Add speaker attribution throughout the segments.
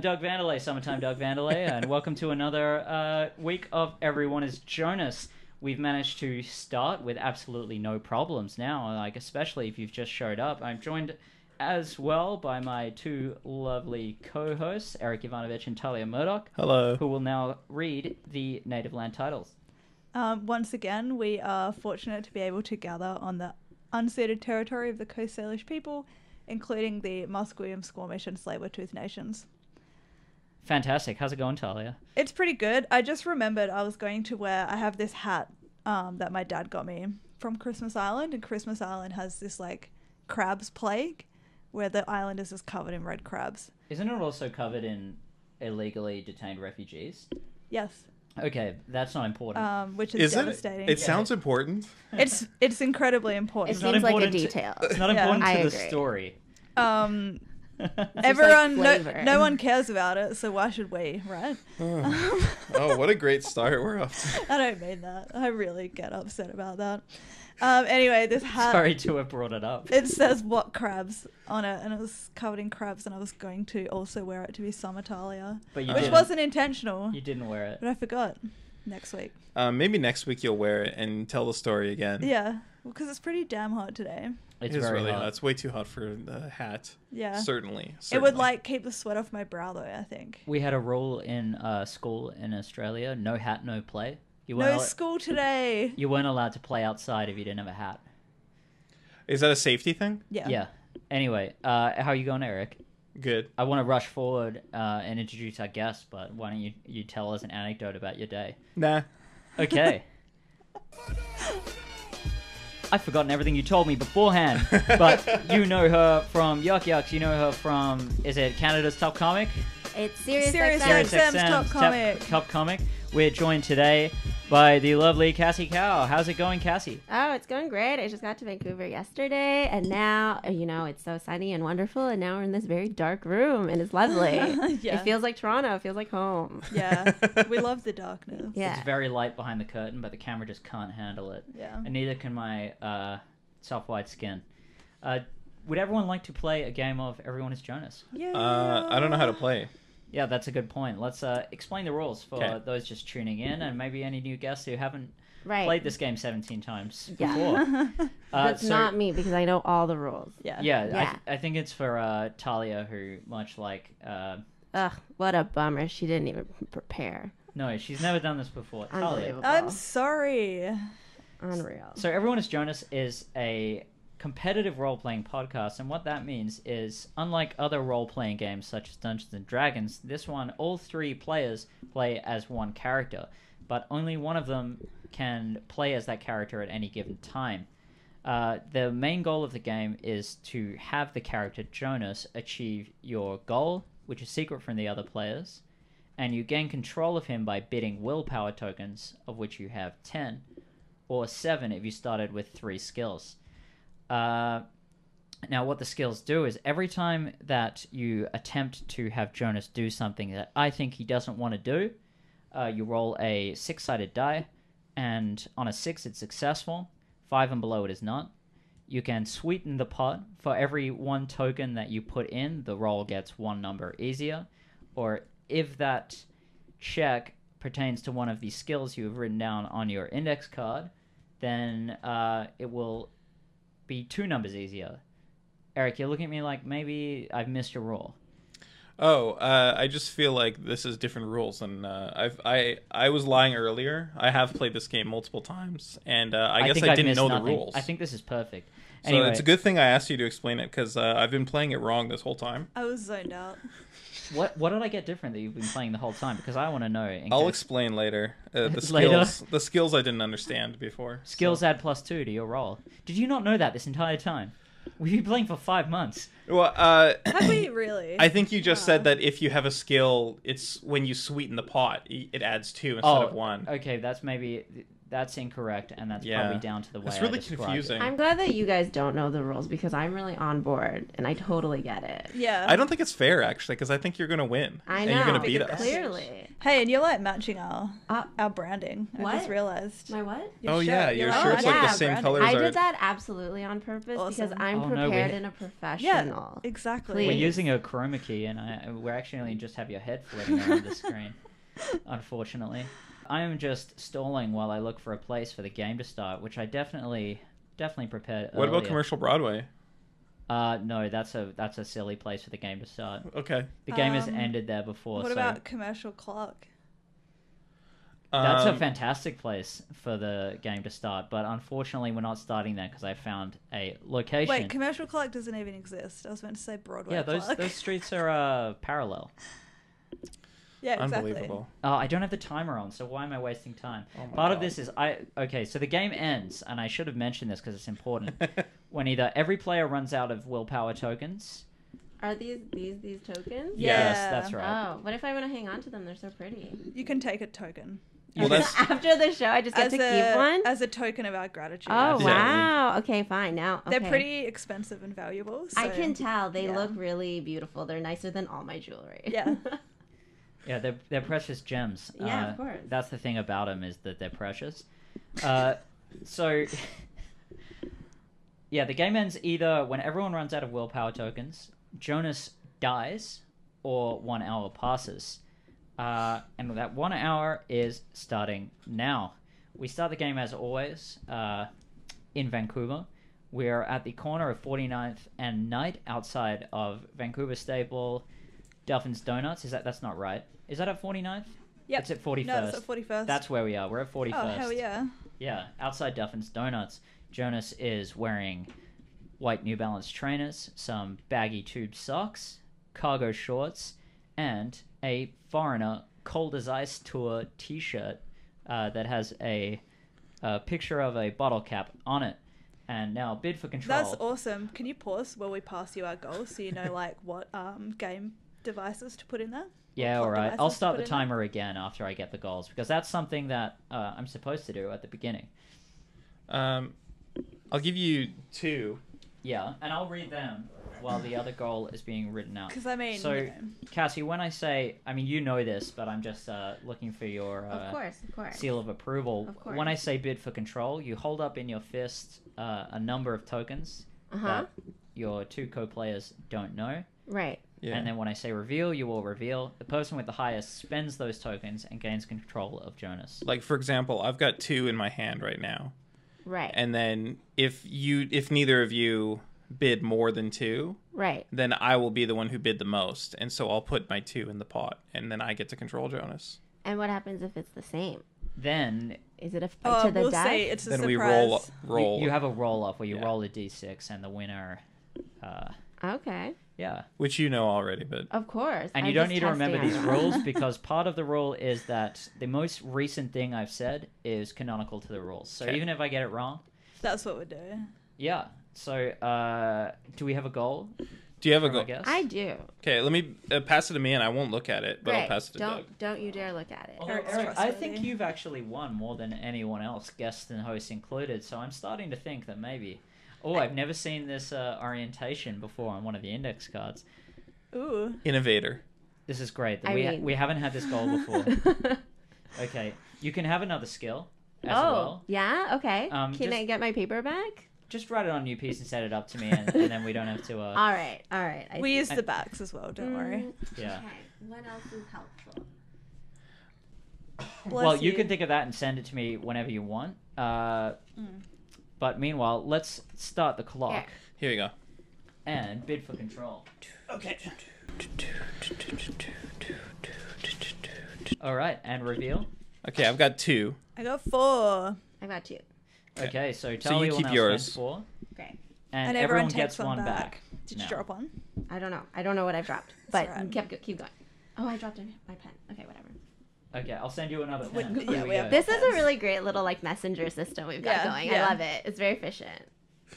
Speaker 1: Doug Vandalay, summertime Doug Vandalay, and welcome to another uh, week of Everyone is Jonas. We've managed to start with absolutely no problems now, like especially if you've just showed up. I'm joined as well by my two lovely co-hosts, Eric Ivanovich and Talia Murdoch,
Speaker 2: Hello.
Speaker 1: who will now read the native land titles.
Speaker 3: Um, once again, we are fortunate to be able to gather on the unceded territory of the Coast Salish people, including the Musqueam, Squamish, and Tsleil-Waututh nations.
Speaker 1: Fantastic. How's it going, Talia?
Speaker 3: It's pretty good. I just remembered I was going to wear. I have this hat um, that my dad got me from Christmas Island, and Christmas Island has this like crabs plague, where the island is just covered in red crabs.
Speaker 1: Isn't it also covered in illegally detained refugees?
Speaker 3: Yes,
Speaker 1: Okay, that's not important.
Speaker 4: Uh,
Speaker 3: um, which is,
Speaker 2: Is it?
Speaker 3: devastating.
Speaker 2: It sounds important.
Speaker 3: it's it's incredibly
Speaker 4: It
Speaker 3: important.
Speaker 1: not
Speaker 4: seems like a
Speaker 1: important to-
Speaker 4: detail.
Speaker 1: it's not
Speaker 3: yeah.
Speaker 1: important
Speaker 4: I
Speaker 1: to the
Speaker 4: agree.
Speaker 1: story.
Speaker 3: Um,
Speaker 4: just like
Speaker 3: everyone, no,
Speaker 4: flavor.
Speaker 3: no one cares about it, so why should we, right? Um,
Speaker 2: Oh, what a great start we're off to.
Speaker 3: I don't mean that. I really get upset about that. Um, anyway, this hat
Speaker 1: Sorry to have brought it up.
Speaker 3: it says what crabs on it, and it was covered in crabs, and I was going to also wear it to be Summertalia,
Speaker 1: But you
Speaker 3: which
Speaker 1: didn't.
Speaker 3: wasn't intentional,
Speaker 1: You didn't wear it.
Speaker 3: but I forgot. Next week,
Speaker 2: Um, maybe next week you'll wear it and tell the story again.
Speaker 3: yeah, because it's pretty damn hot today.
Speaker 1: It's
Speaker 2: It is
Speaker 1: very
Speaker 2: really
Speaker 1: hot.
Speaker 2: It's way too hot for the hat.
Speaker 3: Yeah,
Speaker 2: Certainly,
Speaker 3: it would
Speaker 2: certainly.
Speaker 3: like keep the sweat off my brow though. I think.
Speaker 1: We had a rule in uh, school in Australia: no hat, no play. You weren't.
Speaker 3: No
Speaker 1: al-
Speaker 3: school today.
Speaker 1: you weren't allowed to play outside if you didn't have a hat.
Speaker 2: Is that a safety thing?
Speaker 3: Yeah.
Speaker 1: Yeah. Anyway, uh, how you going, Eric?
Speaker 2: Good.
Speaker 1: I want to rush forward uh, and introduce our guest, but why don't you you tell us an anecdote about your day?
Speaker 2: Nah.
Speaker 1: Okay. I've forgotten everything you told me beforehand, but you know her from Yuck Yucks. You know her from is it Canada's Top Comic?
Speaker 4: It's serious.
Speaker 3: Serious
Speaker 4: XM.
Speaker 3: Serious XM. Sam's Top Comic.
Speaker 1: Top Comic. We're joined today by the lovely Cassie Cow. How's it going, Cassie?
Speaker 4: Oh, it's going great. I just got to Vancouver yesterday, and now uh, you know it's so sunny and wonderful, and now we're in this very dark room, and it's lovely.
Speaker 3: Yeah.
Speaker 4: It feels like Toronto. It feels like home.
Speaker 3: Yeah, we love the darkness.
Speaker 4: Yeah.
Speaker 1: It's very light behind the curtain, but the camera just can't handle it.
Speaker 3: Yeah.
Speaker 1: And neither can my uh, soft white skin. Uh, would everyone like to play a game of Everyone is Jonas?
Speaker 3: Yeah.
Speaker 2: Uh, I don't know how to play.
Speaker 1: Yeah, that's a good point. Let's uh, explain the rules for
Speaker 2: 'Kay.
Speaker 1: those just tuning in and maybe any new guests who haven't
Speaker 4: right.
Speaker 1: played this game 17 times
Speaker 4: Yeah.
Speaker 1: before. Uh,
Speaker 4: That's
Speaker 1: so-
Speaker 4: not me because I know all the rules.
Speaker 3: Yeah.
Speaker 1: Yeah, I,
Speaker 4: Yeah.
Speaker 1: I think it's for uh, Talia, who, much like. Uh,
Speaker 4: Ugh, what a bummer. She didn't even prepare.
Speaker 1: no, she's never done this before. Talia.
Speaker 4: Unbelievable.
Speaker 3: I'm sorry.
Speaker 4: Unreal.
Speaker 1: So everyone is Jonas is a competitive role-playing podcast, and what that means is, unlike other role-playing games such as Dungeons and Dragons, this one all three players play as one character, but only one of them can play as that character at any given time. Uh, the main goal of the game is to have the character Jonas achieve your goal, which is secret from the other players, and you gain control of him by bidding willpower tokens, of which you have 10, or 7 if you started with 3 skills. Uh, now, what the skills do is every time that you attempt to have Jonas do something that I think he doesn't want to do, uh, you roll a six sided die, and on a six, it's successful. Five and below, it is not. You can sweeten the pot. For every one token that you put in, the roll gets one number easier. Or if that check pertains to one of the skills you have written down on your index card, then uh, it will be two numbers easier. Eric, you're looking at me like maybe I've missed your rule.
Speaker 2: Oh, uh, I just feel like this is different rules, and uh, I've I I was lying earlier. I have played this game multiple times, and uh, I, guess
Speaker 1: think
Speaker 2: I
Speaker 1: I've
Speaker 2: didn't
Speaker 1: missed
Speaker 2: know
Speaker 1: nothing.
Speaker 2: the rules.
Speaker 1: I think this is perfect.
Speaker 2: so.
Speaker 1: Anyway,
Speaker 2: It's a good thing I asked you to explain it because uh, I've been playing it wrong this whole time.
Speaker 3: I was zoned out.
Speaker 1: What what did I get different that you've been playing the whole time? Because I want to know. In
Speaker 2: I'll
Speaker 1: case-
Speaker 2: explain later. Uh, the skills,
Speaker 1: Later.
Speaker 2: the skills I didn't understand before.
Speaker 1: skills add plus two to your roll. Did you not know that this entire time? We've been playing for five months.
Speaker 2: Well, uh,
Speaker 3: Have we really?
Speaker 2: I think you just said that if you have a skill, it's when you sweeten the pot, y- it adds two instead
Speaker 1: Oh.
Speaker 2: of one.
Speaker 1: Okay, that's maybe that's incorrect, and that's
Speaker 2: Yeah.
Speaker 1: probably down to the way.
Speaker 2: It's
Speaker 1: I
Speaker 2: really
Speaker 1: described it.
Speaker 2: confusing.
Speaker 4: I'm glad that you guys don't know the rules because I'm really on board and I totally get it.
Speaker 3: yeah.
Speaker 2: I don't think it's fair actually, because I think you're gonna win
Speaker 4: I
Speaker 2: and
Speaker 4: know.
Speaker 2: you're gonna
Speaker 3: Big
Speaker 2: beat us.
Speaker 3: advantage.
Speaker 4: Clearly.
Speaker 3: Hey, and you're like matching our
Speaker 4: Uh,
Speaker 3: our branding. I just
Speaker 4: What?
Speaker 3: realized.
Speaker 4: my what?
Speaker 2: oh yeah,
Speaker 3: shirt,
Speaker 2: your
Speaker 4: you're
Speaker 2: shirt's
Speaker 4: right.
Speaker 2: like the
Speaker 4: Yeah,
Speaker 2: same
Speaker 3: branding.
Speaker 2: colors.
Speaker 4: I
Speaker 2: are-
Speaker 4: did that absolutely on purpose
Speaker 3: Awesome.
Speaker 4: because I'm
Speaker 1: Oh, no, we-
Speaker 4: prepared and a professional.
Speaker 3: Exactly.
Speaker 1: We're
Speaker 4: Please.
Speaker 1: using a chroma key, and I, we're actually just have your head floating around the screen. Unfortunately, I am just stalling while I look for a place for the game to start, which I definitely, definitely prepared.
Speaker 2: What about
Speaker 1: earlier.
Speaker 2: commercial Broadway?
Speaker 1: Uh, no, that's a that's a silly place for the game to start.
Speaker 2: Okay,
Speaker 1: The game has
Speaker 3: Um,
Speaker 1: ended there before.
Speaker 3: What
Speaker 1: so
Speaker 3: about commercial clock?
Speaker 1: That's
Speaker 2: Um,
Speaker 1: a fantastic place for the game to start, but unfortunately, we're not starting there because I found a location.
Speaker 3: Wait, commercial clock doesn't even exist. I was meant to say Broadway
Speaker 1: yeah, those
Speaker 3: clock.
Speaker 1: those streets are uh, parallel.
Speaker 3: yeah, exactly.
Speaker 2: Unbelievable.
Speaker 1: Oh, I don't have the timer on, so why am I wasting time?
Speaker 2: Oh my
Speaker 1: Part of
Speaker 2: God.
Speaker 1: this is I okay. So the game ends, and I should have mentioned this because it's important. when either every player runs out of willpower tokens.
Speaker 4: Are these these these tokens?
Speaker 3: Yeah.
Speaker 1: Yes, that's right.
Speaker 4: Oh, what if I want to hang on to them? They're so pretty.
Speaker 3: You can take a token.
Speaker 2: Well,
Speaker 4: Okay,
Speaker 2: that's-
Speaker 4: so after the show, I just get
Speaker 3: as
Speaker 4: to
Speaker 3: a,
Speaker 4: keep one.
Speaker 3: As a token of our gratitude.
Speaker 4: oh
Speaker 2: Yeah.
Speaker 4: wow! Okay, fine. Now okay.
Speaker 3: They're pretty expensive and valuable. So
Speaker 4: I can tell they
Speaker 3: yeah.
Speaker 4: look really beautiful. They're nicer than all my jewelry.
Speaker 3: Yeah.
Speaker 1: Yeah, they're they're precious gems.
Speaker 4: Yeah,
Speaker 1: Uh,
Speaker 4: of course.
Speaker 1: That's the thing about them is that they're precious. Uh, so. Yeah, the game ends either when everyone runs out of willpower tokens, Jonas dies, or one hour passes. Uh, and that one hour is starting now. We start the game as always uh, in Vancouver. We are at the corner of 49th and Knight outside of Vancouver Staple, Duffin's Donuts. Is that that's not right? Is that at 49th?
Speaker 3: Yep.
Speaker 1: It's at 41st.
Speaker 3: No, it's at 41st.
Speaker 1: That's where we are. We're at 41st.
Speaker 3: Oh, hell yeah.
Speaker 1: Yeah, outside Duffin's Donuts, Jonas is wearing white New Balance trainers, some baggy tube socks, cargo shorts, and a Foreigner Cold as Ice Tour t shirt uh, that has a, a picture of a bottle cap on it. And now, bid for control.
Speaker 3: That's awesome. Can you pause while we pass you our goals so you know like what um, game devices to put in there?
Speaker 1: Yeah,
Speaker 3: What
Speaker 1: all right.
Speaker 3: devices
Speaker 1: I'll
Speaker 3: to
Speaker 1: start
Speaker 3: put
Speaker 1: the
Speaker 3: in there?
Speaker 1: timer again after I get the goals because that's something that uh, I'm supposed to do at the beginning.
Speaker 2: Um, I'll give you two.
Speaker 1: Yeah, and I'll read them while the other goal is being written out.
Speaker 3: Because I mean,
Speaker 1: So-
Speaker 3: you know,
Speaker 1: Cassie, when I say, I mean, you know this, but I'm just uh, looking for your
Speaker 4: of
Speaker 1: uh,
Speaker 4: course, of course.
Speaker 1: seal of approval.
Speaker 4: Of course.
Speaker 1: When I say bid for control, you hold up in your fist uh, a number of tokens
Speaker 4: Uh huh.
Speaker 1: that your two co players don't know.
Speaker 4: Right.
Speaker 2: Yeah.
Speaker 1: And then when I say reveal, you will reveal. The person with the highest spends those tokens and gains control of Jonas.
Speaker 2: like for example, I've got two in my hand right now,
Speaker 4: Right.
Speaker 2: and then if you, if neither of you bid more than two,
Speaker 4: right.
Speaker 2: then I will be the one who bid the most, and so I'll put my two in the pot, and then I get to control Jonas.
Speaker 4: And what happens if it's the same?
Speaker 1: Then
Speaker 4: Is it a fight
Speaker 3: oh,
Speaker 4: to the
Speaker 3: we'll
Speaker 4: death?
Speaker 3: see. It's a
Speaker 2: then
Speaker 3: surprise.
Speaker 2: we roll
Speaker 1: you-
Speaker 2: roll.
Speaker 1: You, have a roll off where you
Speaker 2: Yeah.
Speaker 1: roll a d6 and the winner. Uh,
Speaker 4: Okay.
Speaker 1: yeah.
Speaker 2: which you know already, but
Speaker 1: Oh,
Speaker 4: Of course.
Speaker 1: And
Speaker 4: I'm
Speaker 1: you don't
Speaker 4: just
Speaker 1: need to remember
Speaker 4: testing
Speaker 1: these
Speaker 4: everyone.
Speaker 1: rules because part of the rule is that the most recent thing I've said is canonical to the rules. So
Speaker 2: Okay.
Speaker 1: even if I get it wrong,
Speaker 3: That's what we're doing.
Speaker 1: yeah. So uh, do we have a goal?
Speaker 2: do you have a
Speaker 1: from
Speaker 2: go?
Speaker 1: our guest?
Speaker 4: I do.
Speaker 2: Okay, let me uh, pass it to me, and I won't look at it, but
Speaker 4: Great.
Speaker 2: I'll pass it to
Speaker 4: don't
Speaker 2: Doug.
Speaker 4: don't you dare look at it.
Speaker 1: Although,
Speaker 3: Eric's
Speaker 1: Eric, I
Speaker 3: trustworthy.
Speaker 1: think you've actually won more than anyone else, guests and hosts included. So I'm starting to think that maybe. Oh, I've never seen this uh, orientation before on one of the index cards.
Speaker 3: Ooh.
Speaker 2: Innovator.
Speaker 1: This is great.
Speaker 4: I
Speaker 1: That we, ha-
Speaker 4: mean-
Speaker 1: we haven't had this goal before. okay, you can have another skill as
Speaker 4: oh
Speaker 1: well.
Speaker 4: yeah. Okay.
Speaker 1: Um,
Speaker 4: Can
Speaker 1: just-
Speaker 4: I get my paper back?
Speaker 1: Just write it on a new piece and set it up to me, and, and then we don't have to. Uh,
Speaker 4: All right. All right. I
Speaker 3: We
Speaker 4: see.
Speaker 3: use
Speaker 1: I-
Speaker 3: the backs as well, don't worry.
Speaker 4: Mm,
Speaker 1: Yeah.
Speaker 4: Okay. What else is helpful?
Speaker 3: Bless
Speaker 1: well, you. can think of that and send it to me whenever you want. Uh,
Speaker 3: Mm.
Speaker 1: But meanwhile, let's start the clock
Speaker 2: Here
Speaker 4: Here.
Speaker 2: we go.
Speaker 1: and bid for control.
Speaker 2: Okay.
Speaker 1: All right, and reveal.
Speaker 2: Okay, I've got two.
Speaker 3: I got four.
Speaker 4: I got you.
Speaker 2: Okay.
Speaker 1: Okay, so
Speaker 2: So
Speaker 1: Tali
Speaker 2: you
Speaker 1: will
Speaker 2: keep
Speaker 1: now
Speaker 2: yours.
Speaker 1: spend four,
Speaker 4: Great.
Speaker 1: and,
Speaker 3: And
Speaker 1: everyone,
Speaker 3: everyone
Speaker 1: gets
Speaker 3: takes one
Speaker 1: one back.
Speaker 3: back. Did
Speaker 1: No.
Speaker 3: you drop one?
Speaker 4: I don't know. I don't know what I've dropped, but
Speaker 3: right.
Speaker 4: kept go- keep going. Oh, I dropped in my pen. Okay, whatever.
Speaker 1: Okay, I'll send you another
Speaker 3: Wait,
Speaker 1: pen.
Speaker 3: yeah,
Speaker 1: Here
Speaker 3: we have
Speaker 1: go.
Speaker 4: This is a really great little like messenger system we've got
Speaker 3: Yeah,
Speaker 4: going.
Speaker 3: yeah.
Speaker 4: I love it. It's very efficient.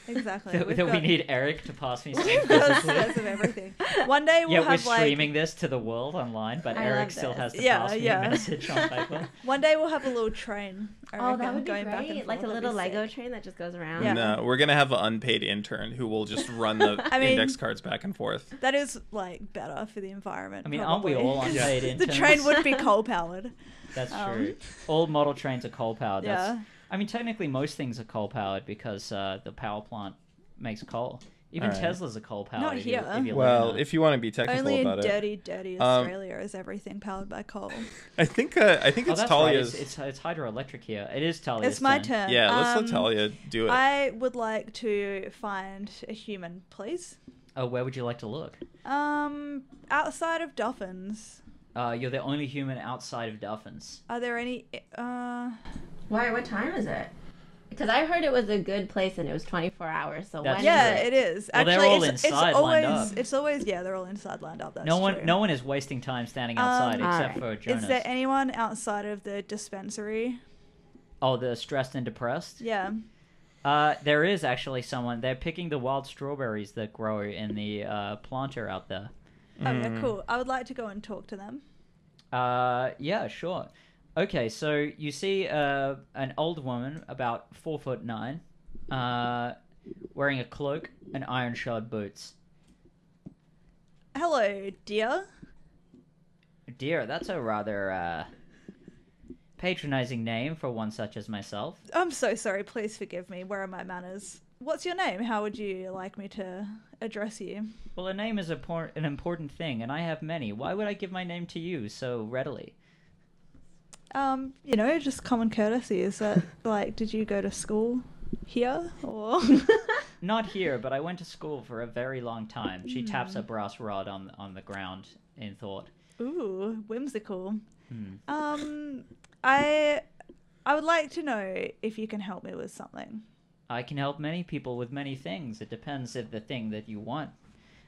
Speaker 3: Exactly.
Speaker 1: that,
Speaker 3: We've
Speaker 1: that we
Speaker 3: got-
Speaker 1: need Eric to pass me.
Speaker 3: We've
Speaker 1: Something
Speaker 3: got
Speaker 1: physically.
Speaker 3: sets of everything. One day we'll
Speaker 1: yeah, we're
Speaker 3: have like
Speaker 1: streaming this to the world online, but
Speaker 4: I
Speaker 1: Eric
Speaker 4: love
Speaker 1: still
Speaker 4: this.
Speaker 1: has to
Speaker 3: Yeah,
Speaker 1: pass me
Speaker 3: yeah.
Speaker 1: a message on paper.
Speaker 3: one day we'll have a little train. I
Speaker 4: Oh, that
Speaker 3: reckon,
Speaker 4: would be
Speaker 3: going back and
Speaker 4: great. Like a
Speaker 3: forth. That'd be
Speaker 4: little Lego
Speaker 3: sick.
Speaker 4: train that just goes around.
Speaker 3: Yeah.
Speaker 2: No, uh, we're gonna have an unpaid intern who will just run the
Speaker 3: I mean-
Speaker 2: index cards back and forth.
Speaker 3: That is like better for the environment.
Speaker 1: I mean, aren't we
Speaker 3: probably.
Speaker 1: all on
Speaker 2: Yeah.
Speaker 1: paid
Speaker 3: the
Speaker 1: interns?
Speaker 3: train would be coal powered.
Speaker 1: That's
Speaker 3: Um,
Speaker 1: true. All model trains are coal powered. That's,
Speaker 3: Yeah.
Speaker 1: I mean, technically, most things are coal powered because uh, the power plant makes coal. Even
Speaker 2: Alright.
Speaker 1: Tesla's are coal powered. if you-
Speaker 3: here.
Speaker 1: if you live
Speaker 2: Well,
Speaker 1: in a-
Speaker 2: if you want to be technical
Speaker 3: Only in
Speaker 2: about it,
Speaker 3: dirty, dirty
Speaker 2: Um,
Speaker 3: Australia is everything powered by coal.
Speaker 2: I think uh, I think
Speaker 1: oh,
Speaker 2: it's
Speaker 1: that's right. It's,
Speaker 2: Talia's.
Speaker 1: it's, it's hydroelectric here. It is Talia's.
Speaker 3: It's my turn.
Speaker 2: Yeah, let's
Speaker 3: Um,
Speaker 2: let Talia do it.
Speaker 3: I would like to find a human, please.
Speaker 1: Oh, where would you like to look?
Speaker 3: Um, outside of dolphins,
Speaker 1: Uh, you're the only human outside of dolphins.
Speaker 3: are there any? Uh,
Speaker 4: Why? What time is it? Because I heard it was a good place and it was 24 hours. So
Speaker 1: That's
Speaker 4: when is
Speaker 3: yeah,
Speaker 4: it?
Speaker 3: it is.
Speaker 1: Well,
Speaker 3: Actually,
Speaker 1: they're all
Speaker 3: it's,
Speaker 1: inside
Speaker 3: it's
Speaker 1: lined
Speaker 3: always,
Speaker 1: up.
Speaker 3: it's always, yeah, they're all inside lined up. That's
Speaker 1: no one,
Speaker 3: true.
Speaker 1: no one is wasting time standing outside
Speaker 3: Um,
Speaker 1: except for
Speaker 4: alright.
Speaker 1: Jonas.
Speaker 3: Is there anyone outside of the dispensary?
Speaker 1: oh, the stressed and depressed.
Speaker 3: Yeah.
Speaker 1: Uh, there is actually someone. They're picking the wild strawberries that grow in the uh, planter out there.
Speaker 3: Okay, cool. I would like to go and talk to them.
Speaker 1: Uh, yeah, sure. Okay, so you see uh, an old woman about four foot nine, uh, wearing a cloak and iron shod boots.
Speaker 3: Hello, dear.
Speaker 1: Dear, that's a rather uh, patronizing name for one such as myself.
Speaker 3: I'm so sorry. Please forgive me. Where are my manners? What's your name? How would you like me to address you?
Speaker 1: Well, a name is a por- an important thing, and I have many. Why would I give my name to you so readily?
Speaker 3: Um, you know, just common courtesy. Is that like, did you go to school here or?
Speaker 1: Not here, but I went to school for a very long time. She taps a brass rod on on the ground in thought.
Speaker 3: Ooh, whimsical.
Speaker 1: Hmm.
Speaker 3: Um, I, I would like to know if you can help me with something.
Speaker 1: I can help many people with many things. It depends if the thing that you want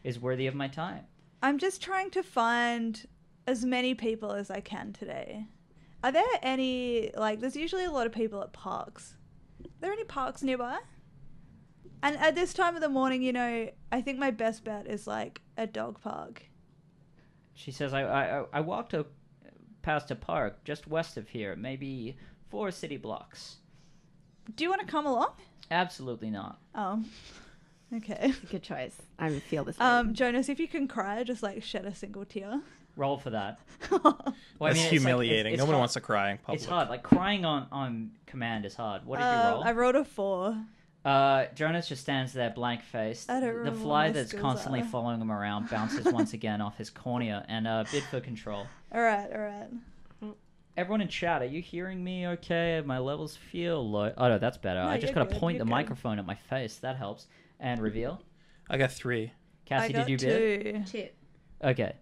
Speaker 1: is worthy of my time.
Speaker 3: I'm just trying to find as many people as I can today. Are there any like? There's usually a lot of people at parks. Are there any parks nearby? And at this time of the morning, you know, I think my best bet is like a dog park.
Speaker 1: She says, I, I, I- I walked a, past a park just west of here, maybe four city blocks.
Speaker 3: Do you want to come along?
Speaker 1: Absolutely not.
Speaker 3: Oh, okay.
Speaker 4: Good choice. I feel this.
Speaker 3: Um, Jonas, if you can cry, just like shed a single tear.
Speaker 1: Roll for that. Well, I
Speaker 2: That's
Speaker 1: mean, it's like- it's-
Speaker 2: humiliating.
Speaker 1: it's
Speaker 2: no one
Speaker 1: hard-
Speaker 2: wants to cry in public.
Speaker 1: It's hard. Like crying on, on command is hard. What did
Speaker 3: Um,
Speaker 1: you
Speaker 3: I
Speaker 1: roll?
Speaker 3: rolled a four.
Speaker 1: Uh, Jonas just stands there, blank faced.
Speaker 3: I don't
Speaker 1: The
Speaker 3: remember what
Speaker 1: fly
Speaker 3: my
Speaker 1: that's
Speaker 3: skills
Speaker 1: constantly
Speaker 3: are.
Speaker 1: following him around bounces once again off his cornea and uh, bid for control.
Speaker 3: All right, all right.
Speaker 1: Everyone in chat, are you hearing me okay? My levels feel low. Oh, no, that's better.
Speaker 3: No,
Speaker 1: I just
Speaker 3: you're
Speaker 1: got to
Speaker 3: good,
Speaker 1: point the
Speaker 3: you're good.
Speaker 1: microphone at my face. That helps. And reveal.
Speaker 2: I got three.
Speaker 1: Cassie,
Speaker 3: I got
Speaker 1: did you bid?
Speaker 3: two.
Speaker 4: two.
Speaker 1: Okay.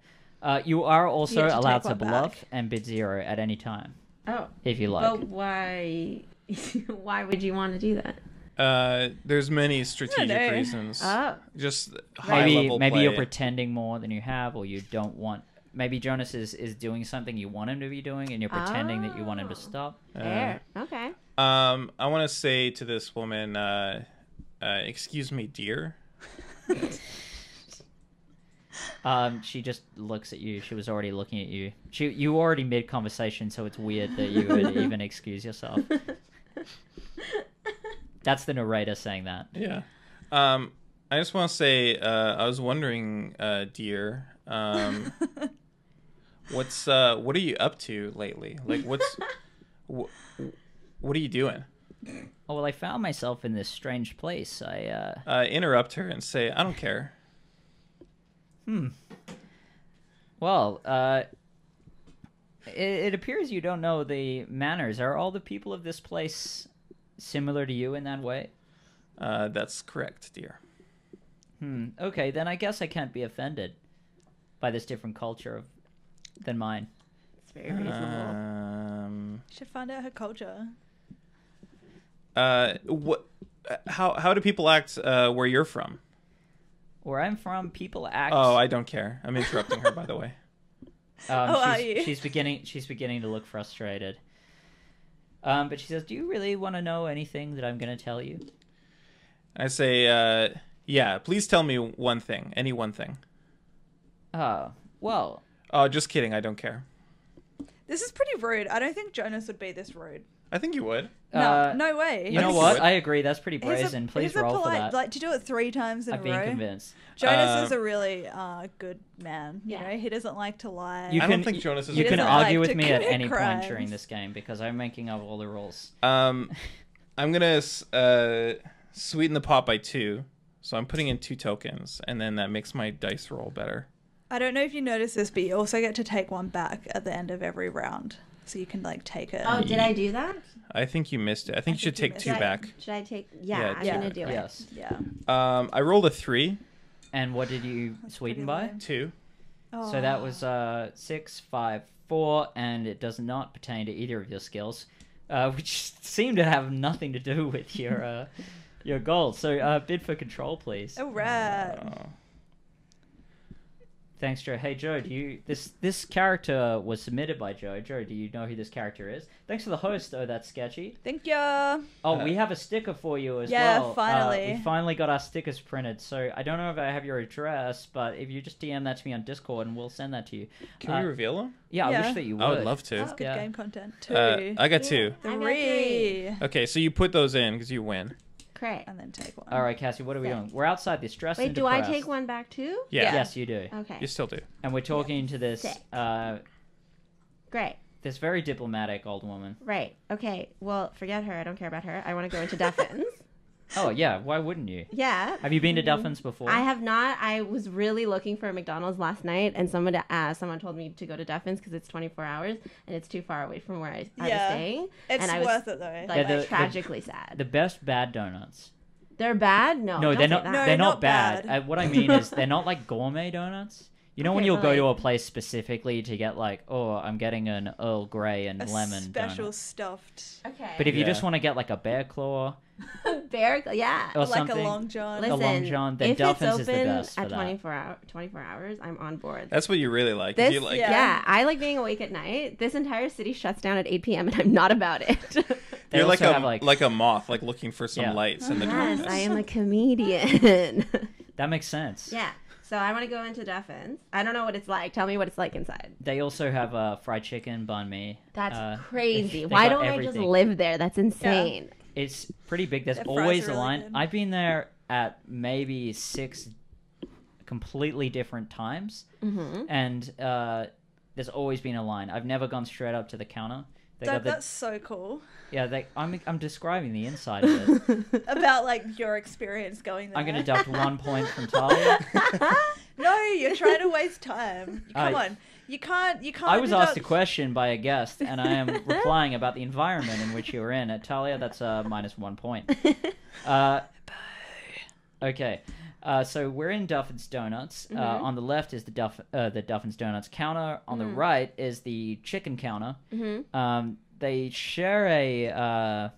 Speaker 1: Uh, you are also
Speaker 3: have to
Speaker 1: allowed to
Speaker 3: take one
Speaker 1: bluff
Speaker 3: back.
Speaker 1: and bid zero at any time,
Speaker 4: Oh,
Speaker 1: if you like.
Speaker 4: but why? why would you want to do that?
Speaker 2: Uh, there's many strategic
Speaker 3: know.
Speaker 2: reasons.
Speaker 4: Oh,
Speaker 2: Just high
Speaker 1: Uh, maybe
Speaker 2: level
Speaker 1: maybe
Speaker 2: play.
Speaker 1: you're pretending more than you have, or you don't want. Maybe Jonas is, is doing something you want him to be doing, and you're pretending that you want him
Speaker 4: Oh.
Speaker 1: to stop.
Speaker 2: Uh,
Speaker 4: fair. okay.
Speaker 2: Um, I want to say to this woman, uh, uh, excuse me, dear.
Speaker 1: Um, she just looks at you. She was already looking at you. She you were already mid conversation, so it's weird that you would even excuse yourself. That's the narrator saying that.
Speaker 2: Yeah. Um, I just want to say, uh, I was wondering, uh, dear, um, what's, uh, what are you up to lately? Like, what's, wh- what are you doing?
Speaker 1: Oh well, I found myself in this strange place. I uh,
Speaker 2: Uh, interrupt her and say, I don't care.
Speaker 1: well, uh, it, it appears you don't know the manners. Are all the people of this place similar to you in that way?
Speaker 2: Uh, that's correct, dear.
Speaker 1: Hmm. Okay, then I guess I can't be offended by this different culture of than mine.
Speaker 4: It's very reasonable.
Speaker 1: Uh,
Speaker 2: Um,
Speaker 3: Should find out her culture.
Speaker 2: uh, what, how, how do people act, uh, where you're from?
Speaker 1: Where I'm from, people act.
Speaker 2: Oh, I don't care. I'm interrupting her, by the way.
Speaker 1: Um,
Speaker 3: Oh, are
Speaker 1: she's,
Speaker 3: you?
Speaker 1: she's beginning. She's beginning to look frustrated. Um, but she says, "Do you really want to know anything that I'm going to tell you?"
Speaker 2: I say, uh, yeah, please tell me one thing, any one thing.
Speaker 1: Oh, well,
Speaker 2: Oh, just kidding. I don't care.
Speaker 3: This is pretty rude. I don't think Jonas would be this rude.
Speaker 2: I think you would.
Speaker 3: No,
Speaker 1: Uh,
Speaker 3: no way.
Speaker 1: you know
Speaker 2: Nice.
Speaker 1: what? I agree. That's pretty
Speaker 3: He's a-
Speaker 1: brazen. Please
Speaker 3: he's a
Speaker 1: roll for
Speaker 3: polite-
Speaker 1: that.
Speaker 3: Like to do it three times in
Speaker 1: I've
Speaker 3: a
Speaker 1: been
Speaker 3: row.
Speaker 1: convinced.
Speaker 3: Jonas
Speaker 2: Um,
Speaker 3: is a really uh, good man. You
Speaker 4: Yeah.
Speaker 3: know, he doesn't like to lie.
Speaker 1: You
Speaker 2: I
Speaker 1: can
Speaker 2: don't think Jonas is
Speaker 1: you
Speaker 3: He
Speaker 1: can
Speaker 3: doesn't
Speaker 1: argue
Speaker 3: like
Speaker 1: with
Speaker 3: to
Speaker 1: me at
Speaker 3: commit
Speaker 1: any point
Speaker 3: crimes.
Speaker 1: during this game because I'm making up all the rules.
Speaker 2: Um, I'm gonna uh, sweeten the pot by two, so I'm putting in two tokens, and then that makes my dice roll better.
Speaker 3: I don't know if you noticed this, but you also get to take one back at the end of every round, so you can like take it.
Speaker 4: Oh, did I do that?
Speaker 2: I think you missed it. I think you should
Speaker 3: think you
Speaker 2: take
Speaker 3: missed
Speaker 2: two
Speaker 4: it.
Speaker 2: back.
Speaker 4: Should I take? Yeah,
Speaker 2: Yeah,
Speaker 4: I'm
Speaker 3: yeah.
Speaker 4: gonna do it.
Speaker 1: Yes.
Speaker 3: Yeah.
Speaker 2: Um, I rolled a three,
Speaker 1: And what did you sweeten by?
Speaker 3: pretty lame.
Speaker 2: two.
Speaker 3: Oh.
Speaker 1: So that was uh, six, five, four, and it does not pertain to either of your skills, uh, which seem to have nothing to do with your uh, your goal. So uh, bid for control, please.
Speaker 3: All right.
Speaker 2: Oh.
Speaker 1: Thanks, Joe. Hey, Joe, do you this this character was submitted by Joe? Joe, do you know who this character is? Thanks for the host. Oh, that's sketchy.
Speaker 3: Thank you.
Speaker 1: Oh,
Speaker 2: Uh,
Speaker 1: we have a sticker for you as
Speaker 3: Yeah,
Speaker 1: well. Uh,
Speaker 3: finally.
Speaker 1: we finally got our stickers printed. So I don't know if I have your address, but if you just DM that to me on Discord, and we'll send that to you.
Speaker 2: Can
Speaker 1: Uh,
Speaker 2: we reveal them?
Speaker 1: Yeah, I
Speaker 3: Yeah.
Speaker 1: wish that you would.
Speaker 2: I would love to.
Speaker 3: That's good
Speaker 1: Yeah.
Speaker 3: game content too.
Speaker 2: Uh, I got two.
Speaker 4: I got
Speaker 3: Three.
Speaker 2: Okay, so you put those in because you win.
Speaker 4: Great.
Speaker 3: And then take one.
Speaker 1: All right, Cassie, what are we
Speaker 4: Sick.
Speaker 1: doing? We're outside this dress.
Speaker 4: Wait,
Speaker 1: and
Speaker 4: do I
Speaker 1: depressed.
Speaker 4: take one Oh. back too?
Speaker 2: Yeah,
Speaker 3: Yeah.
Speaker 1: Yes, you do.
Speaker 4: Okay.
Speaker 2: you still do.
Speaker 1: And we're talking to this
Speaker 4: Sick.
Speaker 1: uh,
Speaker 4: Great.
Speaker 1: this very diplomatic old woman.
Speaker 4: Right. Okay. Well, forget her. I don't care about her. I want to go into Duffins.
Speaker 1: Oh yeah, why wouldn't you?
Speaker 4: yeah.
Speaker 1: Have you been to Duffins before?
Speaker 4: Mm-hmm. I have not. I was really looking for a McDonald's last night, and someone uh, someone told me to go to Duffins because it's 24 hours and it's too far away from where I, I
Speaker 3: Yeah.
Speaker 4: was staying.
Speaker 3: It's
Speaker 4: and I was,
Speaker 3: worth it though.
Speaker 4: Like
Speaker 1: Yeah, the-
Speaker 4: tragically sad.
Speaker 1: The best bad donuts.
Speaker 4: they're bad.
Speaker 1: no,
Speaker 4: No. Oh, don't
Speaker 1: they're
Speaker 4: say
Speaker 1: not.
Speaker 4: that.
Speaker 3: No,
Speaker 1: they're not,
Speaker 3: not
Speaker 1: bad.
Speaker 3: bad.
Speaker 1: Uh, what I mean is they're not like gourmet donuts. You know when
Speaker 4: Okay,
Speaker 1: you'll
Speaker 4: but
Speaker 1: go
Speaker 4: like-
Speaker 1: to a place specifically to get like, oh, I'm getting an Earl Grey and
Speaker 3: a
Speaker 1: lemon
Speaker 3: special
Speaker 1: donut.
Speaker 3: stuffed,
Speaker 4: Okay.
Speaker 1: But if you
Speaker 2: Yeah.
Speaker 1: just want to get like a bear claw
Speaker 4: Bear, yeah.
Speaker 1: or
Speaker 3: like
Speaker 1: something,
Speaker 3: a long john.
Speaker 4: Listen,
Speaker 1: Oh, Long John, then
Speaker 4: if
Speaker 1: Duffins
Speaker 4: it's
Speaker 1: is the
Speaker 4: open
Speaker 1: best for
Speaker 4: at
Speaker 1: that.
Speaker 4: 24 hour, 24 hours, I'm on board.
Speaker 2: That's what you really like. If
Speaker 4: This-
Speaker 2: you like
Speaker 3: yeah.
Speaker 4: yeah. I like being awake at night. This entire city shuts down at 8 p.m. and I'm not about it.
Speaker 1: They
Speaker 2: You're like
Speaker 1: also
Speaker 2: a
Speaker 1: have, like-
Speaker 2: like a moth, like looking for some
Speaker 1: Yeah.
Speaker 2: lights in the
Speaker 4: yes,
Speaker 2: darkness.
Speaker 4: I am a comedian.
Speaker 1: that makes sense.
Speaker 4: yeah. So I want to go into Duffins. I don't know what it's like. Tell me what it's like inside.
Speaker 1: They also have uh, fried chicken, bun mi.
Speaker 4: That's
Speaker 1: uh,
Speaker 4: crazy.
Speaker 1: they got
Speaker 4: Why don't I just
Speaker 1: everything.
Speaker 4: live there? That's insane.
Speaker 1: It's pretty big. There's
Speaker 3: Their fries
Speaker 1: always
Speaker 3: are
Speaker 1: a
Speaker 3: really
Speaker 1: line.
Speaker 3: good.
Speaker 1: I've been there at maybe six completely different times,
Speaker 4: hmm
Speaker 1: and uh, there's always been a line. I've never gone straight up to the counter. They
Speaker 3: Doug,
Speaker 1: got the,
Speaker 3: that's so cool.
Speaker 1: yeah, they, I'm I'm describing the inside of it.
Speaker 3: About like your experience going there.
Speaker 1: I'm gonna deduct one point from Talia.
Speaker 3: No, you're trying to waste time.
Speaker 1: I-
Speaker 3: Come on, you can't. You can't.
Speaker 1: I was asked a
Speaker 3: deduct-
Speaker 1: question by a guest, and I am replying about the environment in which you were in. At Talia, that's uh, minus one point. Uh, okay. Uh, so we're in Duffin's Donuts. Uh, on the left is the Duff uh, the Duffin's Donuts counter. On the right is the chicken counter.
Speaker 4: Mhm.
Speaker 1: Um, they share a uh,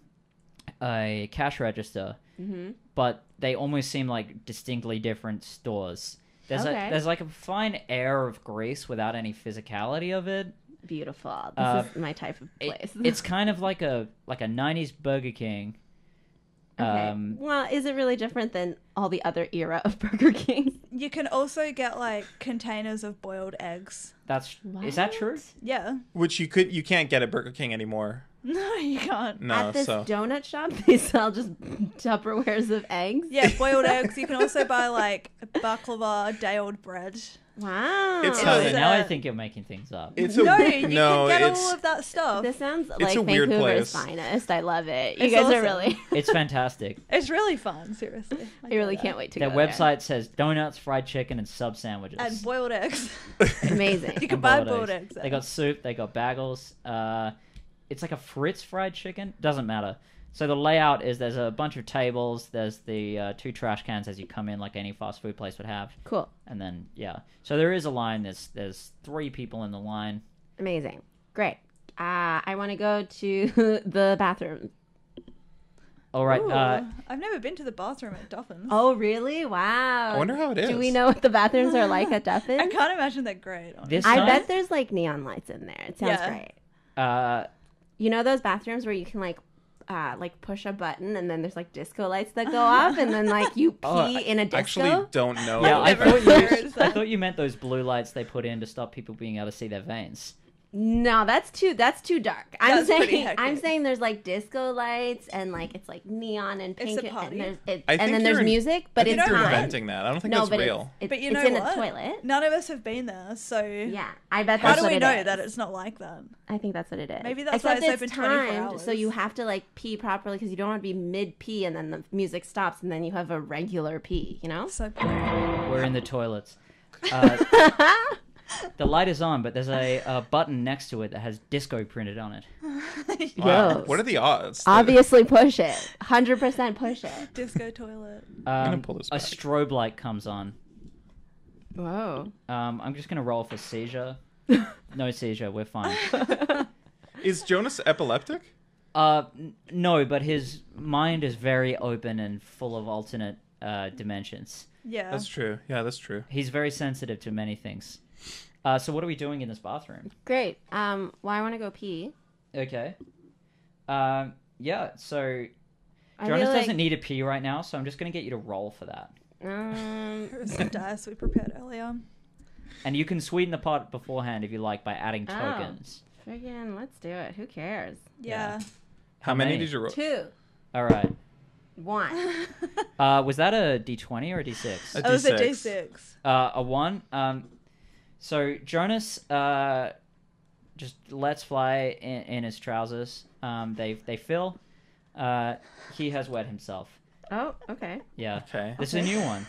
Speaker 1: a cash register,
Speaker 4: Mhm.
Speaker 1: but they almost seem like distinctly different stores. There's
Speaker 4: Okay.
Speaker 1: a, there's like a fine air of grace without any physicality of it.
Speaker 4: Beautiful. This
Speaker 1: Uh,
Speaker 4: is my type of
Speaker 1: It-
Speaker 4: place.
Speaker 1: it's kind of like a like a '90s Burger King.
Speaker 4: Okay.
Speaker 1: Um,
Speaker 4: well, is it really different than all the other era of Burger King?
Speaker 3: You can also get like containers of boiled eggs.
Speaker 1: that's is that true?
Speaker 3: Yeah.
Speaker 2: Which you could you can't get at Burger King anymore.
Speaker 3: No, you
Speaker 1: Mm.
Speaker 3: can't.
Speaker 2: No,
Speaker 4: At this
Speaker 2: so
Speaker 4: donut shop, they sell just Tupperwares of eggs.
Speaker 3: Yeah, boiled eggs. You can also buy like baklava, day old bread.
Speaker 4: Wow.
Speaker 2: It's
Speaker 1: Oh,
Speaker 2: not-
Speaker 3: It's,
Speaker 1: now I
Speaker 3: uh,
Speaker 1: think you're making things up.
Speaker 2: it's a
Speaker 3: No, you
Speaker 2: no,
Speaker 3: can get
Speaker 2: it's
Speaker 3: all of that stuff.
Speaker 4: This sounds like
Speaker 2: a
Speaker 4: Vancouver's
Speaker 2: weird place.
Speaker 4: finest. I love it. You
Speaker 3: It's
Speaker 4: guys
Speaker 3: awesome.
Speaker 4: are really,
Speaker 1: It's fantastic.
Speaker 3: It's really fun, seriously.
Speaker 4: I really can't wait to
Speaker 1: Their
Speaker 4: go there.
Speaker 1: website says donuts, fried chicken, and sub sandwiches.
Speaker 3: And boiled eggs. You
Speaker 4: Amazing.
Speaker 3: can
Speaker 1: And
Speaker 3: buy boiled eggs.
Speaker 1: They got soup. They got bagels. Uh, it's like a Fritz fried chicken. Doesn't matter. So the layout is there's a bunch of tables. There's the uh, two trash cans as you come in, like any fast food place would have.
Speaker 4: Cool.
Speaker 1: And then yeah, so there is a line. There's there's three people in the line.
Speaker 4: Amazing. Great. Uh, I want to go to the bathroom.
Speaker 1: All right.
Speaker 3: Ooh,
Speaker 1: Uh,
Speaker 3: I've never been to the bathroom at Duffins.
Speaker 4: Oh, really? Wow.
Speaker 2: I wonder how it is.
Speaker 4: Do we know what the bathrooms are like at
Speaker 3: I
Speaker 4: Duffin?
Speaker 3: can't imagine they're great. honestly.
Speaker 1: this
Speaker 4: I
Speaker 1: time,
Speaker 4: bet there's like neon lights in there. It sounds
Speaker 3: Yeah.
Speaker 4: great.
Speaker 1: Uh,
Speaker 4: You know those bathrooms where you can like uh, like push a button and then there's like disco lights that go off and then like you pee
Speaker 2: Oh, I
Speaker 4: in a disco.
Speaker 2: Actually, don't know.
Speaker 1: Yeah, I
Speaker 3: I've never
Speaker 1: thought you.
Speaker 3: heard
Speaker 1: I
Speaker 3: that.
Speaker 1: thought you meant those blue lights they put in to stop people being able to see their veins.
Speaker 4: No, that's too that's too dark. I'm
Speaker 3: That's pretty
Speaker 4: saying
Speaker 3: hectic.
Speaker 4: I'm saying there's like disco lights and like it's like neon and
Speaker 3: It's
Speaker 4: pink
Speaker 3: a party.
Speaker 4: and there's it,
Speaker 2: I think
Speaker 4: and then
Speaker 2: you're
Speaker 4: there's
Speaker 2: in-
Speaker 4: music,
Speaker 2: I
Speaker 4: but
Speaker 2: think
Speaker 4: it's
Speaker 2: you're
Speaker 4: not.
Speaker 2: inventing that. I don't think
Speaker 4: no,
Speaker 2: that's
Speaker 4: but
Speaker 2: real.
Speaker 4: It's, it's,
Speaker 3: But you
Speaker 4: it's
Speaker 3: know
Speaker 4: in
Speaker 3: what?
Speaker 4: a toilet.
Speaker 3: None of us have been there, so
Speaker 4: Yeah, I bet.
Speaker 3: how
Speaker 4: That's
Speaker 3: do we
Speaker 4: what
Speaker 3: know
Speaker 4: it is.
Speaker 3: that it's not like that?
Speaker 4: I think that's what it is.
Speaker 3: Maybe that's why it's open 24
Speaker 4: so
Speaker 3: hours.
Speaker 4: you have to like pee properly because you don't want to be mid pee and then the music stops and then you have a regular pee. You know.
Speaker 3: So
Speaker 1: We're in the toilets. Uh, the light is on, but there's a, uh button next to it that has disco printed on it.
Speaker 2: wow.
Speaker 4: Gross.
Speaker 2: What are the odds? that-
Speaker 4: Obviously, push it. Hundred percent, push it.
Speaker 3: disco toilet.
Speaker 1: Um,
Speaker 2: pull this
Speaker 1: a
Speaker 2: back.
Speaker 1: strobe light comes on.
Speaker 4: Whoa.
Speaker 1: Um, I'm just gonna roll for seizure. No seizure, we're fine.
Speaker 2: Is Jonas epileptic?
Speaker 1: Uh, n- no, but his mind is very open and full of alternate uh, dimensions.
Speaker 3: Yeah.
Speaker 4: Oh.
Speaker 2: That's true. Yeah, that's true.
Speaker 1: He's very sensitive to many things. Uh, so what are we doing in this bathroom?
Speaker 4: Great. Um. Well, I want to go pee.
Speaker 1: Okay. Um, yeah. So
Speaker 4: I
Speaker 1: Jonas
Speaker 4: feel like-
Speaker 1: doesn't need a pee right now, so I'm just gonna get you to roll for that,
Speaker 4: Um.
Speaker 3: Here are some dice we prepared earlier.
Speaker 1: and you can sweeten the pot beforehand if you like by adding
Speaker 4: Oh.
Speaker 1: tokens.
Speaker 4: Friggin', let's do it. Who cares?
Speaker 3: Yeah.
Speaker 2: How,
Speaker 1: How
Speaker 2: many?
Speaker 1: many?
Speaker 2: did you roll?
Speaker 4: Two,
Speaker 1: All right.
Speaker 4: one.
Speaker 1: Uh, was that a D20 or a D6?
Speaker 2: A
Speaker 3: It was a
Speaker 2: D6.
Speaker 3: D6.
Speaker 1: uh, a one. Um, so Jonas uh, just lets fly in, in his trousers. Um, they they fill. Uh, he has wet himself.
Speaker 4: Oh, okay.
Speaker 1: Yeah,
Speaker 2: Okay.
Speaker 1: this is a new one.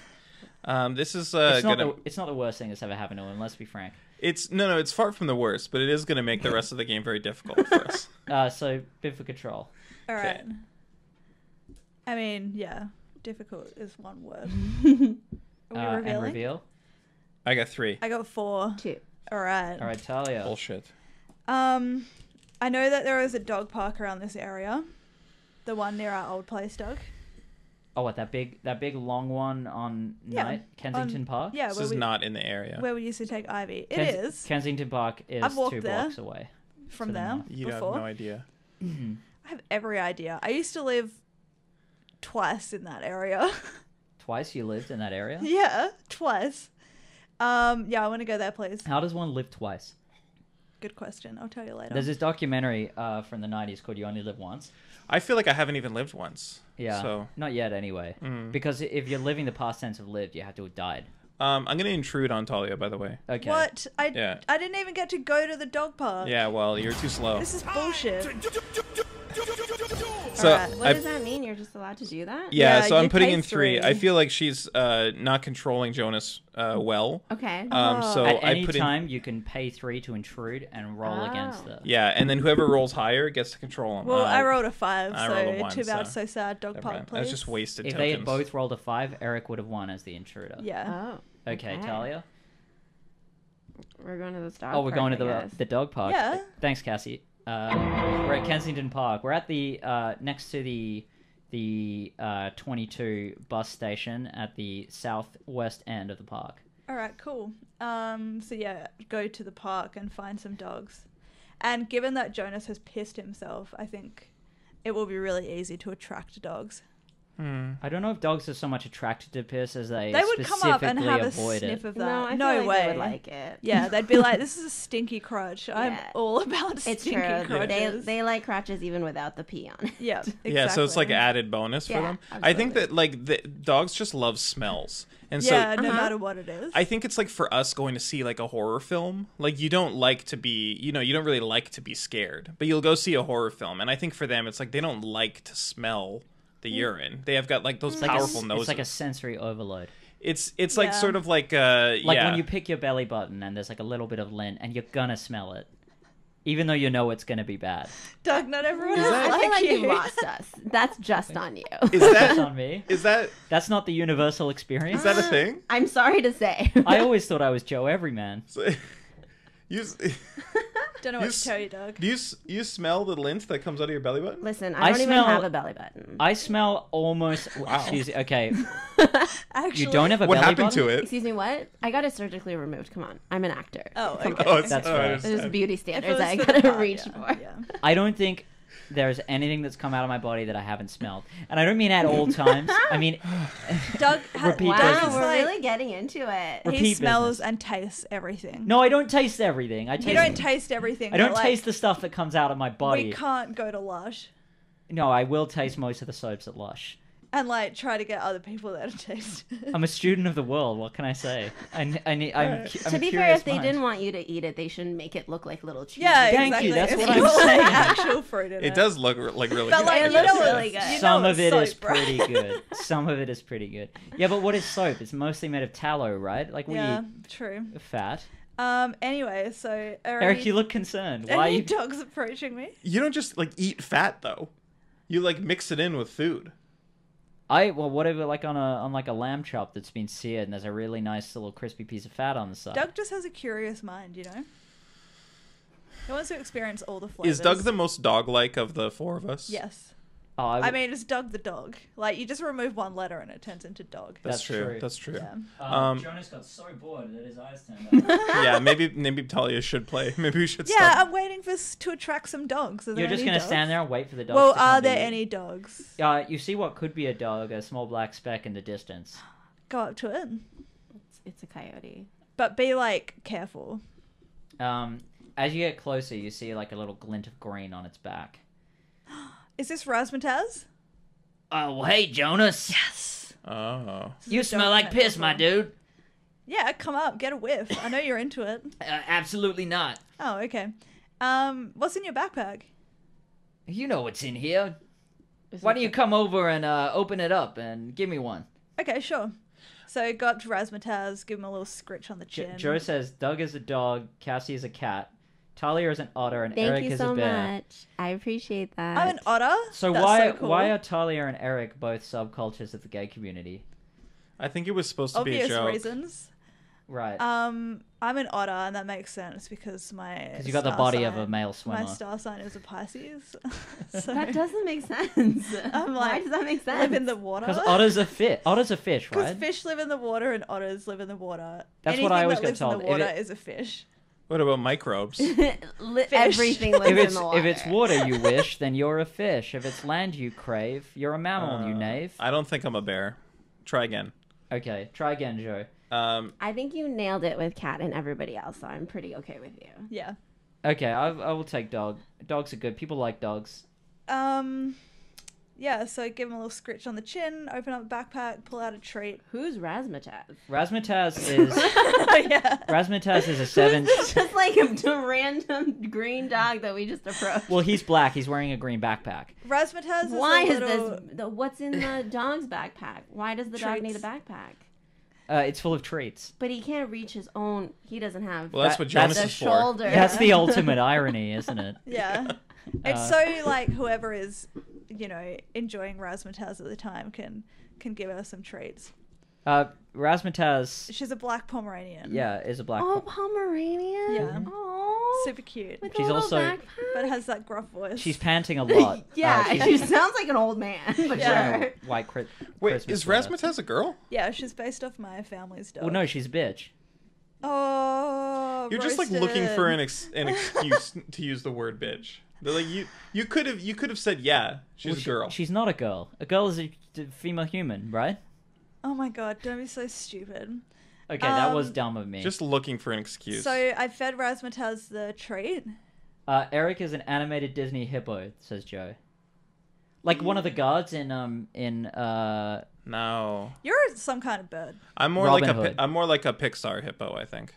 Speaker 2: Um, this is uh,
Speaker 1: It's not
Speaker 2: gonna.
Speaker 1: the, it's not the worst thing that's ever happened to him. Let's be frank.
Speaker 2: It's no, no. It's far from the worst, but it is gonna make the rest of the game very difficult for us.
Speaker 1: Uh, so bid for control.
Speaker 3: All
Speaker 2: Okay.
Speaker 3: right. I mean, yeah. Difficult is one word. Are
Speaker 1: Uh,
Speaker 3: we
Speaker 1: and
Speaker 3: revealing?
Speaker 1: reveal.
Speaker 2: I got three.
Speaker 3: I got four.
Speaker 4: Two.
Speaker 3: All right.
Speaker 1: All right, Talia.
Speaker 2: Bullshit.
Speaker 3: Um, I know that there is a dog park around this area. The one near our old place, Doug.
Speaker 1: Oh, what that big that big long one on
Speaker 3: Yeah,
Speaker 1: night Kensington
Speaker 3: on-
Speaker 1: Park.
Speaker 3: Yeah,
Speaker 2: This
Speaker 3: where
Speaker 2: is
Speaker 3: we,
Speaker 2: not in the area.
Speaker 3: where we used to take Ivy. It is
Speaker 1: Kens- Kensington Park is
Speaker 3: I've walked
Speaker 1: two
Speaker 3: there.
Speaker 1: blocks away.
Speaker 3: from
Speaker 1: to the
Speaker 3: there
Speaker 1: north.
Speaker 2: you have
Speaker 3: before.
Speaker 2: no idea.
Speaker 3: I have every idea. I used to live twice in that area.
Speaker 1: Twice you lived in that area.
Speaker 3: yeah, twice. Um, yeah, I want to go there, please.
Speaker 1: How does one live twice?
Speaker 3: Good question. I'll tell you later.
Speaker 1: There's this documentary uh, from the 90s called You Only Live Once.
Speaker 2: I feel like I haven't even lived once.
Speaker 1: Yeah.
Speaker 2: So Mm.
Speaker 1: Not yet, anyway. Because i- if you're living the past tense of lived, you have to have died.
Speaker 2: um, I'm gonna intrude on Talia, by the way.
Speaker 1: Okay.
Speaker 3: What? I
Speaker 2: Yeah.
Speaker 3: I didn't even get to go to the dog park.
Speaker 2: Yeah. Well, you're too slow.
Speaker 3: This is bullshit.
Speaker 2: So
Speaker 3: Alright,
Speaker 4: What
Speaker 2: I,
Speaker 4: does that mean? You're just allowed to do that?
Speaker 2: yeah,
Speaker 3: Yeah,
Speaker 2: So I'm
Speaker 3: you
Speaker 2: putting
Speaker 3: pay
Speaker 2: in three.
Speaker 3: three.
Speaker 2: I feel like she's uh, not controlling Jonas uh, well.
Speaker 4: Okay.
Speaker 2: Um,
Speaker 3: Oh.
Speaker 2: so
Speaker 1: At
Speaker 2: I
Speaker 1: any
Speaker 2: put in
Speaker 1: time, you can pay three to intrude and roll
Speaker 4: Oh.
Speaker 1: against it.
Speaker 2: Yeah, and then whoever rolls higher gets to control them.
Speaker 3: Well, I rolled a five,
Speaker 2: I
Speaker 3: so
Speaker 2: rolled a one,
Speaker 3: too bad,
Speaker 2: so-
Speaker 3: so, sad. Dog park, please.
Speaker 2: That's just wasted
Speaker 1: If
Speaker 2: tokens.
Speaker 1: they had both rolled a five, Eric would have won as the intruder.
Speaker 3: Yeah.
Speaker 4: oh.
Speaker 1: Okay, Talia.
Speaker 4: We're going to the dog.
Speaker 1: Oh, we're
Speaker 4: park,
Speaker 1: going to
Speaker 4: I
Speaker 1: the,
Speaker 4: guess.
Speaker 1: the dog park.
Speaker 3: Yeah.
Speaker 1: Thanks, Cassie. Uh, we're at Kensington Park. We're at the uh, next to the the uh, 22 bus station at the southwest end of the park.
Speaker 3: All right, cool. Um, so yeah, go to the park and find some dogs. And given that Jonas has pissed himself, I think it will be really easy to attract dogs.
Speaker 2: Hmm.
Speaker 1: I don't know if dogs are so much attracted to piss as they,
Speaker 3: They would come up and
Speaker 1: specifically
Speaker 3: have a
Speaker 1: avoid it.
Speaker 3: sniff of
Speaker 4: No, I
Speaker 3: that.
Speaker 4: feel
Speaker 3: No,
Speaker 4: like
Speaker 3: way.
Speaker 4: They would like it.
Speaker 3: Yeah, they'd be like, "This is a stinky crotch. I'm
Speaker 4: Yeah.
Speaker 3: all about
Speaker 4: It's
Speaker 3: stinky
Speaker 4: true. They,
Speaker 3: crotches."
Speaker 4: they like crotches even without the pee on it.
Speaker 3: yeah, exactly.
Speaker 2: Yeah, so it's like added bonus for
Speaker 4: Yeah,
Speaker 2: them. I think
Speaker 4: absolutely.
Speaker 2: that like the dogs just love smells, and so
Speaker 3: yeah, no
Speaker 4: Uh-huh.
Speaker 3: matter what it is.
Speaker 2: I think it's like for us going to see like a horror film. Like you don't like to be, you know, you don't really like to be scared, but you'll go see a horror film. And I think for them, it's like they don't like to smell the urine. They have got like those
Speaker 1: Mm. It's like, a,
Speaker 2: powerful
Speaker 1: it's
Speaker 2: noses.
Speaker 1: like a sensory overload.
Speaker 2: it's it's like
Speaker 3: Yeah.
Speaker 2: sort of like uh
Speaker 1: Like
Speaker 2: yeah.
Speaker 1: when you pick your belly button and there's like a little bit of lint and you're gonna smell it. Even though you know it's gonna be bad.
Speaker 3: Doug, not everyone is
Speaker 4: I
Speaker 3: like,
Speaker 4: feel like you
Speaker 3: you.
Speaker 4: lost us. That's just on you.
Speaker 2: is
Speaker 1: That's
Speaker 2: that
Speaker 1: on Uh. me.
Speaker 2: is that
Speaker 1: That's not the universal experience.
Speaker 2: is that a thing?
Speaker 4: I'm sorry to say.
Speaker 1: I always thought I was Joe Everyman.
Speaker 2: So- you s-
Speaker 3: Don't know
Speaker 2: You
Speaker 3: what
Speaker 2: s-
Speaker 3: to tell you, Doug.
Speaker 2: do you s- you smell the lint that comes out of your belly button?
Speaker 4: Listen,
Speaker 1: I
Speaker 4: I don't even
Speaker 1: smell-
Speaker 4: have a belly button.
Speaker 1: I smell almost. Excuse me. Okay,
Speaker 3: Actually,
Speaker 1: you don't have a
Speaker 2: What
Speaker 1: belly
Speaker 2: happened
Speaker 1: button.
Speaker 2: to it?
Speaker 4: Excuse me, what? I got it surgically removed. Come on. I'm an actor.
Speaker 3: Oh,
Speaker 4: Come
Speaker 3: okay.
Speaker 4: on.
Speaker 2: Oh, it's,
Speaker 1: That's
Speaker 2: oh, I
Speaker 1: right.
Speaker 2: understand.
Speaker 4: There's beauty
Speaker 3: If it
Speaker 4: standards
Speaker 3: was
Speaker 4: I
Speaker 3: for the
Speaker 4: gotta
Speaker 3: pot,
Speaker 4: reach
Speaker 3: yeah,
Speaker 4: for.
Speaker 3: Yeah.
Speaker 1: I don't think there's anything that's come out of my body that I haven't smelled. And I don't mean at all times. I mean
Speaker 3: Doug, ha-
Speaker 1: Repeat business.
Speaker 3: Doug
Speaker 4: wow,
Speaker 3: is
Speaker 4: we're
Speaker 3: like,
Speaker 4: really getting into it.
Speaker 1: Repeat
Speaker 3: he
Speaker 1: business.
Speaker 3: smells and tastes everything.
Speaker 1: No, I don't taste everything. I taste
Speaker 3: you don't taste everything.
Speaker 1: I don't
Speaker 3: but, like,
Speaker 1: taste the stuff that comes out of my
Speaker 3: We
Speaker 1: body.
Speaker 3: can't go to Lush
Speaker 1: No, I will taste most of the soaps at Lush.
Speaker 3: and like try to get other people there to taste. it.
Speaker 1: I'm a student of the world. What can I say? I, ne- I, ne- I'm, cu- I'm
Speaker 4: to
Speaker 1: a
Speaker 4: be fair,
Speaker 1: curious
Speaker 4: if they
Speaker 1: mind.
Speaker 4: didn't want you to eat it, they shouldn't make it look like little cheese.
Speaker 3: yeah,
Speaker 1: Thank
Speaker 3: exactly.
Speaker 1: you, that's
Speaker 3: It's
Speaker 1: what I'm
Speaker 3: got, like,
Speaker 1: saying.
Speaker 3: actual fruit in it.
Speaker 2: It does look r- like really
Speaker 3: But
Speaker 2: good.
Speaker 3: like,
Speaker 4: It
Speaker 3: you know
Speaker 4: looks
Speaker 3: what-
Speaker 4: really good.
Speaker 3: you know
Speaker 1: Some
Speaker 3: it's
Speaker 1: of it
Speaker 3: soap,
Speaker 1: is
Speaker 3: right?
Speaker 1: pretty good. Some of it is pretty good. Yeah, but what is soap? It's mostly made of tallow, right? Like we
Speaker 3: yeah, true.
Speaker 1: eat fat.
Speaker 3: Um. Anyway, so are
Speaker 1: Eric,
Speaker 3: any-
Speaker 1: you look concerned.
Speaker 3: are
Speaker 1: Why?
Speaker 3: any
Speaker 1: You...
Speaker 3: dogs approaching me?
Speaker 2: you don't just like eat fat though. You like mix it in with food.
Speaker 1: I well, whatever. Like on a on like a lamb chop that's been seared, and there's a really nice little crispy piece of fat on the side.
Speaker 3: Doug just has a curious mind, you know. He wants to experience all the flavors.
Speaker 2: Is Doug the most dog-like of the four of us?
Speaker 3: Yes.
Speaker 1: oh, I,
Speaker 3: I
Speaker 1: mean,
Speaker 3: mean, it's Doug the dog. Like you just remove one letter and it turns into dog.
Speaker 2: That's,
Speaker 1: That's
Speaker 2: true.
Speaker 1: true.
Speaker 2: That's true.
Speaker 3: Yeah.
Speaker 2: um,
Speaker 1: Jonas got so bored that his eyes turned. Out.
Speaker 2: Yeah. maybe maybe Talia should play. Maybe we should
Speaker 3: Yeah,
Speaker 2: stop.
Speaker 3: I'm waiting for s- to attract some dogs. Are there
Speaker 1: You're just
Speaker 3: any
Speaker 1: gonna
Speaker 3: dogs?
Speaker 1: stand there and wait for the dogs.
Speaker 3: Well,
Speaker 1: to come to
Speaker 3: are there
Speaker 1: you.
Speaker 3: any dogs?
Speaker 1: Uh, you see what could be a dog, a small black speck in the distance.
Speaker 3: Go up to it,
Speaker 4: It's- It's a coyote.
Speaker 3: but be like careful.
Speaker 1: Um, as you get closer, you see like a little glint of green on its back.
Speaker 3: Is this Razzmatazz?
Speaker 1: Oh, well, hey, Jonas.
Speaker 3: Yes.
Speaker 2: Oh.
Speaker 3: This is
Speaker 1: You
Speaker 3: a
Speaker 1: smell
Speaker 3: dog
Speaker 1: like
Speaker 3: that I
Speaker 1: piss, my
Speaker 3: love.
Speaker 1: dude.
Speaker 3: Yeah, come up, get a whiff. I know you're into it.
Speaker 1: Uh, absolutely not.
Speaker 3: Oh, okay. Um, what's in your backpack?
Speaker 1: You know what's in here.
Speaker 4: Is
Speaker 1: Why
Speaker 4: it
Speaker 1: don't you
Speaker 4: the-
Speaker 1: come over and uh, open it up and give me one?
Speaker 3: Okay, sure. So go up to Razzmatazz, give him a little scritch on the chin.
Speaker 1: Joe says Doug is a dog, Cassie is a cat, Talia is an otter, and
Speaker 4: Thank
Speaker 1: Eric
Speaker 4: you
Speaker 1: is
Speaker 4: so
Speaker 1: a bear.
Speaker 4: much. I appreciate that.
Speaker 3: I'm an otter.
Speaker 1: So
Speaker 3: That's
Speaker 1: why
Speaker 3: so cool.
Speaker 1: why are Talia and Eric both subcultures of the gay community?
Speaker 2: I think it was supposed to be a
Speaker 3: obvious
Speaker 2: joke.
Speaker 3: reasons?
Speaker 1: Right.
Speaker 3: Um, I'm an otter, and that makes sense because my
Speaker 1: Because you got the
Speaker 3: star
Speaker 1: body of
Speaker 3: sign-
Speaker 1: a male
Speaker 3: My
Speaker 1: swimmer.
Speaker 3: star sign is a Pisces. so
Speaker 4: that doesn't make sense.
Speaker 3: I'm
Speaker 4: Why
Speaker 3: like,
Speaker 4: does that make sense?
Speaker 3: live in the water.
Speaker 1: Because otters are fish. Otters are fish,
Speaker 3: Because
Speaker 1: right?
Speaker 3: fish live in the water and otters live in the water.
Speaker 1: That's
Speaker 3: Anything
Speaker 1: what I always
Speaker 3: that
Speaker 1: get
Speaker 3: lives in
Speaker 1: told.
Speaker 3: the
Speaker 1: If
Speaker 3: water
Speaker 1: it-
Speaker 3: is a fish.
Speaker 2: What about microbes?
Speaker 4: Li-
Speaker 3: Fish.
Speaker 4: Everything lives
Speaker 1: if it's
Speaker 4: in the water.
Speaker 1: if it's water you wish, then you're a fish. If it's land you crave, you're a mammal, you
Speaker 2: Uh,
Speaker 1: knave.
Speaker 2: I don't think I'm a bear. Try again.
Speaker 1: Okay, try again, Joe.
Speaker 2: Um,
Speaker 4: I think you nailed it with cat and everybody else, so I'm pretty okay with you.
Speaker 3: Yeah.
Speaker 1: Okay, I, I will take dog. Dogs are good. People like dogs.
Speaker 3: Um, yeah. So give him a little scritch on the chin. Open up a backpack. Pull out a treat.
Speaker 4: Who's Razmataz?
Speaker 1: Razzmatazz is
Speaker 4: Oh,
Speaker 3: yeah.
Speaker 1: Razzmatazz is a seven.
Speaker 4: Just like a random green dog that we just approached.
Speaker 1: Well, he's black. He's wearing a green backpack.
Speaker 3: Razzmatazz is
Speaker 4: Why
Speaker 3: a
Speaker 4: is
Speaker 3: little...
Speaker 4: this? The, what's in the dog's backpack? Why does the dog need a
Speaker 3: Treats.
Speaker 4: backpack?
Speaker 1: Uh, it's full of treats.
Speaker 4: But he can't reach his own. He doesn't have
Speaker 2: well, that's
Speaker 1: That-
Speaker 2: what Jonas
Speaker 4: the
Speaker 1: that's-
Speaker 2: is for.
Speaker 4: shoulder.
Speaker 1: That's the ultimate irony, isn't it?
Speaker 3: Yeah. It's
Speaker 1: Uh,
Speaker 3: so like whoever is, you know, enjoying Razzmatazz at the time can can give her some treats.
Speaker 1: Uh, Razzmatazz,
Speaker 3: She's a black Pomeranian.
Speaker 1: yeah, is a black.
Speaker 4: Oh, Pomeranian.
Speaker 3: Yeah.
Speaker 4: Aw.
Speaker 3: Super cute.
Speaker 4: With
Speaker 1: She's
Speaker 4: a little
Speaker 1: also-
Speaker 4: backpack.
Speaker 3: But has that gruff voice.
Speaker 1: She's panting a lot. Uh,
Speaker 4: yeah,
Speaker 1: she's
Speaker 4: she sounds like an old man. But
Speaker 3: Yeah.
Speaker 1: wearing
Speaker 4: sure.
Speaker 1: a white cri-
Speaker 2: Wait,
Speaker 1: Christmas
Speaker 2: is
Speaker 1: sweater.
Speaker 2: Rasmus a girl?
Speaker 3: Yeah, she's based off my family's dog.
Speaker 1: Well, no, she's a bitch.
Speaker 3: Oh,
Speaker 2: You're just like looking for an ex- an excuse to use the word bitch. They're like you you could have you could have said yeah, she's
Speaker 1: Well,
Speaker 2: a
Speaker 1: she-
Speaker 2: girl.
Speaker 1: she's not a girl. A girl is a d- female human, right?
Speaker 3: Oh my god, don't be so stupid.
Speaker 1: Okay, that was
Speaker 3: Um,
Speaker 1: dumb of me.
Speaker 2: Just looking for an excuse.
Speaker 3: So I fed Razzmatazz the treat.
Speaker 1: Uh, Eric is an animated Disney hippo, says Joe. Like one of the guards in um in uh
Speaker 2: no,
Speaker 3: You're some kind of bird.
Speaker 2: I'm more
Speaker 1: Robin
Speaker 2: like a
Speaker 1: Hood.
Speaker 2: pi- I'm more like a Pixar hippo. I think.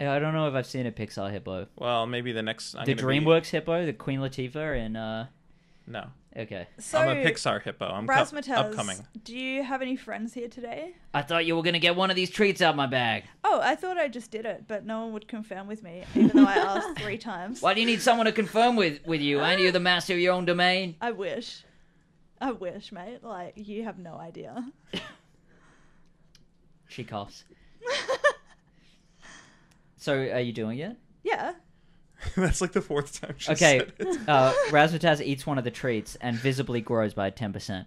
Speaker 1: I don't know if I've seen a Pixar hippo.
Speaker 2: Well, maybe the next. I'm
Speaker 1: the
Speaker 2: gonna be-
Speaker 1: DreamWorks hippo, the Queen Latifah, and uh
Speaker 2: No,
Speaker 1: okay.
Speaker 3: So
Speaker 2: I'm a Pixar hippo. I'm cu-
Speaker 3: Razzmatazz,
Speaker 2: upcoming.
Speaker 3: do you have any friends here today?
Speaker 1: I thought you were gonna get one of these treats out my bag.
Speaker 3: Oh, I thought I just did it, but no one would confirm with me, even though I asked three times.
Speaker 1: Why do you need someone to confirm with with you? Aren't you the master of your own domain?
Speaker 3: I wish. I wish, mate. Like, you have no idea.
Speaker 1: She coughs. so are you doing it?
Speaker 3: Yeah.
Speaker 2: That's like the fourth time. She
Speaker 1: Okay.
Speaker 2: said it.
Speaker 1: Uh Razzmatazz eats one of the treats and visibly grows by ten percent.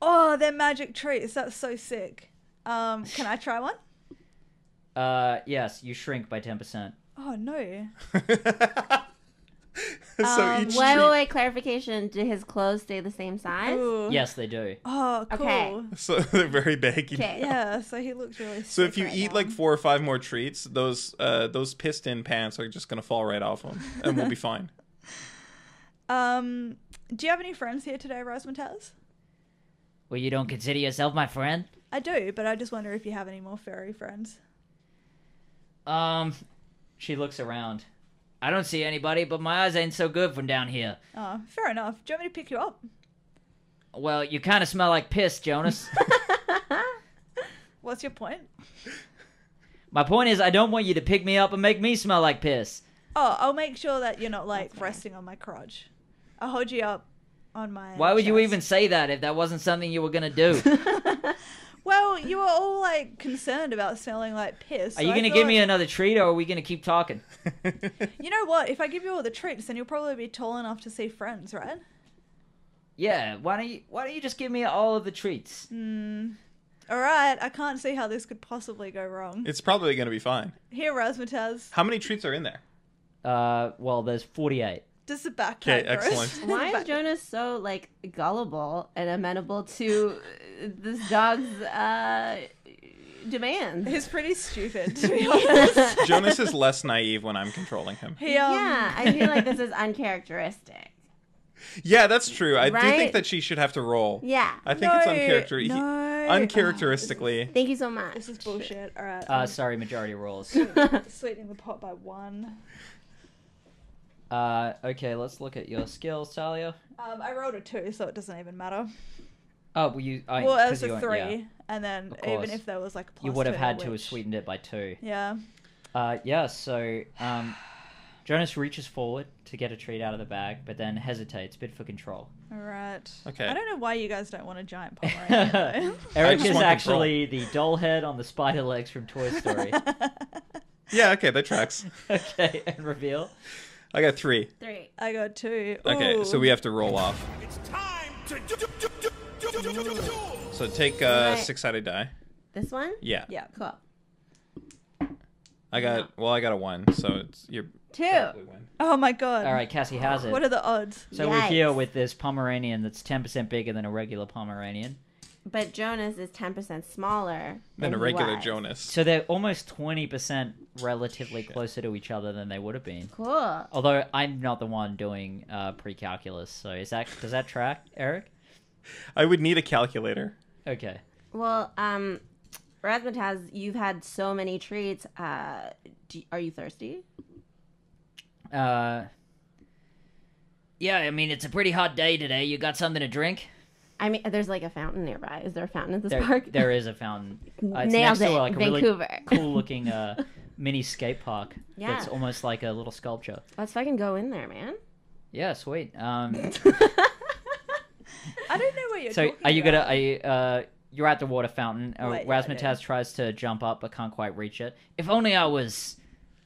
Speaker 3: Oh, they're magic treats. That's so sick. Um, can I try one?
Speaker 1: Uh yes, you shrink by ten percent.
Speaker 3: Oh, no.
Speaker 2: so
Speaker 3: Um,
Speaker 2: each
Speaker 4: Wait, wait,
Speaker 2: tree-
Speaker 4: wait, clarification. Do his clothes stay the same size?
Speaker 3: Ooh.
Speaker 1: Yes, they do.
Speaker 3: Oh, cool.
Speaker 4: Okay.
Speaker 2: So they're very baggy.
Speaker 4: Okay.
Speaker 3: Yeah, so he looks really.
Speaker 2: So if
Speaker 3: sick
Speaker 2: you
Speaker 3: right
Speaker 2: eat
Speaker 3: now.
Speaker 2: like four or five more treats, those uh those piston pants are just gonna fall right off them, and we'll be fine.
Speaker 3: um, do you have any friends here today, Rosmatas?
Speaker 1: Well, you don't consider yourself my friend?
Speaker 3: I do, but I just wonder if you have any more furry friends.
Speaker 1: Um, she looks around. I don't see anybody, but my eyes ain't so good from down here.
Speaker 3: Oh, fair enough. Do you want me to pick you up?
Speaker 1: Well, you kind of smell like piss, Jonas.
Speaker 3: What's your point?
Speaker 1: my point is, I don't want you to pick me up and make me smell like piss.
Speaker 3: Oh, I'll make sure that you're not like resting on my crotch. I'll hold you up on my.
Speaker 1: Why would you
Speaker 3: chest.
Speaker 1: even say that if that wasn't something you were gonna do?
Speaker 3: Well, you were all like concerned about smelling like piss.
Speaker 1: Are you gonna give me another treat, or are we gonna keep talking?
Speaker 3: You know what? If I give you all the treats, then you'll probably be tall enough to see friends, right?
Speaker 1: Yeah, why don't you why don't you just give me all of the treats?
Speaker 3: All right. I can't see how this could possibly go wrong.
Speaker 2: it's probably gonna be fine.
Speaker 3: Here, Rasmataz.
Speaker 2: How many treats are in there?
Speaker 1: Uh, well, there's 48.
Speaker 3: Does the backpack?
Speaker 2: Okay,
Speaker 3: grow?
Speaker 2: excellent.
Speaker 3: Does the
Speaker 4: Why is
Speaker 3: back-
Speaker 4: Jonas so like gullible and amenable to uh, this dog's uh, demands?
Speaker 3: He's pretty stupid, to be honest.
Speaker 2: Jonas is less naive when I'm controlling him.
Speaker 3: He, um,
Speaker 4: yeah, I feel like this is uncharacteristic.
Speaker 2: Yeah, that's true. I do think
Speaker 4: Right?
Speaker 2: that she should have to roll.
Speaker 4: Yeah.
Speaker 2: I think it's
Speaker 3: No,
Speaker 2: uncharacter-
Speaker 3: no.
Speaker 2: uncharacteristically.
Speaker 4: Thank you so much.
Speaker 3: This is bullshit. All right.
Speaker 1: Uh, sorry, majority rules.
Speaker 3: I'm sweetening the pot by one.
Speaker 1: Uh, okay, let's look at your skills, Talia.
Speaker 3: Um, I rolled a two, so it doesn't even matter.
Speaker 1: Oh, well, you. I,
Speaker 3: well, it
Speaker 1: 'cause
Speaker 3: was
Speaker 1: you
Speaker 3: a
Speaker 1: weren't-
Speaker 3: three,
Speaker 1: yeah.
Speaker 3: and then
Speaker 1: Of
Speaker 3: even
Speaker 1: course.
Speaker 3: if there was like a plus
Speaker 1: You would have
Speaker 3: two,
Speaker 1: had to have
Speaker 3: which-
Speaker 1: sweetened it by two.
Speaker 3: Yeah.
Speaker 1: Uh, yeah, so um, Jonas reaches forward to get a treat out of the bag, but then hesitates, bid for control.
Speaker 3: All right.
Speaker 2: Okay.
Speaker 3: I don't know why you guys don't want a giant Pomeranian. though.
Speaker 1: Eric
Speaker 2: just
Speaker 1: is
Speaker 2: want
Speaker 1: actually the doll head on the spider legs from Toy Story.
Speaker 2: Yeah, okay, that tracks.
Speaker 1: okay, and reveal.
Speaker 2: I got three.
Speaker 4: Three.
Speaker 3: I got two.
Speaker 2: Okay, so
Speaker 3: Ooh.
Speaker 2: we have to roll off.
Speaker 5: It's time to do, do, do, do, do, do, do, do.
Speaker 2: So take uh,
Speaker 4: Right.
Speaker 2: six-sided die.
Speaker 4: This one?
Speaker 2: Yeah.
Speaker 3: Yeah.
Speaker 4: Cool.
Speaker 2: I got well. I got a one, so it's you're
Speaker 4: Two.
Speaker 2: win.
Speaker 3: Oh my god.
Speaker 1: All right, Cassie has it.
Speaker 3: What are the odds?
Speaker 1: so we're here
Speaker 4: Yikes.
Speaker 1: with this Pomeranian that's 10% bigger than a regular Pomeranian.
Speaker 4: But Jonas is 10% smaller
Speaker 2: Than a
Speaker 4: he
Speaker 2: regular
Speaker 4: was.
Speaker 2: Jonas.
Speaker 1: So they're almost 20% relatively closer to each other than they would have been.
Speaker 4: Cool.
Speaker 1: Although I'm not the one doing uh, pre-calculus, so is that does that track, Eric?
Speaker 2: I would need a calculator.
Speaker 1: Okay.
Speaker 4: Well, um, Razzmatazz, you've had so many treats. Uh, do, are you thirsty?
Speaker 1: Uh, yeah, I mean it's a pretty hot day today. You got something to drink?
Speaker 4: I mean, there's like a fountain nearby. Is there a fountain at this
Speaker 1: There,
Speaker 4: park?
Speaker 1: there is a fountain. Uh, it's
Speaker 4: Nailed
Speaker 1: next to
Speaker 4: it,
Speaker 1: like a
Speaker 4: Vancouver.
Speaker 1: really cool-looking uh, mini skate park.
Speaker 4: Yeah.
Speaker 1: That's almost like a little sculpture.
Speaker 4: Let's fucking go in there, man.
Speaker 1: Yeah, sweet. Um,
Speaker 3: I don't know what you're
Speaker 1: so
Speaker 3: talking
Speaker 1: are you gonna?
Speaker 3: about.
Speaker 1: Are you, uh, you're at the water fountain. Uh,
Speaker 3: Wait, yeah, I
Speaker 1: Rasmataz
Speaker 3: know.
Speaker 1: tries to jump up but can't quite reach it. If only I was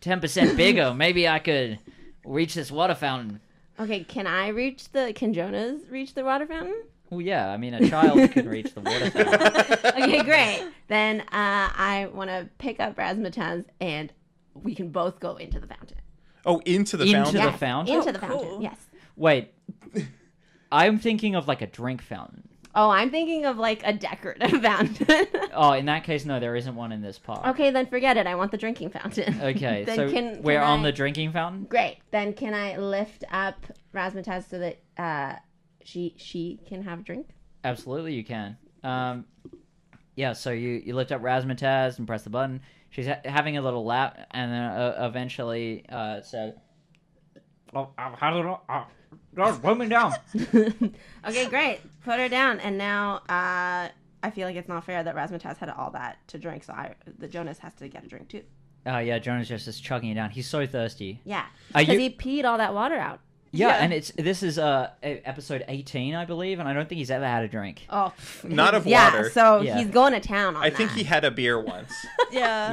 Speaker 1: ten percent bigger, maybe I could reach this water fountain.
Speaker 4: Okay, can I reach the? Can Jonas reach the water fountain?
Speaker 1: Well, yeah. I mean, a child can reach the water fountain.
Speaker 4: Okay, great. then uh, I want to pick up Razzmatazz and we can both go into the fountain.
Speaker 2: Oh, into the
Speaker 1: Into
Speaker 2: fountain.
Speaker 1: the- fountain?
Speaker 4: Into
Speaker 3: Oh,
Speaker 4: the
Speaker 3: cool.
Speaker 4: fountain. Yes.
Speaker 1: Wait, I'm thinking of like a drink fountain.
Speaker 4: Oh, I'm thinking of like a decorative fountain.
Speaker 1: Oh, in that case, no, there isn't one in this park.
Speaker 4: okay, then forget it. I want the drinking fountain.
Speaker 1: Okay,
Speaker 4: Then
Speaker 1: so
Speaker 4: can-
Speaker 1: we're
Speaker 4: can
Speaker 1: on
Speaker 4: I-
Speaker 1: the drinking fountain.
Speaker 4: Great. Then can I lift up Razzmatazz so that uh, she she can have a drink?
Speaker 1: Absolutely, you can. Um, yeah, so you, you lift up Razzmatazz and press the button. She's ha- having a little lap, and then uh, eventually, uh, so. Oh, I've had it all. Oh, God, put me down.
Speaker 4: Okay, great. Put her down. And now uh, I feel like it's not fair that Razzmatazz had all that to drink, so I the Jonas has to get a drink too.
Speaker 1: Oh, yeah, Jonas just is chugging it down. He's so thirsty.
Speaker 4: Yeah,
Speaker 1: Are
Speaker 4: because
Speaker 1: you-
Speaker 4: he peed all that water out.
Speaker 1: Yeah,
Speaker 3: Yeah.
Speaker 1: and it's this is uh e- episode 18, I believe, and I don't think he's ever had a drink.
Speaker 4: Oh,
Speaker 2: Not of
Speaker 4: yeah.
Speaker 2: water.
Speaker 4: So
Speaker 1: Yeah.
Speaker 4: he's going to town on
Speaker 2: I think
Speaker 4: that.
Speaker 2: he had a beer once.
Speaker 3: Yeah.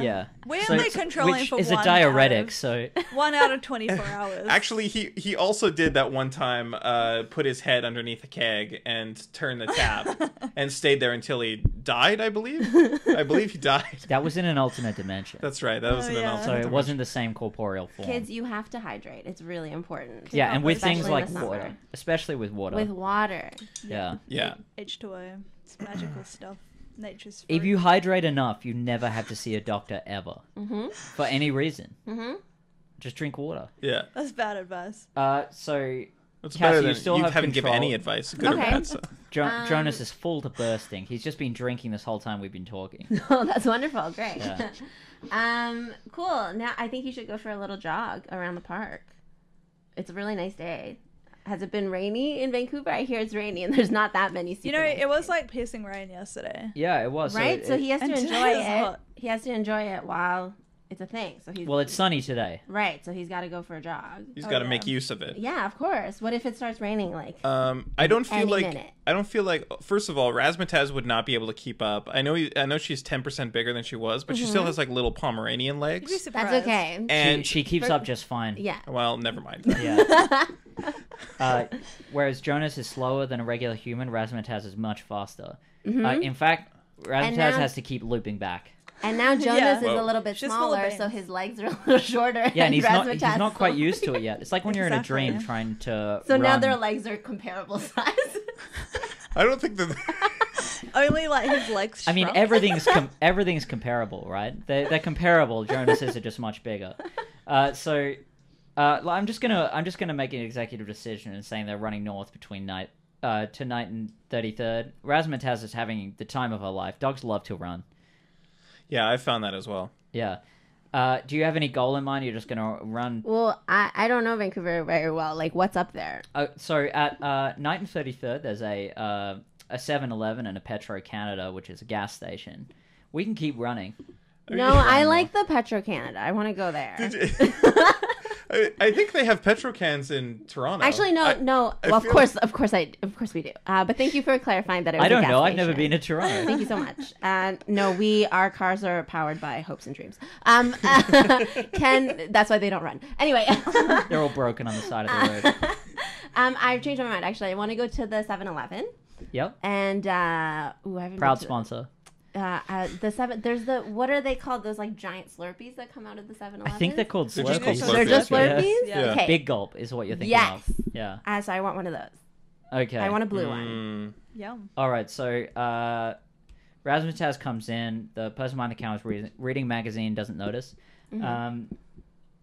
Speaker 1: Yeah.
Speaker 3: We're
Speaker 1: So
Speaker 3: only
Speaker 1: it's-
Speaker 3: controlling
Speaker 1: which
Speaker 3: for
Speaker 1: is
Speaker 3: one.
Speaker 1: a diuretic,
Speaker 3: Out of,
Speaker 1: so
Speaker 3: one out of 24 hours.
Speaker 2: Actually, he he also did that one time. Uh, put his head underneath a keg and turned the tap, and stayed there until he died. I believe. I believe he died.
Speaker 1: that was in an alternate dimension.
Speaker 2: That's right. That was
Speaker 3: Oh,
Speaker 2: an
Speaker 3: yeah.
Speaker 2: announcement.
Speaker 1: so it wasn't the same corporeal form.
Speaker 4: Kids, you have to hydrate. It's really important.
Speaker 1: yeah, and with with things
Speaker 4: especially
Speaker 1: like
Speaker 4: in the
Speaker 1: water,
Speaker 4: summer.
Speaker 1: especially with water.
Speaker 4: With water.
Speaker 1: yeah.
Speaker 2: Yeah.
Speaker 3: H2O. It's magical stuff. Nature's fruit.
Speaker 1: If you hydrate enough, you never have to see a doctor ever
Speaker 4: Mm-hmm.
Speaker 1: for any reason.
Speaker 4: Mm-hmm.
Speaker 1: Just drink water.
Speaker 2: Yeah.
Speaker 3: That's bad advice.
Speaker 1: Uh, so
Speaker 2: That's
Speaker 1: Cassie,
Speaker 2: better
Speaker 1: you
Speaker 2: than
Speaker 1: still
Speaker 2: you
Speaker 1: have
Speaker 2: haven't given
Speaker 1: control.
Speaker 2: any advice, good or
Speaker 4: Okay.
Speaker 2: bad. So.
Speaker 1: jo-
Speaker 4: Um,
Speaker 1: Jonas is full to bursting. He's just been drinking this whole time we've been talking.
Speaker 4: Oh, that's wonderful. Great.
Speaker 1: Yeah.
Speaker 4: um, cool. Now I think you should go for a little jog around the park. It's a really nice day. Has it been rainy in Vancouver? I hear it's rainy and there's not that many.
Speaker 3: You
Speaker 4: super
Speaker 3: know,
Speaker 4: nice
Speaker 3: it was
Speaker 4: days.
Speaker 3: like piercing rain yesterday.
Speaker 1: Yeah, it was.
Speaker 4: right.
Speaker 1: it-
Speaker 4: so he has to
Speaker 3: and
Speaker 4: enjoy
Speaker 3: today is
Speaker 4: it.
Speaker 3: hot.
Speaker 4: He has to enjoy it while it's a thing. So he's
Speaker 1: Well, it's sunny today.
Speaker 4: right. So he's got to go for a jog.
Speaker 2: He's
Speaker 3: Oh,
Speaker 2: got to
Speaker 3: yeah.
Speaker 2: make use of it.
Speaker 4: Yeah, of course. What if it starts raining? Like
Speaker 2: Um, I don't feel
Speaker 4: Any
Speaker 2: like
Speaker 4: minute.
Speaker 2: I don't feel like. First of all, Razmataz would not be able to keep up. I know. He, I know she's ten percent bigger than she was, but she still has like little Pomeranian
Speaker 3: You'd be
Speaker 2: legs.
Speaker 3: surprised.
Speaker 4: that's okay.
Speaker 2: And
Speaker 1: she, she keeps
Speaker 4: for-
Speaker 1: up just fine.
Speaker 4: yeah.
Speaker 2: well, never mind.
Speaker 1: Yeah. Uh, whereas Jonas is slower than a regular human, Razmataz is much faster. Uh, in fact, Razmataz
Speaker 4: Mm-hmm. now-
Speaker 1: has to keep looping back.
Speaker 4: And now Jonas
Speaker 3: Yeah.
Speaker 4: is a
Speaker 2: Whoa.
Speaker 4: little bit
Speaker 3: She's full of
Speaker 4: smaller,
Speaker 3: veins.
Speaker 4: so his legs are a little shorter.
Speaker 1: Yeah, and he's not he's
Speaker 4: Razzmatazz
Speaker 1: not quite
Speaker 4: is-
Speaker 1: used to it yet. It's like when you're in a dream
Speaker 3: Exactly.
Speaker 1: trying to.
Speaker 4: So now
Speaker 1: run.
Speaker 4: their legs are comparable size.
Speaker 2: I don't think that.
Speaker 3: Only like his legs.
Speaker 1: I mean,
Speaker 3: shrunk.
Speaker 1: everything's com- everything's comparable, right? They're, they're comparable. Jonas's are just much bigger. Uh, so, uh, li- I'm just gonna I'm just gonna make an executive decision and saying they're running north between night uh, tonight and 33rd. Razmataz is having the time of her life. Dogs love to run.
Speaker 2: yeah, I found that as well.
Speaker 1: Yeah. Uh, do you have any goal in mind? You're just gonna run.
Speaker 4: well, I, I don't know Vancouver very well. Like, what's up there?
Speaker 1: Oh, so at uh, night and thirty third, there's a uh, a Seven Eleven and a Petro Canada, which is a gas station. We can keep running.
Speaker 4: No, I like the Petro Canada. I want to go there.
Speaker 2: Did you- I, I think they have petrocans in Toronto.
Speaker 4: Actually, no,
Speaker 2: I-
Speaker 4: no.
Speaker 2: I
Speaker 4: well, of
Speaker 2: feel-
Speaker 4: course, of course, I, of course, we do. Uh, but thank you for clarifying that. It was
Speaker 1: I
Speaker 4: a
Speaker 1: don't
Speaker 4: gas
Speaker 1: know. I've never
Speaker 4: station.
Speaker 1: been to Toronto.
Speaker 4: Thank you so much. Uh, no, we our cars are powered by hopes and dreams. Um, Ken, that's why they don't run. Anyway,
Speaker 1: They're all broken on the side of the road.
Speaker 4: um, I've changed my mind. Actually, I want to go to the 7-Eleven
Speaker 1: Yep.
Speaker 4: and uh, ooh, I haven't
Speaker 1: Proud
Speaker 4: been to-
Speaker 1: sponsor.
Speaker 4: Uh, uh, the seven. There's the what are they called? Those like giant Slurpees that come out of the 7-Eleven.
Speaker 1: I think they're called
Speaker 2: They're just
Speaker 1: Slurpees.
Speaker 2: called
Speaker 4: They're just
Speaker 2: Slurpees,
Speaker 1: Yeah.
Speaker 4: Slurpees.
Speaker 3: Yeah.
Speaker 2: Yeah.
Speaker 4: Okay.
Speaker 1: Big gulp is what you're thinking
Speaker 4: Yes.
Speaker 1: of. Yeah.
Speaker 4: Uh, so I want one of those.
Speaker 1: Okay.
Speaker 4: I want a blue one.
Speaker 2: Mm,
Speaker 3: Yum.
Speaker 1: All right. So, uh, Razzmatazz comes in. The person behind the counter is reading, reading magazine. Doesn't notice. Um,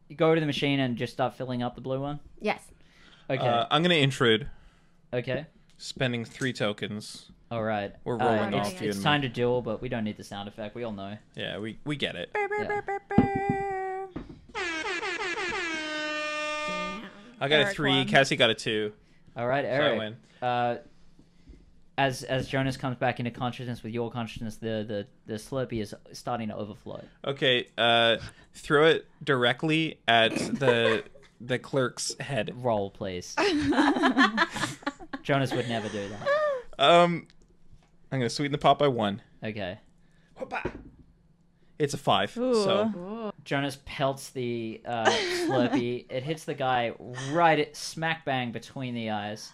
Speaker 1: you go to the machine and just start filling up the blue one.
Speaker 4: Yes.
Speaker 1: Okay.
Speaker 2: uh, I'm gonna intrude,
Speaker 1: okay.
Speaker 2: spending three tokens.
Speaker 1: All right.
Speaker 2: We're
Speaker 1: Uh,
Speaker 2: rolling
Speaker 1: it's,
Speaker 2: off the
Speaker 1: It's
Speaker 2: end.
Speaker 1: time to duel, but we don't need the sound effect. We all know.
Speaker 2: Yeah, we we get it.
Speaker 1: Yeah.
Speaker 2: I got a
Speaker 3: Eric
Speaker 2: three.
Speaker 3: won.
Speaker 2: Cassie got a two.
Speaker 1: All right, Eric.
Speaker 2: win.
Speaker 1: Uh, as as Jonas comes back into consciousness with your consciousness, the the the Slurpee is starting to overflow.
Speaker 2: Okay, uh, throw it directly at the the clerk's head.
Speaker 1: Roll, please. Jonas would never do that.
Speaker 2: Um, I'm gonna sweeten the pot by one.
Speaker 1: Okay.
Speaker 2: Hoppa. It's a five. So
Speaker 3: Ooh.
Speaker 1: Jonas pelts the uh, Slurpee. it hits the guy right at, smack bang between the eyes.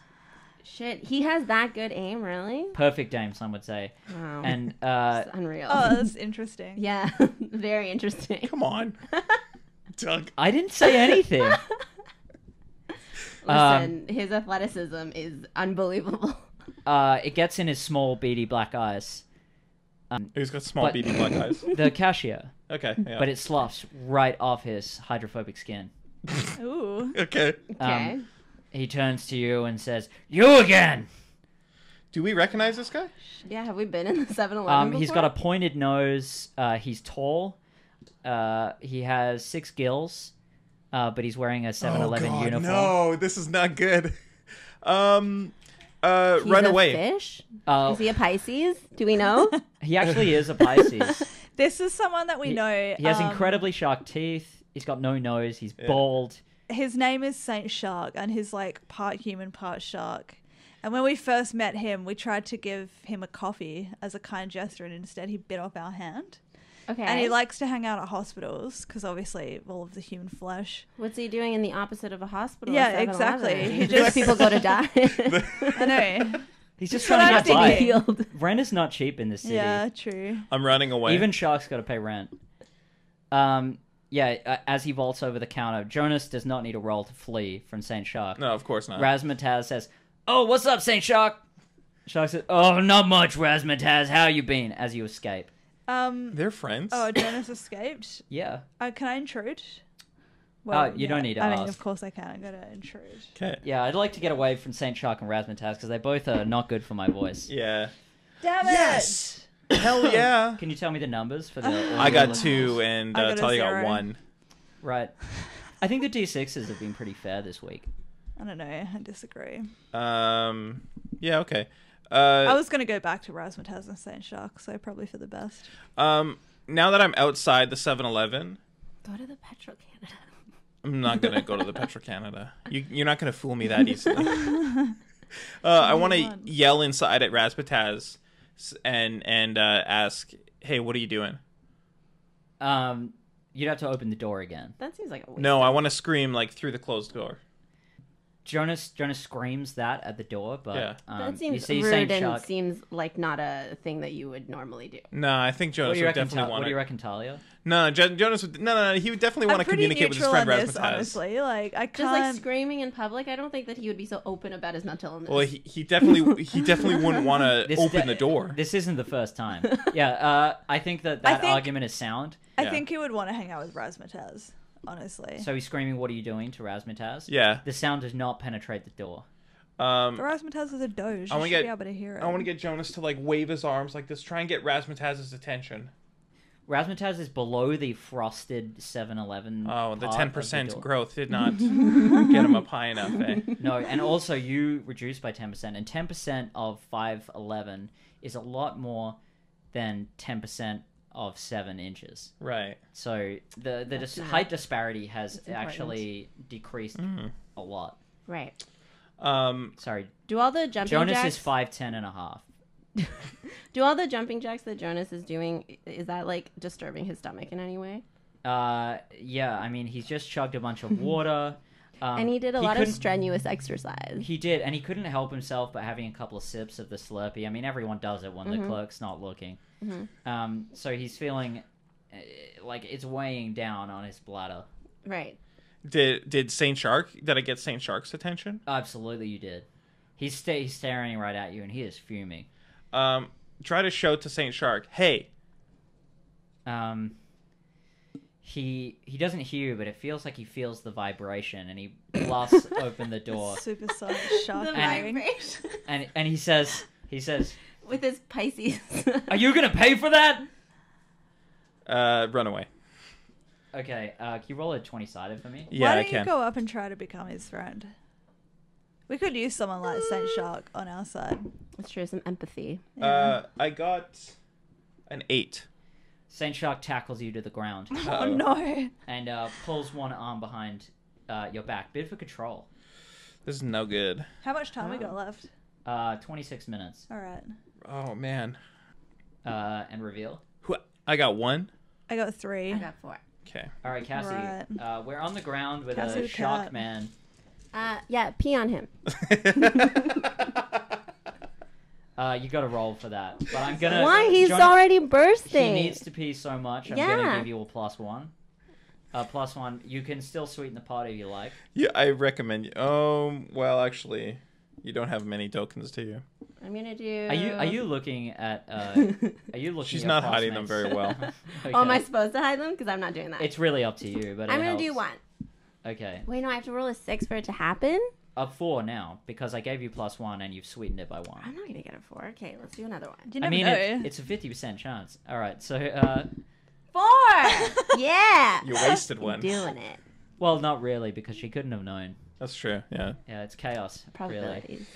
Speaker 4: Shit, he has that good aim, really?
Speaker 1: Perfect aim, some would say.
Speaker 4: Wow.
Speaker 1: And uh,
Speaker 4: It's unreal.
Speaker 3: Oh, that's interesting.
Speaker 4: yeah, very interesting.
Speaker 2: come on, Doug.
Speaker 1: I didn't say anything.
Speaker 4: Listen,
Speaker 1: Um,
Speaker 4: his athleticism is unbelievable.
Speaker 1: Uh, it gets in his small, beady black eyes.
Speaker 2: He's got small
Speaker 1: But-
Speaker 2: beady black eyes.
Speaker 1: The cashier.
Speaker 2: Okay. Yeah.
Speaker 1: but it sloughs right off his hydrophobic skin.
Speaker 3: Ooh.
Speaker 2: okay.
Speaker 4: Okay.
Speaker 1: um, He turns to you and says, "You again."
Speaker 2: Do we recognize this guy?
Speaker 4: yeah, have we been in the 7 Eleven?
Speaker 1: Um, he's got a pointed nose. Uh, he's tall. Uh, he has six gills, uh, but he's wearing a 7-Eleven uniform.
Speaker 2: Oh, No, this is not good. Um, uh, run away.
Speaker 4: Fish?
Speaker 3: Oh.
Speaker 1: Uh,
Speaker 4: Is he a Pisces? Do we know?
Speaker 1: he actually is a Pisces.
Speaker 3: This is someone that we
Speaker 1: He-
Speaker 3: know.
Speaker 1: he has
Speaker 3: um,
Speaker 1: incredibly sharp teeth. He's got no nose. He's bald.
Speaker 3: His name is Saint Shark, and he's like part human, part shark. And when we first met him, we tried to give him a coffee as a kind gesture, and instead he bit off our hand.
Speaker 4: okay.
Speaker 3: And he likes to hang out at hospitals because obviously all of the human flesh.
Speaker 4: What's he doing in the opposite of a hospital?
Speaker 3: Yeah,
Speaker 4: 7-Eleven?
Speaker 3: exactly. He
Speaker 4: Where
Speaker 3: just-
Speaker 4: people go to die.
Speaker 3: I know.
Speaker 1: He's just
Speaker 3: That's
Speaker 1: trying to
Speaker 3: what
Speaker 1: get
Speaker 3: I'm
Speaker 1: by.
Speaker 3: thinking.
Speaker 4: Healed.
Speaker 1: Rent is not cheap in this city.
Speaker 3: yeah, true.
Speaker 2: I'm running away.
Speaker 1: Even sharks got to pay rent. Um, yeah, uh, as he vaults over the counter, Jonas does not need a roll to flee from Saint Shark.
Speaker 2: No, of course not.
Speaker 1: Razmataz Uh, says, "Oh, what's up, Saint Shark?" Shark says, "Oh, not much, Razmataz. How you been?" As you escape.
Speaker 3: Um.
Speaker 2: They're friends.
Speaker 3: Oh, Jonas escaped.
Speaker 1: Yeah.
Speaker 3: Uh, can I intrude?
Speaker 1: Uh, you don't need to
Speaker 3: I mean,
Speaker 1: ask.
Speaker 3: of course I can. I'm gonna intrude.
Speaker 2: okay.
Speaker 1: Yeah, I'd like to get away from Saint Shark and Razmataz because they both are not good for my voice.
Speaker 2: Yeah.
Speaker 3: Damn it!
Speaker 2: Yes! Hell yeah.
Speaker 1: Can you tell me the numbers for the?
Speaker 2: I got
Speaker 1: audio
Speaker 2: two, and
Speaker 3: I
Speaker 2: uh,
Speaker 3: got a
Speaker 2: Talia got
Speaker 3: zero.
Speaker 2: one.
Speaker 1: Right. I think the D6s have been pretty fair this week.
Speaker 3: I don't know. I disagree.
Speaker 2: Um, yeah, okay. Uh,
Speaker 3: I was gonna go back to Razzmatazz and Saint Shark, so probably for the best.
Speaker 2: um, now that I'm outside the 7-Eleven,
Speaker 4: Go to the Petro Canada.
Speaker 2: I'm not gonna go to the Petro Canada. You, you're not gonna fool me that easily. uh, I want to
Speaker 3: One.
Speaker 2: yell inside at Razzmatazz s- and and uh, ask, "Hey, what are you doing?"
Speaker 1: Um, you'd have to open the door again.
Speaker 4: That seems like a waste.
Speaker 2: No, I want to scream like through the closed door.
Speaker 1: Jonas Jonas screams that at the door, but
Speaker 2: Yeah.
Speaker 1: um,
Speaker 4: that seems
Speaker 1: you see
Speaker 4: rude
Speaker 1: Saint
Speaker 4: and
Speaker 1: Shark.
Speaker 4: seems like not a thing that you would normally do.
Speaker 2: No, I think
Speaker 1: What do
Speaker 2: Jonas
Speaker 1: you
Speaker 2: would
Speaker 1: reckon? Ta-
Speaker 2: Oh, definitely
Speaker 1: what
Speaker 2: want
Speaker 1: do you
Speaker 2: to.
Speaker 1: reckon, Talia?
Speaker 2: No, Jo- Jonas would. No, no, no, he would definitely want
Speaker 3: I'm
Speaker 2: to
Speaker 3: pretty
Speaker 2: communicate with his
Speaker 3: neutral
Speaker 2: friend
Speaker 3: on this,
Speaker 2: Razzmatazz.
Speaker 3: honestly. Like I
Speaker 4: Just
Speaker 3: can't.
Speaker 4: like screaming in public, I don't think that he would be so open about his mental illness.
Speaker 2: Well, he, he definitely he definitely wouldn't want to
Speaker 1: This
Speaker 2: open
Speaker 1: de-
Speaker 2: the door.
Speaker 1: This isn't the first time. yeah, uh, I think that
Speaker 3: I
Speaker 1: that
Speaker 3: think-
Speaker 1: argument is sound.
Speaker 3: I
Speaker 2: Yeah.
Speaker 3: think he would want to hang out with Razzmatazz, honestly.
Speaker 1: So he's screaming, "What are you doing?" to Razmataz.
Speaker 2: Yeah.
Speaker 1: The sound does not penetrate the door.
Speaker 2: Um,
Speaker 3: But Razzmatazz is a doge.
Speaker 2: I
Speaker 3: I
Speaker 2: wanna
Speaker 3: should
Speaker 2: get-
Speaker 3: be able to hear it.
Speaker 2: I want to get Jonas to like wave his arms like this, try and get Razzmataz's attention.
Speaker 1: Razmataz is below the frosted 7-Eleven.
Speaker 2: Oh, the
Speaker 1: part
Speaker 2: ten
Speaker 1: of the
Speaker 2: percent
Speaker 1: door.
Speaker 2: growth did not get him up high enough. Eh?
Speaker 1: No, and also you reduced by 10%, and 10% of 5'11 is a lot more than 10% of 7 inches.
Speaker 2: Right.
Speaker 1: So the, the dis-
Speaker 4: not-
Speaker 1: height disparity has
Speaker 4: That's important.
Speaker 1: actually decreased
Speaker 2: Mm.
Speaker 1: a lot.
Speaker 4: right.
Speaker 2: Um,
Speaker 1: Sorry,
Speaker 4: Do all the jumping
Speaker 1: Jonas
Speaker 4: jacks?
Speaker 1: is 5'10 and a half.
Speaker 4: Do all the jumping jacks that Jonas is doing? i- Is that like disturbing his stomach in any way?
Speaker 1: Uh, yeah, I mean, he's just chugged a bunch of water. Um,
Speaker 4: and he did a lot of
Speaker 1: couldn't-
Speaker 4: strenuous exercise.
Speaker 1: He did, and he couldn't help himself but having a couple of sips of the Slurpee. I mean, everyone does it when the clerk's not looking. Um, so he's feeling uh, like it's weighing down on his bladder.
Speaker 4: Right.
Speaker 2: did did Saint Shark? Did I get Saint Shark's attention?
Speaker 1: Absolutely, you did. He's, sta he's staring right at you, and he is fuming.
Speaker 2: Um, try to show to Saint Shark, hey,
Speaker 1: Um, he he doesn't hear you, but it feels like he feels the vibration, and he blasts open the door,
Speaker 3: Super sonic shark
Speaker 4: the
Speaker 3: hearing.
Speaker 4: vibration
Speaker 1: and and he says he says,
Speaker 4: with his Pisces.
Speaker 1: "Are you gonna pay for that?"
Speaker 2: uh, run away.
Speaker 1: Okay, uh, can you roll a twenty sided for me?
Speaker 2: Yeah,
Speaker 3: Why
Speaker 2: I
Speaker 3: don't you
Speaker 2: can.
Speaker 3: go up and try to become his friend? We could use someone like Saint Shark on our side.
Speaker 4: Let's show some empathy.
Speaker 2: Uh, I got an eight. Uh,
Speaker 1: Saint Shark tackles you to the ground
Speaker 3: Oh,
Speaker 2: Uh-oh.
Speaker 3: no.
Speaker 1: and uh, pulls one arm behind uh, your back. Bid for control.
Speaker 2: This is no good.
Speaker 3: How much time we got left?
Speaker 1: Uh, twenty six minutes.
Speaker 3: All right.
Speaker 2: Oh man,
Speaker 1: Uh, and reveal.
Speaker 2: Who- I got one.
Speaker 3: I got three.
Speaker 4: I got four.
Speaker 2: Okay.
Speaker 1: All right, Cassie.
Speaker 3: Right.
Speaker 1: Uh, we're on the ground with
Speaker 3: Cassie
Speaker 1: a
Speaker 3: the
Speaker 1: shark
Speaker 3: cat.
Speaker 1: man.
Speaker 4: Uh, yeah, pee on him.
Speaker 1: Uh, you got to roll for that, but I'm gonna.
Speaker 4: Why? He's
Speaker 1: Johnny-
Speaker 4: already
Speaker 1: He
Speaker 4: bursting.
Speaker 1: needs to pee so much. I'm
Speaker 4: Yeah.
Speaker 1: gonna give you a plus one. Uh, plus one. You can still sweeten the pot if you like.
Speaker 2: yeah, I recommend. You. Um, well, actually, you don't have many tokens, do you?
Speaker 4: I'm gonna do.
Speaker 1: Are you are you looking at? Uh, are you looking?
Speaker 2: She's
Speaker 1: at
Speaker 2: not hiding them
Speaker 1: classmates?
Speaker 2: very well.
Speaker 1: okay.
Speaker 4: Oh, am I supposed to hide them? Because I'm not doing that.
Speaker 1: It's really up to you, but
Speaker 4: I'm
Speaker 1: it
Speaker 4: gonna do
Speaker 1: helps.
Speaker 4: one.
Speaker 1: Okay,
Speaker 4: Wait, no, I have to roll a six for it to happen.
Speaker 1: a four now because I gave you plus one and you've sweetened it by
Speaker 4: I'm
Speaker 1: one.
Speaker 4: not gonna get a four. Okay, let's do another one.
Speaker 3: You never
Speaker 1: I mean,
Speaker 3: know.
Speaker 1: it, it's a fifty percent chance. All right, so uh,
Speaker 4: Four. yeah.
Speaker 2: You wasted one.
Speaker 4: Doing it.
Speaker 1: well, not really because she couldn't have known.
Speaker 2: That's true. Yeah.
Speaker 1: Yeah, it's chaos. Really,
Speaker 4: Probabilities.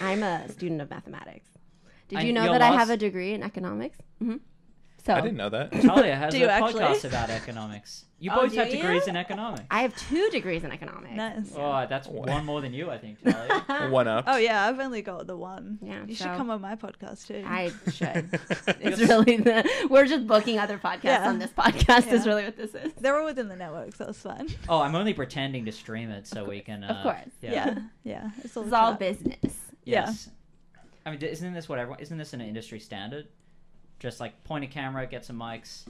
Speaker 4: I'm a student of mathematics. Did
Speaker 1: I-
Speaker 4: you know
Speaker 1: your
Speaker 4: that I have
Speaker 1: last-
Speaker 4: a degree in economics? hmm So
Speaker 3: Oh.
Speaker 2: I didn't know that.
Speaker 1: Talia has
Speaker 3: Do
Speaker 1: a
Speaker 3: you actually?
Speaker 1: podcast about economics. You
Speaker 4: Oh,
Speaker 1: both
Speaker 4: do
Speaker 1: have
Speaker 4: you?
Speaker 1: degrees in economics.
Speaker 4: I have two degrees in economics.
Speaker 3: Nice.
Speaker 1: Oh, that's
Speaker 2: What?
Speaker 1: one more than you, I think, Talia.
Speaker 2: one up.
Speaker 3: Oh yeah, I've only got the one.
Speaker 4: Yeah,
Speaker 3: you
Speaker 4: so-
Speaker 3: should come on my podcast too.
Speaker 4: I should. It's
Speaker 1: Yes.
Speaker 4: really the we're just booking other podcasts
Speaker 3: Yeah.
Speaker 4: on this podcast is
Speaker 3: Yeah.
Speaker 4: really what this is.
Speaker 3: They're all within the network, so it's fun.
Speaker 1: Oh, I'm only pretending to stream it so we can. Uh,
Speaker 4: Of course.
Speaker 1: Yeah.
Speaker 3: yeah, yeah. It's all,
Speaker 4: It's all
Speaker 3: crap.
Speaker 4: business.
Speaker 3: yeah.
Speaker 1: Yes. I mean, d- isn't this what everyone? Isn't this an industry standard? Just like point a camera, get some mics,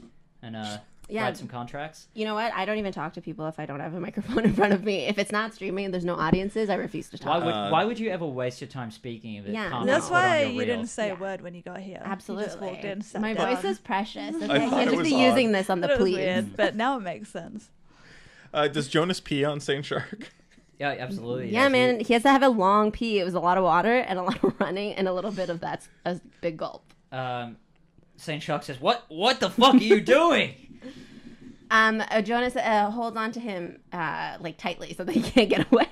Speaker 1: and uh,
Speaker 4: Yeah.
Speaker 1: write some contracts.
Speaker 4: You know what? I don't even talk to people if I don't have a microphone in front of me. If it's not streaming and there's no audiences, I refuse to
Speaker 1: Why
Speaker 4: talk.
Speaker 1: would
Speaker 2: Uh,
Speaker 1: why would you ever waste your time speaking of it?
Speaker 4: Yeah,
Speaker 1: Can't
Speaker 4: no.
Speaker 3: That's
Speaker 1: put on
Speaker 3: why
Speaker 1: your
Speaker 3: you
Speaker 1: reel.
Speaker 3: didn't say
Speaker 4: Yeah.
Speaker 3: a word when you got here.
Speaker 4: Absolutely.
Speaker 3: You just walked in, sat
Speaker 4: My
Speaker 3: down.
Speaker 4: voice is precious. That's
Speaker 2: I
Speaker 4: why
Speaker 2: thought
Speaker 4: I can't
Speaker 2: it
Speaker 4: just
Speaker 2: was
Speaker 4: be
Speaker 2: odd.
Speaker 4: using this on the
Speaker 3: That was Mm-hmm.
Speaker 4: please.
Speaker 3: weird, but now it makes sense.
Speaker 2: Uh, does Jonas pee on Saint Shark?
Speaker 1: Yeah, absolutely.
Speaker 4: Yeah,
Speaker 1: yes.
Speaker 4: man, he has to have a long pee. It was a lot of water and a lot of running and a little bit of that's a big gulp.
Speaker 1: Um, Saint Shock says, "What? What the fuck are you doing?"
Speaker 4: Um, uh, Jonas uh, holds on to him uh, like tightly so that he can't get away.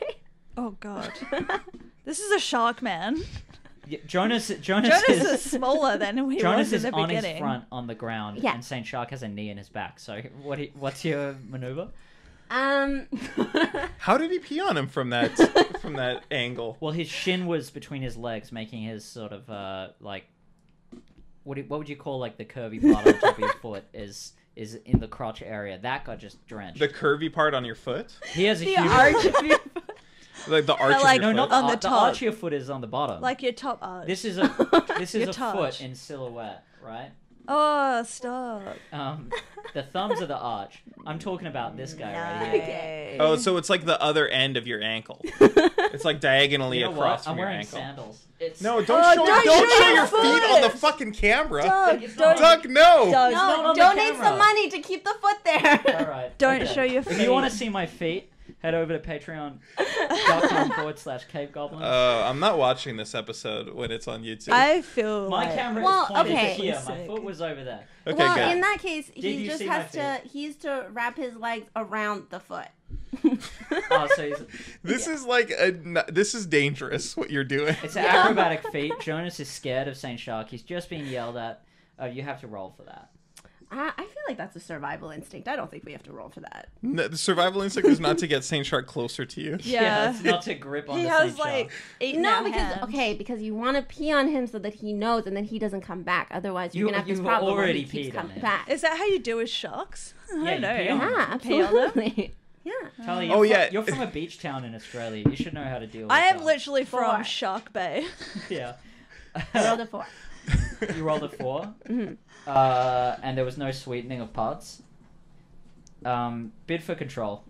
Speaker 3: Oh god, this is a shark man.
Speaker 1: Yeah, Jonas, Jonas,
Speaker 3: Jonas
Speaker 1: is,
Speaker 3: is smaller than we
Speaker 1: Jonas
Speaker 3: was in
Speaker 1: is
Speaker 3: the
Speaker 1: on
Speaker 3: beginning.
Speaker 1: his front on the ground,
Speaker 4: Yeah.
Speaker 1: and Saint Shark has a knee in his back. So what? do you- What's your maneuver?
Speaker 4: Um,
Speaker 2: How did he pee on him from that from that angle?
Speaker 1: Well, his shin was between his legs, making his sort of uh like what do, what would you call like the curvy part on top of your foot is is in the crotch area. That got just drenched.
Speaker 2: The curvy part on your foot,
Speaker 1: he has a
Speaker 3: The
Speaker 1: huge
Speaker 3: arch of your,
Speaker 2: like the arch
Speaker 3: like-
Speaker 2: of your
Speaker 1: no, not
Speaker 2: foot.
Speaker 3: On the
Speaker 1: the,
Speaker 3: top.
Speaker 1: arch of your foot is on the bottom.
Speaker 3: like your top arch.
Speaker 1: this is a this is
Speaker 3: Your
Speaker 1: a
Speaker 3: touch.
Speaker 1: foot in silhouette, right?
Speaker 3: oh, stop.
Speaker 1: Um, the thumbs of the arch. I'm talking about this guy right here.
Speaker 3: Okay.
Speaker 2: Oh, so it's like the other end of your ankle. It's like diagonally
Speaker 1: You know
Speaker 2: across
Speaker 1: what?
Speaker 2: from
Speaker 1: I'm
Speaker 2: your
Speaker 1: wearing
Speaker 2: ankle.
Speaker 1: sandals. It's
Speaker 2: No, don't
Speaker 3: Oh,
Speaker 2: show
Speaker 3: don't
Speaker 2: don't,
Speaker 3: show
Speaker 2: show
Speaker 3: your
Speaker 2: your feet on the
Speaker 3: foot!
Speaker 2: fucking camera.
Speaker 3: Doug,
Speaker 1: It's
Speaker 3: don't,
Speaker 1: not-
Speaker 2: Doug, no.
Speaker 1: not
Speaker 3: Doug,
Speaker 4: no,
Speaker 1: on the
Speaker 4: donate
Speaker 1: camera.
Speaker 4: some money to keep the foot
Speaker 1: All
Speaker 4: there.
Speaker 1: right.
Speaker 3: Don't show your
Speaker 1: If you want
Speaker 3: feet.
Speaker 1: to see my feet, head over to patreon.com forward slash cave goblins.
Speaker 2: Uh, I'm not watching this episode when it's on YouTube.
Speaker 3: I feel
Speaker 1: my
Speaker 3: like,
Speaker 1: camera
Speaker 4: Well,
Speaker 1: is pointed
Speaker 4: okay.
Speaker 1: to here. My
Speaker 3: Sick.
Speaker 1: foot was over there.
Speaker 2: okay,
Speaker 4: well,
Speaker 2: good.
Speaker 4: in that case, he
Speaker 1: you
Speaker 4: just
Speaker 1: see my
Speaker 4: has to he's to wrap his legs around the foot. Uh,
Speaker 1: Oh, so he's,
Speaker 2: this is like a n- this is dangerous what you're doing.
Speaker 1: it's an acrobatic feat. Jonas is scared of Saint Shark. He's just being yelled at. Uh, you have to roll for that.
Speaker 4: Uh, I, I feel like that's a survival instinct. I don't think we have to roll for that.
Speaker 2: No, the survival instinct is not to get Saint Shark closer to you.
Speaker 3: yeah.
Speaker 1: it's not to grip on
Speaker 3: he
Speaker 1: the
Speaker 3: has
Speaker 1: Saint
Speaker 3: like
Speaker 1: Shark.
Speaker 3: eight
Speaker 4: No,
Speaker 3: now
Speaker 4: because
Speaker 3: hands.
Speaker 4: okay, because you want to pee on him so that he knows, and then he doesn't come back. Otherwise,
Speaker 1: You-
Speaker 4: you're gonna have this
Speaker 1: you
Speaker 4: problem where he
Speaker 1: already
Speaker 4: keeps
Speaker 1: peed on
Speaker 4: coming
Speaker 1: him.
Speaker 4: back.
Speaker 3: Is that how you do with sharks? I
Speaker 1: Yeah,
Speaker 3: don't
Speaker 1: you
Speaker 3: know.
Speaker 1: pee on-
Speaker 3: Pee on
Speaker 4: yeah,
Speaker 3: him?
Speaker 4: absolutely. yeah.
Speaker 1: Charlie,
Speaker 2: Oh,
Speaker 1: you're fro-
Speaker 2: yeah.
Speaker 1: you're from a beach town in Australia. You should know how to deal. with
Speaker 3: I am
Speaker 1: that.
Speaker 3: literally from
Speaker 4: Four.
Speaker 3: Shark Bay.
Speaker 1: yeah.
Speaker 4: I rolled a four.
Speaker 1: You rolled a 4
Speaker 4: Mm-hmm.
Speaker 1: uh, and there was no sweetening of parts. Um, bid for control.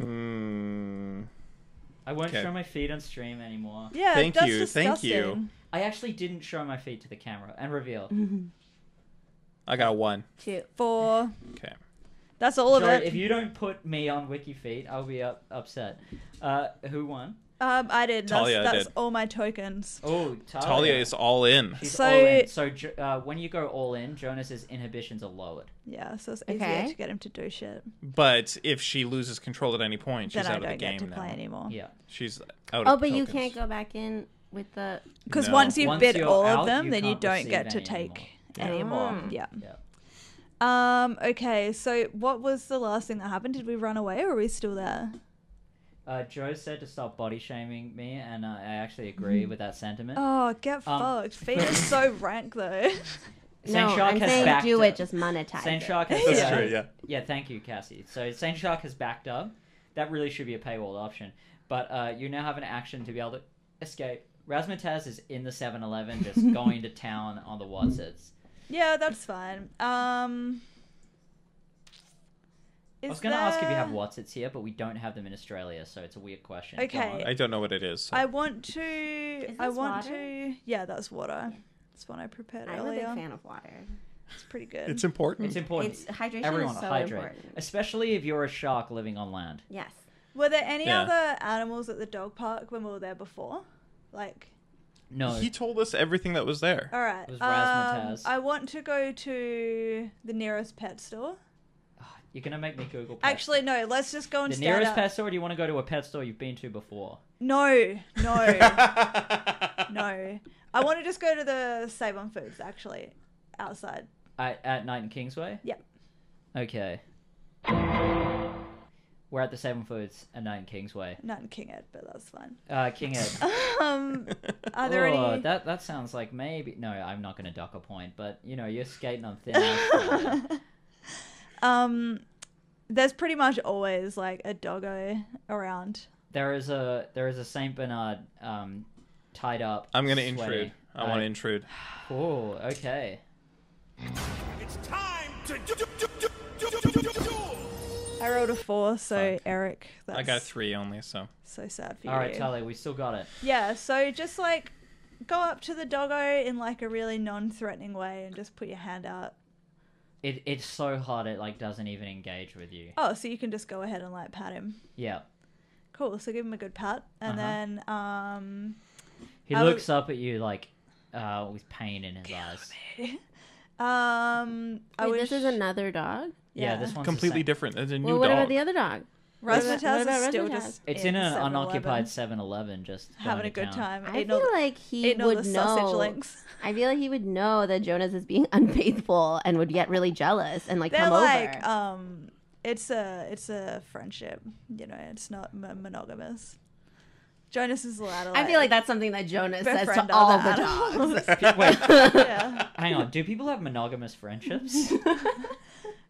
Speaker 2: Hmm.
Speaker 1: I won't
Speaker 2: Okay.
Speaker 1: show my feet on stream anymore.
Speaker 3: yeah,
Speaker 2: Thank
Speaker 3: that's
Speaker 2: you,
Speaker 3: disgusting.
Speaker 2: thank you.
Speaker 1: I actually didn't show my feet to the camera and reveal.
Speaker 3: Mm,
Speaker 2: I got a one.
Speaker 4: Two.
Speaker 3: For
Speaker 2: Okay.
Speaker 3: that's all of
Speaker 1: Sorry,
Speaker 3: it.
Speaker 1: if you don't put me on WikiFeet, I'll be up, upset. Uh, who won?
Speaker 3: Um, I did. That's,
Speaker 2: Talia
Speaker 3: that's
Speaker 2: did.
Speaker 3: all my tokens.
Speaker 1: Oh, Talia.
Speaker 2: Talia is all in.
Speaker 1: She's
Speaker 3: So-
Speaker 1: all in. So Jo- uh, when you go all in, Jonas's inhibitions are lowered.
Speaker 3: Yeah, so it's easier
Speaker 4: Okay.
Speaker 3: to get him to do shit.
Speaker 2: But if she loses control at any point, she's
Speaker 3: Then I
Speaker 2: out of the
Speaker 3: don't
Speaker 2: game
Speaker 3: get to
Speaker 2: now.
Speaker 3: play anymore.
Speaker 1: Yeah.
Speaker 2: She's out
Speaker 4: Oh,
Speaker 2: of
Speaker 4: but you
Speaker 2: tokens.
Speaker 4: can't go back in with the.
Speaker 3: Because
Speaker 2: No.
Speaker 3: once you've
Speaker 1: Once
Speaker 3: bid
Speaker 1: you're
Speaker 3: all
Speaker 1: out,
Speaker 3: of them,
Speaker 1: you
Speaker 3: then you
Speaker 1: can't
Speaker 3: don't
Speaker 1: receive
Speaker 3: get to
Speaker 1: any
Speaker 3: take anymore.
Speaker 4: anymore.
Speaker 3: Yeah.
Speaker 1: Yeah.
Speaker 3: Um. Okay. So what was the last thing that happened? Did we run away, or are we still there?
Speaker 1: Uh, Joe said to stop body shaming me, and uh, I actually
Speaker 4: Mm-hmm.
Speaker 1: agree with that sentiment.
Speaker 3: Oh, get
Speaker 1: Um,
Speaker 3: fucked. Feet are so rank though.
Speaker 1: Saint
Speaker 4: no,
Speaker 1: Shark
Speaker 4: I'm
Speaker 1: has
Speaker 4: saying
Speaker 1: backed
Speaker 4: do
Speaker 1: up.
Speaker 4: it. Just monetize.
Speaker 1: Saint
Speaker 4: it.
Speaker 1: Shark has
Speaker 2: That's
Speaker 1: backed-
Speaker 2: true. Yeah.
Speaker 1: Yeah, thank you, Cassie. So Saint Shark has backed up. That really should be a paywall option. But uh, you now have an action to be able to escape. Razmataz is in the 7-Eleven, just going to town on the Watsits.
Speaker 3: yeah, that's fine. Um.
Speaker 1: I
Speaker 3: is
Speaker 1: was going to ask if you
Speaker 3: there-
Speaker 1: have Watsits here, but we don't have them in Australia, so it's a weird question. Go
Speaker 3: Okay.
Speaker 1: on.
Speaker 2: I don't know what it is. so-
Speaker 3: I want to. I
Speaker 4: this
Speaker 3: want
Speaker 4: water?
Speaker 3: to. Yeah, that's water. That's one I prepared
Speaker 4: I'm a big
Speaker 3: earlier.
Speaker 4: fan of water.
Speaker 3: It's pretty good.
Speaker 2: It's important.
Speaker 1: It's important.
Speaker 4: Hmm. It's hydration
Speaker 1: Everyone
Speaker 4: is so
Speaker 1: hydrate,
Speaker 4: important.
Speaker 1: especially if you're a shark living on land.
Speaker 4: Yes.
Speaker 3: Were there any
Speaker 2: Yeah.
Speaker 3: other animals at the dog park when we were there before? Like,
Speaker 1: No,
Speaker 2: He told us everything that was there.
Speaker 3: all right.
Speaker 1: It was
Speaker 3: Um,
Speaker 1: razzmatazz.
Speaker 3: I want to go to the nearest pet store.
Speaker 1: you're going to make me Google. pet.
Speaker 3: Actually, no. Let's just go and
Speaker 1: the
Speaker 3: stand
Speaker 1: nearest
Speaker 3: up.
Speaker 1: pet store. Or do you want to go to a pet store you've been to before?
Speaker 3: No, no, no. I want to just go to the Save on Foods actually, outside.
Speaker 1: At, at night in Kingsway.
Speaker 3: Yep.
Speaker 1: Okay. We're at the Seven Foods and Nine Kingsway.
Speaker 3: Not in King Ed, but that's fine.
Speaker 1: Uh, King Ed.
Speaker 3: Um, are there
Speaker 1: Oh,
Speaker 3: any?
Speaker 1: That that sounds like maybe. No, I'm not going to dock a point, but you know you're skating on thin ice.
Speaker 3: um, there's pretty much always like a doggo around.
Speaker 1: there is a there is a Saint Bernard um, tied up.
Speaker 2: I'm gonna
Speaker 1: sweaty.
Speaker 2: intrude. I want to
Speaker 1: Uh,
Speaker 2: intrude.
Speaker 1: Oh, okay.
Speaker 5: It's time to do, do, do, do,
Speaker 3: I rolled a four, so
Speaker 2: Fuck.
Speaker 3: Eric, that's
Speaker 2: I got a three only, so
Speaker 3: so sad for you.
Speaker 1: All right, Tali, we still got it.
Speaker 3: Yeah, so just like go up to the doggo in like a really non-threatening way and just put your hand out.
Speaker 1: It it's so hard it like doesn't even engage with you.
Speaker 3: Oh, so you can just go ahead and like pat him.
Speaker 1: Yeah.
Speaker 3: Cool. So give him a good pat, and
Speaker 1: Uh-huh.
Speaker 3: then um,
Speaker 1: He
Speaker 3: I would-
Speaker 1: looks up at you like uh, with pain in his eyes.
Speaker 3: um, I
Speaker 4: Wait,
Speaker 3: wish
Speaker 4: this is another dog.
Speaker 1: Yeah, this one's the
Speaker 2: completely
Speaker 1: same.
Speaker 2: different. It's a new
Speaker 4: well, what
Speaker 2: dog.
Speaker 4: about the other dog? What about- what
Speaker 3: Razzmatazz is
Speaker 4: about
Speaker 3: still
Speaker 4: Razzmatazz?
Speaker 3: just
Speaker 1: It's in an
Speaker 3: 7-Eleven,
Speaker 1: unoccupied 7-Eleven, just
Speaker 3: having
Speaker 1: going
Speaker 3: a
Speaker 1: to
Speaker 3: good
Speaker 1: town.
Speaker 3: time.
Speaker 4: I
Speaker 3: eating
Speaker 4: feel
Speaker 3: all the-
Speaker 4: like he
Speaker 3: eating all
Speaker 4: would
Speaker 3: the sausage
Speaker 4: know.
Speaker 3: links.
Speaker 4: I feel like he would know that Jonas is being unfaithful and would get really jealous and like
Speaker 3: They're
Speaker 4: come
Speaker 3: like,
Speaker 4: over.
Speaker 3: um, it's a it's a friendship, you know. It's not mo- monogamous. Jonas is allowed. to,
Speaker 4: I feel like that's something that Jonas says to
Speaker 3: befriend
Speaker 4: all
Speaker 3: other
Speaker 4: the dogs.
Speaker 3: animals.
Speaker 1: Wait,
Speaker 3: yeah.
Speaker 1: hang on. Do people have monogamous friendships?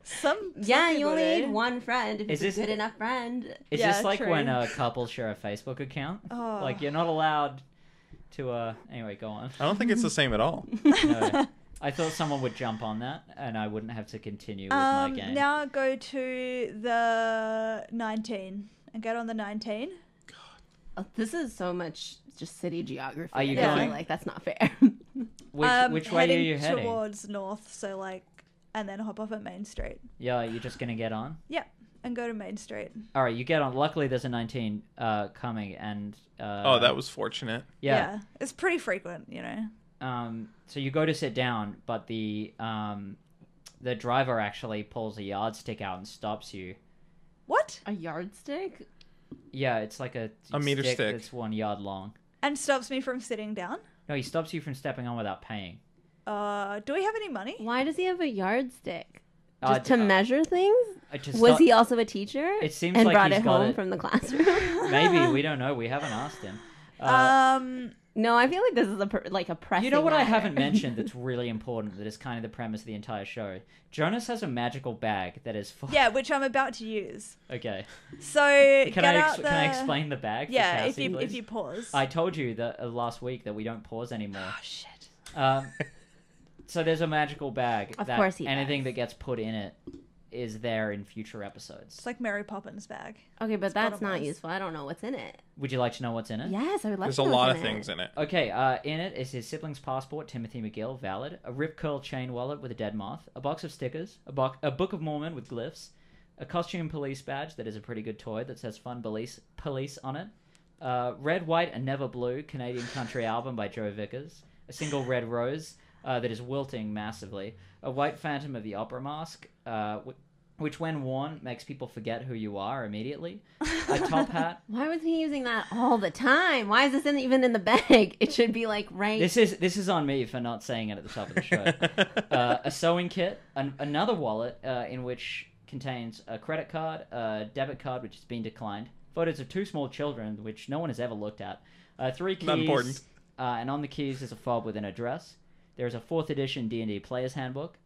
Speaker 3: Some
Speaker 4: yeah,
Speaker 3: some
Speaker 4: you
Speaker 3: people
Speaker 4: only
Speaker 3: do.
Speaker 4: need one friend. If
Speaker 1: Is
Speaker 4: it's a
Speaker 1: this-
Speaker 4: good enough friend,
Speaker 1: Is
Speaker 3: Yeah,
Speaker 1: this like when
Speaker 3: true.
Speaker 1: uh, couples share a Facebook account?
Speaker 3: Oh.
Speaker 1: Like you're not allowed to. uh Anyway, go on.
Speaker 2: I don't think it's the same at all.
Speaker 1: No. I thought someone would jump on that, and I wouldn't have to continue with
Speaker 3: Um,
Speaker 1: my game.
Speaker 3: now go to the 19 and get on the 19.
Speaker 4: Oh, this is so much just city geography.
Speaker 1: Are you
Speaker 4: I feel
Speaker 3: going-
Speaker 4: like that's not fair.
Speaker 1: which
Speaker 3: Um,
Speaker 1: which way are you heading?
Speaker 3: Towards north, so like, and then hop off at Main Street.
Speaker 1: Yeah, you're just gonna get on.
Speaker 3: Yep, and go to Main Street.
Speaker 1: All right, you get on. Luckily, there's a 19 uh, coming, and uh,
Speaker 2: Oh, that was fortunate.
Speaker 1: yeah.
Speaker 3: it's pretty frequent, you know.
Speaker 1: Um, so you go to sit down, but the um, the driver actually pulls a yardstick out and stops you.
Speaker 3: What?
Speaker 4: a yardstick?
Speaker 1: Yeah, it's like a
Speaker 2: A meter stick.
Speaker 1: that's one yard long.
Speaker 3: And stops me from sitting down.
Speaker 1: No, he stops you from stepping on without paying.
Speaker 3: Uh, do we have any money?
Speaker 4: Why does he have a yardstick?
Speaker 1: Uh,
Speaker 4: Just to
Speaker 1: uh,
Speaker 4: measure things?
Speaker 1: I just
Speaker 4: Was
Speaker 1: thought-
Speaker 4: he also a teacher?
Speaker 1: It seems
Speaker 4: and
Speaker 1: like
Speaker 4: brought
Speaker 1: he's
Speaker 4: it
Speaker 1: got
Speaker 4: home
Speaker 1: it.
Speaker 4: from the classroom.
Speaker 1: Maybe we don't know. We haven't asked him. Uh,
Speaker 3: Um,
Speaker 4: No, I feel like this is a per- like a pressing.
Speaker 1: you know what I
Speaker 4: matter.
Speaker 1: haven't mentioned that's really important. That is kind of the premise of the entire show. Jonas has a magical bag that is full.
Speaker 3: yeah, which I'm about to use.
Speaker 1: Okay.
Speaker 3: So
Speaker 1: Can
Speaker 3: get
Speaker 1: I
Speaker 3: out
Speaker 1: ex-
Speaker 3: the...
Speaker 1: can I explain the bag? for
Speaker 3: Yeah, if
Speaker 1: Cassie,
Speaker 3: you if
Speaker 1: please?
Speaker 3: you pause.
Speaker 1: I told you that uh, last week that we don't pause anymore.
Speaker 3: Oh shit.
Speaker 1: Um, so there's a magical bag.
Speaker 4: Of
Speaker 1: that
Speaker 4: course he
Speaker 1: Anything
Speaker 4: does.
Speaker 1: that gets put in it is there in future episodes.
Speaker 3: It's like Mary Poppins bag.
Speaker 4: Okay, but
Speaker 3: Spot
Speaker 4: that's
Speaker 3: on
Speaker 4: not
Speaker 3: wise.
Speaker 4: useful. I don't know what's in it.
Speaker 1: Would you like to know what's in it?
Speaker 4: Yes, I would love.
Speaker 2: There's
Speaker 4: to
Speaker 2: a
Speaker 4: know what's
Speaker 2: lot
Speaker 4: in
Speaker 2: of
Speaker 4: it.
Speaker 2: things in it.
Speaker 1: Okay, uh, in it is his sibling's passport, Timothy McGill, valid, a rip curl chain wallet with a dead moth, a box of stickers, a, bo- a book of Mormon with glyphs, a costume police badge that is a pretty good toy that says fun police, police on it, uh, Red, White, and Never Blue, Canadian country album by Joe Vickers, a single red rose uh, that is wilting massively, a white phantom of the opera mask, uh, wh- which when worn makes people forget who you are immediately, a top hat,
Speaker 4: Why was he using that all the time? Why is this in, even in the bag? It should be like right.
Speaker 1: This is this is on me for not saying it at the top of the show. uh, a sewing kit, an, another wallet uh, in which contains a credit card, a debit card which has been declined, photos of two small children which no one has ever looked at, uh, three keys,
Speaker 2: Not important.
Speaker 1: Uh, and on the keys is a fob with an address. There is a fourth edition D and D player's handbook,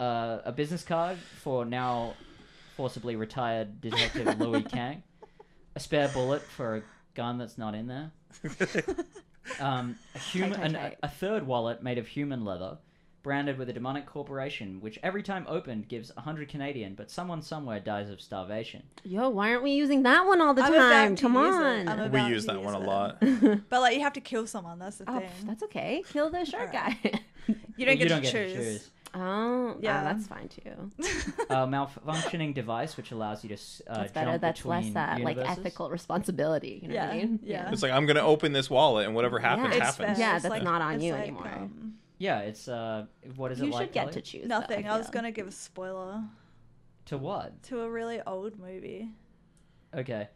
Speaker 1: uh, a business card for now forcibly retired detective Louis Kang, a spare bullet for a gun that's not in there um, a, human,
Speaker 4: tight,
Speaker 1: an-
Speaker 4: tight.
Speaker 1: a third wallet made of human leather, branded with a demonic corporation, which every time opened gives 100 Canadian, but someone somewhere dies of starvation.
Speaker 4: Yo, why aren't we using that one all the
Speaker 3: I'm about
Speaker 4: time?
Speaker 3: to
Speaker 4: Come
Speaker 3: use it.
Speaker 4: on.
Speaker 3: I'm
Speaker 2: we
Speaker 3: about
Speaker 2: use
Speaker 3: to
Speaker 2: that one a
Speaker 3: it.
Speaker 2: lot.
Speaker 3: But like you have to kill someone, that's the
Speaker 4: Oh,
Speaker 3: thing.
Speaker 4: pff, that's okay. Kill the shark guy.
Speaker 3: You don't,
Speaker 1: Well,
Speaker 3: get, to choose.
Speaker 4: oh, yeah,
Speaker 3: Yeah.
Speaker 4: that's fine too.
Speaker 1: A malfunctioning device which allows you to s- uh,
Speaker 4: That's better.
Speaker 1: jump
Speaker 4: That's
Speaker 1: between
Speaker 4: less that like
Speaker 1: universes.
Speaker 4: ethical responsibility. You know what I
Speaker 3: Yeah,
Speaker 4: mean?
Speaker 3: yeah.
Speaker 2: It's like I'm gonna open this wallet and whatever happens
Speaker 4: It's
Speaker 2: happens.
Speaker 4: fair. Yeah,
Speaker 3: It's
Speaker 4: that's not on
Speaker 3: it's
Speaker 4: you anymore.
Speaker 3: um,
Speaker 1: Yeah, it's uh, what is
Speaker 4: You
Speaker 1: it
Speaker 4: should
Speaker 1: like?
Speaker 4: get to
Speaker 1: Ellie?
Speaker 4: choose. though,
Speaker 3: nothing. I, was
Speaker 4: feel.
Speaker 3: gonna give a spoiler
Speaker 1: to what?
Speaker 3: to a really old movie.
Speaker 1: Okay.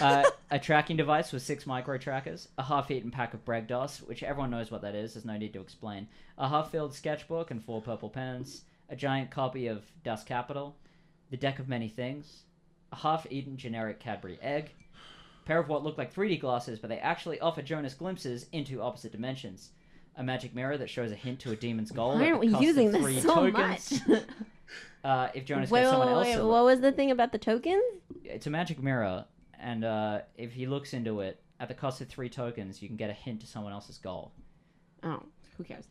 Speaker 1: Uh, a tracking device with six micro trackers, a half eaten pack of Bragdos, which everyone knows what that is, there's no need to explain, a half filled sketchbook and four purple pens, a giant copy of Das Capital, the deck of many things, a half eaten generic Cadbury egg, pair of what look like 3D glasses, but they actually offer Jonas glimpses into opposite dimensions. A magic mirror that shows a hint to a demon's goal.
Speaker 4: Why
Speaker 1: at
Speaker 4: aren't
Speaker 1: the
Speaker 4: we
Speaker 1: cost of
Speaker 4: using
Speaker 1: three
Speaker 4: this so
Speaker 1: tokens.
Speaker 4: much?
Speaker 1: Uh, if Jonas
Speaker 4: wait,
Speaker 1: gets
Speaker 4: wait,
Speaker 1: someone
Speaker 4: wait,
Speaker 1: else,
Speaker 4: wait,
Speaker 1: to look-
Speaker 4: what was the thing about the tokens?
Speaker 1: it's a magic mirror, and uh, if he looks into it, at the cost of three tokens, you can get a hint to someone else's goal.
Speaker 4: Oh, who cares?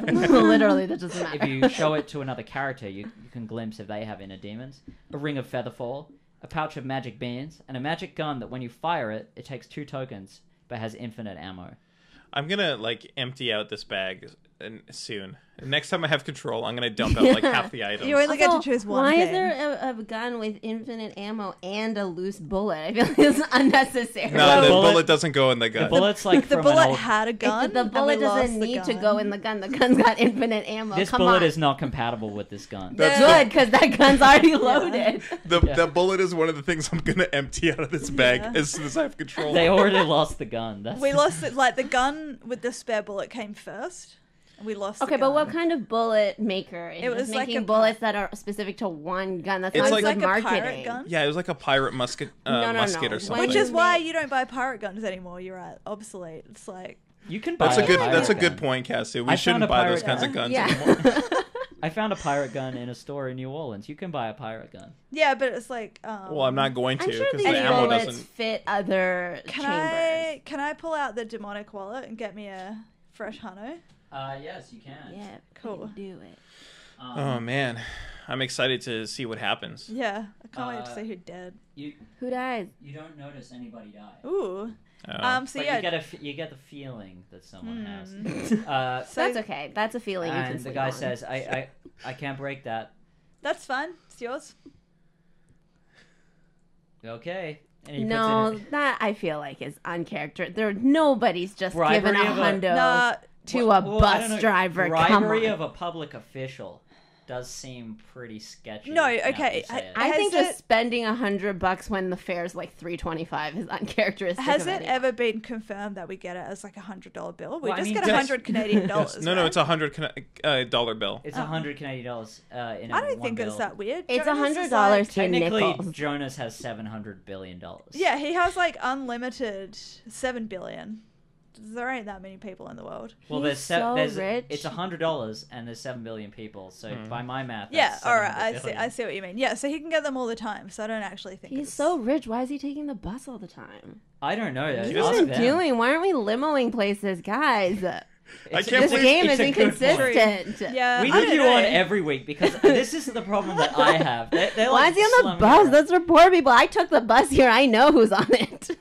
Speaker 4: Whatever. Literally, that doesn't matter.
Speaker 1: if you show it to another character, you, you can glimpse if they have inner demons. A ring of featherfall, a pouch of magic beans, and a magic gun that when you fire it, it takes two tokens but has infinite ammo.
Speaker 2: I'm gonna like empty out this bag and soon. Next time I have control, I'm gonna dump out like half the items.
Speaker 3: You only get to
Speaker 4: Also,
Speaker 3: choose one.
Speaker 4: Why
Speaker 3: thing.
Speaker 4: is there a, a gun with infinite ammo and a loose bullet? I feel like it's unnecessary.
Speaker 2: No, the
Speaker 1: Well,
Speaker 2: bullet,
Speaker 1: bullet-
Speaker 2: doesn't go in the gut.
Speaker 1: Bullets like
Speaker 3: the
Speaker 1: from
Speaker 3: bullet
Speaker 1: an old.
Speaker 3: had a gun.
Speaker 4: It- the
Speaker 3: and we
Speaker 4: bullet
Speaker 3: lost
Speaker 4: doesn't
Speaker 3: the
Speaker 4: need to
Speaker 3: gun.
Speaker 4: go in the gun. The gun's got infinite ammo.
Speaker 1: this
Speaker 4: oh, Come
Speaker 1: bullet
Speaker 4: on.
Speaker 1: is not compatible with this gun.
Speaker 2: That's
Speaker 4: good because that gun's already loaded.
Speaker 2: The,
Speaker 1: Yeah.
Speaker 2: the bullet is one of the things I'm gonna empty out of this bag
Speaker 3: Yeah.
Speaker 2: as soon as I have control.
Speaker 1: they already lost the gun. That's
Speaker 3: We lost it. Like the gun with the spare bullet came first. and We lost.
Speaker 4: Okay,
Speaker 3: the
Speaker 4: but
Speaker 3: gun.
Speaker 4: what kind of bullet maker? Is
Speaker 3: It was
Speaker 4: just
Speaker 3: like
Speaker 4: making
Speaker 3: a-
Speaker 4: bullets that are specific to one gun. That's
Speaker 2: It's
Speaker 4: not
Speaker 2: like-
Speaker 3: It's
Speaker 4: good
Speaker 3: like a pirate
Speaker 4: marketing.
Speaker 3: gun?
Speaker 2: yeah, it was like a pirate musket, uh,
Speaker 4: No, no, no.
Speaker 2: musket or
Speaker 4: When
Speaker 2: something.
Speaker 3: Which is
Speaker 4: you
Speaker 3: why
Speaker 4: mean-
Speaker 3: you don't buy pirate guns anymore. You're right. Obsolete. It's like
Speaker 1: You can buy
Speaker 2: that's a good
Speaker 1: pirate
Speaker 2: that's a good
Speaker 1: gun.
Speaker 2: point, Cassie. We
Speaker 1: I found
Speaker 2: shouldn't
Speaker 1: a
Speaker 2: buy those
Speaker 1: pirate
Speaker 2: kinds of
Speaker 3: gun.
Speaker 2: guns anymore.
Speaker 4: Yeah.
Speaker 1: I found a pirate gun in a store in New Orleans. You can buy a pirate gun.
Speaker 3: yeah, but it's like. Um,
Speaker 2: Well, I'm not going to
Speaker 4: I'm sure
Speaker 2: because
Speaker 4: these
Speaker 2: the ammo
Speaker 4: bullets
Speaker 2: doesn't.
Speaker 4: fit other
Speaker 3: Can
Speaker 4: chambers.
Speaker 3: I can I pull out the demonic wallet and get me a fresh Hano?
Speaker 1: Uh, yes, you can.
Speaker 4: Yeah,
Speaker 3: Cool.
Speaker 4: cool. Do it.
Speaker 1: Um,
Speaker 2: Oh man, I'm excited to see what happens.
Speaker 3: Yeah, I can't wait to
Speaker 1: Uh,
Speaker 3: see who did.
Speaker 1: You
Speaker 4: Who dies?
Speaker 1: you don't notice anybody die.
Speaker 3: Ooh.
Speaker 2: Oh.
Speaker 3: Um. So
Speaker 1: but
Speaker 3: yeah.
Speaker 1: you get a f- you get the feeling that someone has.
Speaker 4: Mm.
Speaker 1: Uh,
Speaker 3: so
Speaker 4: That's okay. That's a feeling you can
Speaker 1: and the
Speaker 4: sleep
Speaker 1: guy
Speaker 4: on.
Speaker 1: says, I, I I can't break that.
Speaker 3: that's fine. It's yours.
Speaker 1: Okay. And he
Speaker 4: No,
Speaker 1: puts it
Speaker 4: that I feel like is uncharacteristic. There, nobody's just
Speaker 1: Bribery
Speaker 4: giving a
Speaker 1: of a-
Speaker 4: hundo
Speaker 3: Nah.
Speaker 1: in,
Speaker 4: to
Speaker 1: Well-
Speaker 4: a
Speaker 1: well, I don't know,
Speaker 4: bus driver. Come
Speaker 1: Bribery
Speaker 4: on.
Speaker 1: of a public official does seem pretty sketchy.
Speaker 3: No,
Speaker 1: now that you
Speaker 3: okay,
Speaker 1: say it.
Speaker 4: I
Speaker 3: Has
Speaker 4: think
Speaker 3: it-
Speaker 4: just spending a hundred bucks when the fare's like three twenty five is uncharacteristic.
Speaker 3: Has
Speaker 4: of
Speaker 3: it
Speaker 4: anyone.
Speaker 3: ever been confirmed that we get it as like a hundred dollar bill? We
Speaker 1: Well, I
Speaker 3: just
Speaker 1: mean,
Speaker 3: get a
Speaker 2: yes.
Speaker 3: hundred Canadian dollars.
Speaker 2: Yes. No, no,
Speaker 3: right?
Speaker 2: it's a hundred con- uh, dollar bill.
Speaker 1: it's
Speaker 4: Oh.
Speaker 1: a hundred Canadian dollars. Uh, in
Speaker 3: I
Speaker 1: a
Speaker 3: don't
Speaker 1: one
Speaker 3: think
Speaker 1: bill.
Speaker 3: it's that weird.
Speaker 4: It's
Speaker 3: Jonas is
Speaker 4: $100 dollars
Speaker 3: like-
Speaker 4: to
Speaker 1: Technically,
Speaker 4: nickels.
Speaker 1: Jonas has seven hundred billion dollars.
Speaker 3: yeah, he has like unlimited seven billion. There ain't that many people in the world.
Speaker 1: Well,
Speaker 4: He's
Speaker 1: there's se-
Speaker 4: so
Speaker 1: there's
Speaker 4: rich.
Speaker 1: it's a hundred dollars and there's seven billion people. So by my math,
Speaker 3: Yeah,
Speaker 1: that's
Speaker 3: all right,
Speaker 1: 700
Speaker 3: I see.
Speaker 1: billion.
Speaker 3: I see what you mean. Yeah, so he can get them all the time. So I don't actually think
Speaker 4: He's
Speaker 3: it's-
Speaker 4: so rich. Why is he taking the bus all the time?
Speaker 1: I don't know.
Speaker 2: He
Speaker 1: That's
Speaker 4: What
Speaker 2: doesn't
Speaker 4: are
Speaker 1: awesome.
Speaker 4: we doing? Why aren't we limoing places, guys?
Speaker 2: I can't
Speaker 1: It's- it's
Speaker 4: This
Speaker 1: a-
Speaker 2: believe-
Speaker 4: game
Speaker 1: it's
Speaker 4: is
Speaker 1: a good point.
Speaker 4: inconsistent.
Speaker 3: Yeah,
Speaker 1: We
Speaker 3: I
Speaker 1: need
Speaker 3: don't
Speaker 1: you
Speaker 3: know.
Speaker 1: on every week because this is the problem that I have. They, they're
Speaker 4: Why
Speaker 1: like
Speaker 4: is he on the
Speaker 1: slumming
Speaker 4: bus?
Speaker 1: around.
Speaker 4: That's for poor people. I took the bus here. I know who's on it.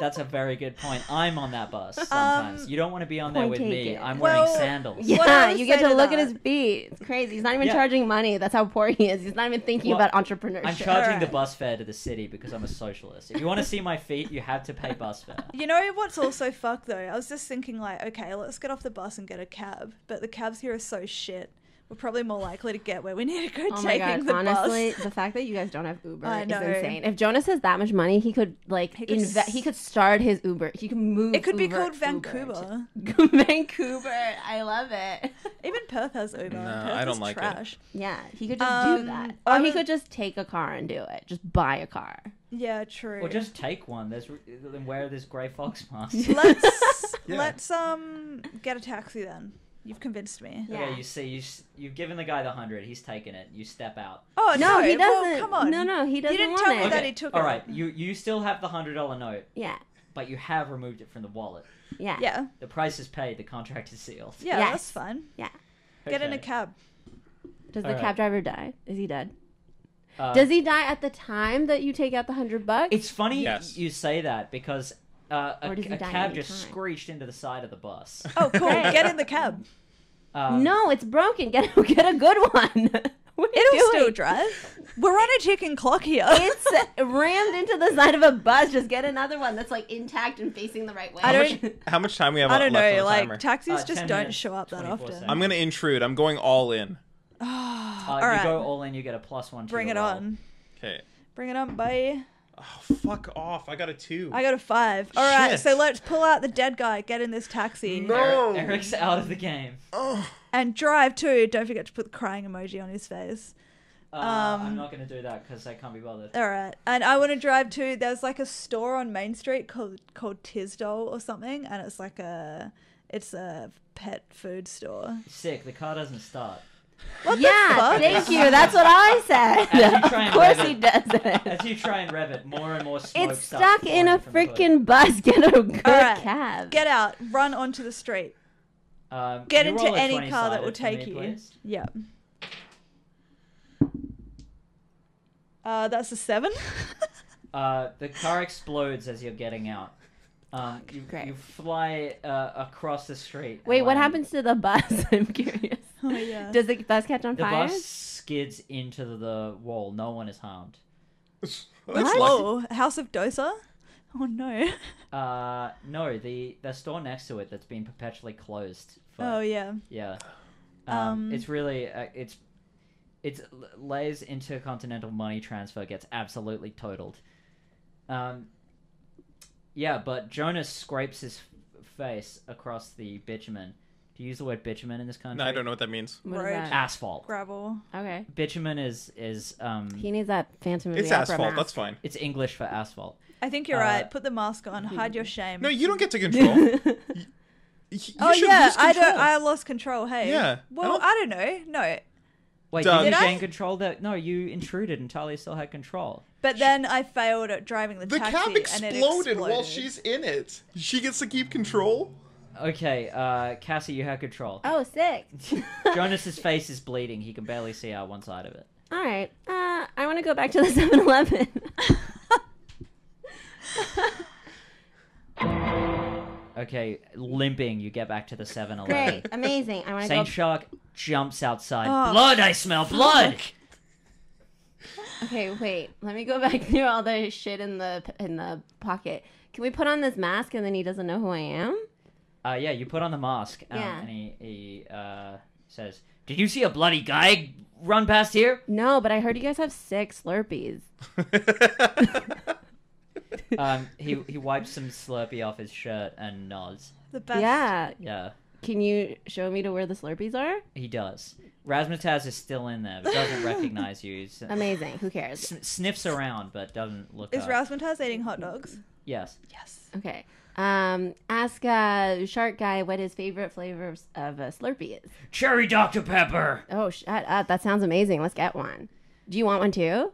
Speaker 1: That's a very good point. I'm on that bus sometimes.
Speaker 3: Um,
Speaker 1: you don't want to be on there
Speaker 4: point
Speaker 1: with me.
Speaker 4: taken.
Speaker 1: I'm
Speaker 3: Well,
Speaker 1: wearing sandals.
Speaker 3: What I
Speaker 4: yeah,
Speaker 3: would
Speaker 4: you get
Speaker 3: say
Speaker 4: to
Speaker 3: to
Speaker 4: look at
Speaker 3: that-
Speaker 4: his feet. It's crazy. He's not even
Speaker 1: Yeah.
Speaker 4: charging money. That's how poor he is. He's not even thinking
Speaker 1: Well,
Speaker 4: about entrepreneurship.
Speaker 1: I'm charging the
Speaker 3: Alright.
Speaker 1: bus fare to the city because I'm a socialist. If you want to see my feet, you have to pay bus fare.
Speaker 3: You know what's also fucked though? I was just thinking like, okay, let's get off the bus and get a cab. But the cabs here are so shit. We're probably more likely to get where we need to go
Speaker 4: Oh my
Speaker 3: taking
Speaker 4: god!
Speaker 3: the
Speaker 4: Honestly,
Speaker 3: bus.
Speaker 4: the fact that you guys don't have Uber
Speaker 3: I
Speaker 4: is
Speaker 3: know.
Speaker 4: insane. If Jonas has that much money, he could like
Speaker 3: He
Speaker 4: he
Speaker 3: could
Speaker 4: could,
Speaker 3: s-
Speaker 4: he could start his Uber. He could move.
Speaker 3: It could be
Speaker 4: Uber-
Speaker 3: called
Speaker 4: Uber
Speaker 3: Vancouver.
Speaker 4: to- Vancouver. I love it.
Speaker 3: Even Perth has Uber.
Speaker 2: No,
Speaker 3: Perth
Speaker 2: I
Speaker 3: is
Speaker 2: don't like it.
Speaker 3: trash.
Speaker 4: Yeah, he could just
Speaker 3: Um,
Speaker 4: do that,
Speaker 3: I
Speaker 4: or he
Speaker 3: would-
Speaker 4: could just take a car and do it. Just buy a car.
Speaker 3: Yeah, true.
Speaker 1: Or just take one. There's then wear this grey fox mask.
Speaker 3: let's
Speaker 2: Yeah.
Speaker 3: let's um get a taxi then. You've convinced me.
Speaker 4: Yeah.
Speaker 1: Okay, you see, you s- you've given the guy the hundred. He's taken it. You step out.
Speaker 3: Oh no,
Speaker 4: No, he
Speaker 3: well,
Speaker 4: doesn't.
Speaker 3: come on.
Speaker 4: No, no, he doesn't
Speaker 3: didn't
Speaker 4: want
Speaker 3: tell
Speaker 4: it.
Speaker 3: me that
Speaker 1: Okay,
Speaker 3: he took
Speaker 1: all
Speaker 3: it.
Speaker 1: right. You you still have the hundred dollar note,
Speaker 4: Yeah,
Speaker 1: but you have removed it from the wallet.
Speaker 4: yeah,
Speaker 3: Yeah,
Speaker 1: The price is paid. The contract is sealed.
Speaker 3: yeah,
Speaker 4: Yes.
Speaker 3: that's fine.
Speaker 4: yeah.
Speaker 3: Get in a
Speaker 1: Okay.
Speaker 3: cab.
Speaker 4: Does the
Speaker 1: Alright.
Speaker 4: cab driver die? Is he dead?
Speaker 1: Uh,
Speaker 4: Does he die at the time that you take out the hundred bucks?
Speaker 1: It's funny
Speaker 2: Yes.
Speaker 1: you say that because uh, a,
Speaker 4: Or does he
Speaker 1: a
Speaker 4: die
Speaker 1: cab
Speaker 4: any
Speaker 1: just
Speaker 4: time?
Speaker 1: screeched into the side of the bus.
Speaker 3: Oh, cool.
Speaker 4: Right.
Speaker 3: Get in the cab.
Speaker 1: Um,
Speaker 4: no, it's broken. Get a, get a good one. What are you
Speaker 3: It'll still
Speaker 4: doing?
Speaker 3: drive. We're on a ticking clock here.
Speaker 4: It's rammed into the side of a bus. Just get another one that's like intact and facing the right way.
Speaker 3: I
Speaker 2: How
Speaker 3: don't- e-,
Speaker 2: much, how much time we have
Speaker 3: I
Speaker 2: left
Speaker 3: don't
Speaker 2: on the
Speaker 3: know.
Speaker 2: timer?
Speaker 3: Like taxis
Speaker 1: Uh,
Speaker 3: just
Speaker 1: 10
Speaker 3: don't
Speaker 1: minutes,
Speaker 3: show up that
Speaker 1: 24
Speaker 3: often.
Speaker 1: seconds.
Speaker 2: I'm gonna intrude. I'm going all in.
Speaker 1: uh,
Speaker 3: all
Speaker 1: you
Speaker 3: right.
Speaker 1: go all in, you get a plus one. To
Speaker 3: Bring
Speaker 1: your
Speaker 3: it
Speaker 1: roll.
Speaker 3: on.
Speaker 2: Okay.
Speaker 3: Bring it on, bye.
Speaker 2: Oh, fuck off! I got a two.
Speaker 3: I got a five. All right,
Speaker 2: Shit.
Speaker 3: so let's pull out the dead guy, get in this taxi,
Speaker 2: no.
Speaker 1: Eric's out of the game.
Speaker 2: Oh.
Speaker 3: and drive too. Don't forget to put the crying emoji on his face.
Speaker 1: Uh,
Speaker 3: Um,
Speaker 1: I'm not gonna do that because I can't be bothered.
Speaker 3: All right, and I want to drive too. There's like a store on Main Street called called Tisdall or something, and it's like a it's a pet food store.
Speaker 1: Sick. The car doesn't start.
Speaker 3: What the
Speaker 4: yeah,
Speaker 3: fuck?
Speaker 4: thank you. That's what I
Speaker 1: As you
Speaker 4: said.
Speaker 1: try
Speaker 4: of
Speaker 1: and
Speaker 4: course
Speaker 1: rev
Speaker 4: he
Speaker 1: it.
Speaker 4: doesn't.
Speaker 1: As you try and rev it, more and more smoke
Speaker 4: It's
Speaker 1: starts
Speaker 4: stuck in
Speaker 1: pouring
Speaker 4: a
Speaker 1: from the hood.
Speaker 4: freaking bus. Get a good
Speaker 3: All right.
Speaker 4: cab.
Speaker 3: Get out, run onto the street.
Speaker 1: Um,
Speaker 3: Get
Speaker 1: you
Speaker 3: into
Speaker 1: roll a
Speaker 3: any
Speaker 1: 20
Speaker 3: car that will
Speaker 1: sided for me,
Speaker 3: take you.
Speaker 1: please.
Speaker 3: Yeah. Uh, that's a seven.
Speaker 1: Uh, the car explodes as you're getting out. Um, you,
Speaker 4: Great.
Speaker 1: you fly uh, across the street. and
Speaker 4: Wait, what
Speaker 1: land.
Speaker 4: happens to the bus? I'm curious.
Speaker 3: oh yeah.
Speaker 4: Does the bus catch on
Speaker 1: The
Speaker 4: fire?
Speaker 1: bus skids into the wall. No one is harmed.
Speaker 2: That's lucky.
Speaker 3: That's low. House of Dosa. Oh no.
Speaker 1: Uh, no, the the store next to it that's been perpetually closed. For,
Speaker 3: Oh yeah.
Speaker 1: yeah. Um,
Speaker 3: Um,
Speaker 1: it's really uh, it's it's Lay's intercontinental money transfer gets absolutely totaled. Um, yeah, but Jonas scrapes his f- face across the bitumen. Do you use the word bitumen in this country?
Speaker 2: No, I don't know what that means.
Speaker 4: What is
Speaker 3: Road.
Speaker 4: that?
Speaker 1: Asphalt.
Speaker 3: Gravel.
Speaker 1: Ah.
Speaker 4: Okay.
Speaker 1: Bitumen is is um
Speaker 4: He needs that Phantom of
Speaker 2: It's
Speaker 4: the Opera
Speaker 2: asphalt.
Speaker 4: mask.
Speaker 2: That's fine.
Speaker 1: it's English for asphalt.
Speaker 3: I think you're
Speaker 1: Uh,
Speaker 3: right. Put the mask on. Hide your shame.
Speaker 2: No, you don't get to control. Y- you
Speaker 3: oh
Speaker 2: should
Speaker 3: yeah.
Speaker 2: lose
Speaker 3: I don't.
Speaker 2: control.
Speaker 3: I lost control. Hey.
Speaker 2: Yeah, I
Speaker 3: Well,
Speaker 2: don't-
Speaker 3: I don't, know. No.
Speaker 1: Wait,
Speaker 2: Doug.
Speaker 1: did you
Speaker 3: Did I?
Speaker 1: gain control? That no, you intruded and Talia still had control.
Speaker 3: But then I failed at driving the,
Speaker 2: The
Speaker 3: taxi
Speaker 2: cab
Speaker 3: and
Speaker 2: exploded,
Speaker 3: it exploded
Speaker 2: while she's in it. She gets to keep control.
Speaker 1: Okay, uh, Cassie, you had control.
Speaker 4: Oh, sick.
Speaker 1: Jonas's face is bleeding. He can barely see out one side of it.
Speaker 4: All right. Uh, I want to go back to the 7 Eleven.
Speaker 1: Okay, limping, you get back to the 7
Speaker 4: Great.
Speaker 1: Eleven.
Speaker 4: Amazing. I want to go.
Speaker 1: Saint Shark jumps outside.
Speaker 3: Oh.
Speaker 1: Blood, I smell blood!
Speaker 4: okay, wait. Let me go back through all the shit in the in the pocket. Can we put on this mask and then he doesn't know who I am?
Speaker 1: Uh, yeah, you put on the mask, um,
Speaker 4: Yeah.
Speaker 1: and he, he uh, says, Did you see a bloody guy run past here?
Speaker 4: No, but I heard you guys have six Slurpees.
Speaker 1: Um, he, he wipes some Slurpee off his shirt and nods.
Speaker 3: The best.
Speaker 4: Yeah.
Speaker 1: Yeah,
Speaker 4: Can you show me to where the Slurpees are?
Speaker 1: he does. Razmataz is still in there, but doesn't recognize you. S-
Speaker 4: Amazing. Who cares?
Speaker 1: sn- sniffs around, but doesn't look
Speaker 3: Is
Speaker 2: Uh,
Speaker 1: up.
Speaker 3: Rasmataz eating hot dogs?
Speaker 1: yes.
Speaker 3: Yes.
Speaker 4: Okay. Um, ask uh, Shark Guy what his favorite flavor of, of a Slurpee is.
Speaker 1: Cherry Dr. Pepper!
Speaker 4: Oh, shut up. That sounds amazing. Let's get one. Do you want one too?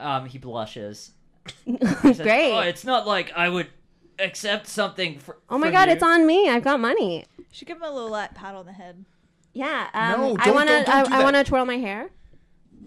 Speaker 1: Um, he blushes. Says,
Speaker 4: Great.
Speaker 1: Oh, it's not like I would accept something. Fr-
Speaker 4: Oh my
Speaker 1: from
Speaker 4: god,
Speaker 1: you."
Speaker 4: it's on me. I've got money.
Speaker 3: Should give him a little light pat on the head.
Speaker 4: Yeah. Um,
Speaker 2: No,
Speaker 4: I
Speaker 2: don't-
Speaker 4: want
Speaker 2: don't- don't
Speaker 4: to
Speaker 2: do
Speaker 4: I, I
Speaker 2: that.
Speaker 4: want to twirl my hair.